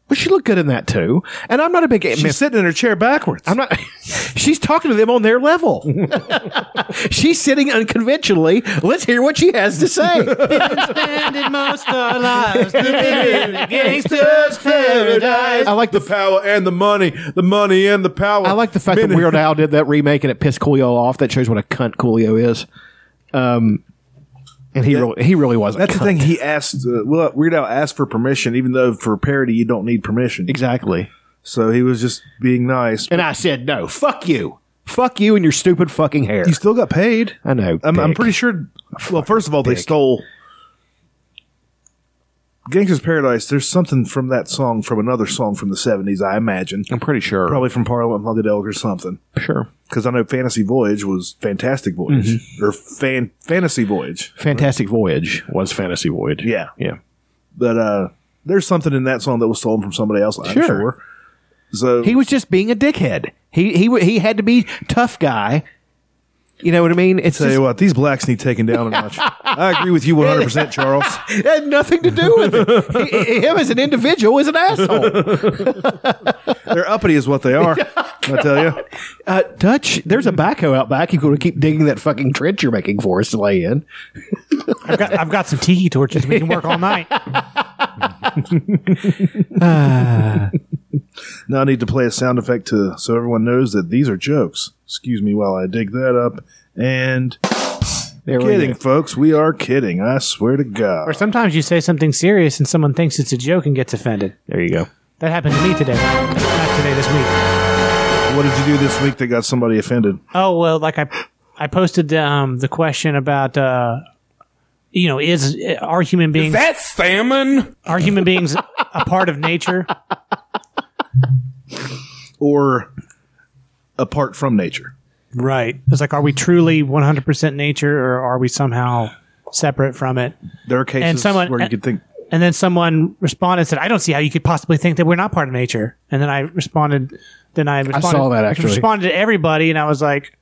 But she looked good in that too. And I'm not a big
She's sitting in her chair backwards.
I'm not. <laughs> she's talking to them on
<laughs>
their level. she's sitting unconventionally. Let's hear what she has
<laughs>
to say.
Spending most our lives living in a
gangster's paradise. I like the, power and the money, the money and the power.
I like the fact that
Minute-
Weird Al did that remake and it pissed Coolio off. That shows what a cunt Coolio is. Um, and he really, he really was. a
That's the
cunt.
thing. He asked. Uh, well, Weird Al asked for permission, even though for parody you don't need permission.
Exactly.
So he was just being nice.
And I said no. Fuck you. Fuck you and your stupid fucking hair.
You still got paid.
I know.
I'm, I'm
dick.
pretty sure. Well, first of all, they
dick.
stole Gangster's Paradise. There's something from that song from another song from the 70s, I imagine.
I'm pretty sure.
Probably from Parliament Funkadelic or something.
Sure.
Because I know Fantasy Voyage was Fantastic Voyage
Mm-hmm.
or fan, Fantasy Voyage.
Fantastic Voyage was Fantasy Voyage.
Yeah.
Yeah.
But uh, there's something in that song that was stolen from somebody else, I'm
Sure.
sure. So
He was just being a dickhead. He he w- he had to be tough guy. You know what I mean? It's
tell
just-
you what, these blacks need taken down a
<laughs>
notch. I agree with you 100%, Charles.
it had nothing to do with it. He- he- him as an individual is an asshole.
They're uppity is what they
<laughs>
are. I tell you.
Uh, Dutch, there's a backhoe out back. You're going to keep digging that fucking trench you're making for us to lay in.
I've got, I've got some tiki torches. We can work all
<laughs>
night.
Now I need to play a sound effect to so everyone knows that these are jokes. Excuse me while I dig that up. And
There we
kidding,
go.
folks. We are kidding. I swear to God.
Or sometimes you say something serious and someone thinks it's a joke and gets offended.
There you go.
That happened to me today. Not today, this week.
What did you do this week that got somebody offended?
Oh well, like I, I posted um, the question about, uh, you know, is are human beings
That salmon.
are human beings a part of nature?
Or apart from nature?
Right. It's like, are we truly 100% nature, or are we somehow separate from it?
There are cases
And someone-
where you could think
And then someone responded and said, "I don't see how you could possibly think that we're not part of nature." And then I responded, then I responded,
saw that, actually.
responded to everybody, and I was like,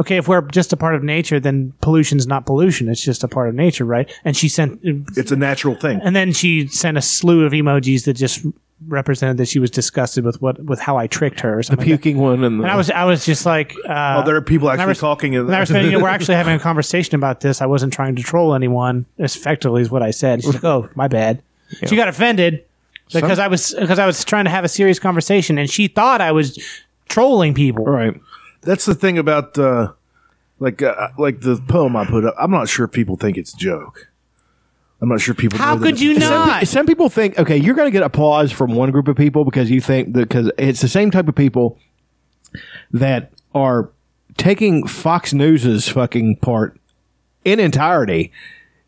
"Okay, if we're just a part of nature, then pollution's not pollution; it's just a part of nature, right?" And she sent, and
it's a natural thing.
then she sent a slew of emojis that just represented that she was disgusted with what with how I tricked her. Or something like that.
Puking one and the.
And I was I was just like, uh,
oh, there are people
and I
actually
was-
talking.
And
<laughs>
I was saying, you know, we're actually having a conversation about this. I wasn't trying to troll anyone. Effectively, is what I said. She's like, "Oh, my bad." She got offended because I was because I was trying to have a serious conversation, and she thought I was trolling people.
right.
That's the thing about uh, like uh, like the poem I put up. I'm not sure people think it's a joke. I'm not sure people.
How
know that
could
it's
you
a joke.
not?
Some people think, okay, you're going to get applause from one group of people because you think that because it's the same type of people that are taking Fox News's fucking part in entirety,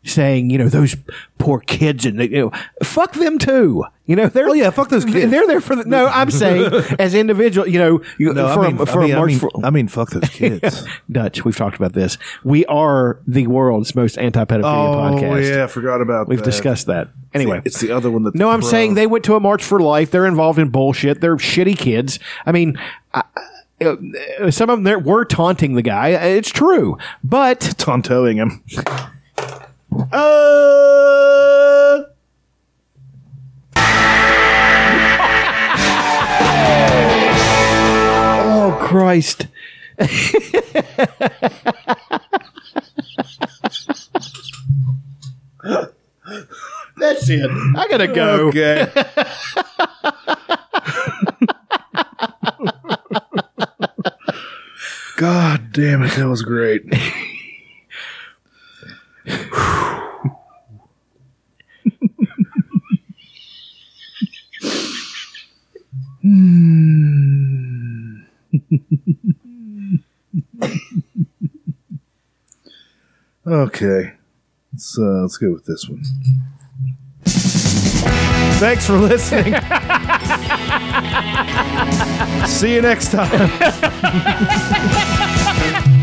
saying, you know, those poor kids and they- you know, fuck them too. You know, they're
Oh, yeah, fuck those kids.
They're there for the, no.
<laughs>
I'm saying as individual, you know, you,
No,
for
I
a-
mean,
for
I
a
mean, I
march
mean,
for-
I mean, fuck <laughs> those kids.
Dutch, we've talked about this. We are the world's most anti-pedophilia podcast.
Oh, yeah, I forgot about.
We've
that.
discussed that. Anyway,
it's the other one that.
no, I'm saying they went to a march for life. They're involved in bullshit. They're shitty kids. I mean, I, uh, uh, some of them there were taunting the guy. It's true, but
tontoing him.
uh, oh Christ. That's it. I gotta go.
Okay.
God damn it, that was great. okay, let's uh, let's go with this one. Thanks for <laughs> listening. See you next time.
Oh,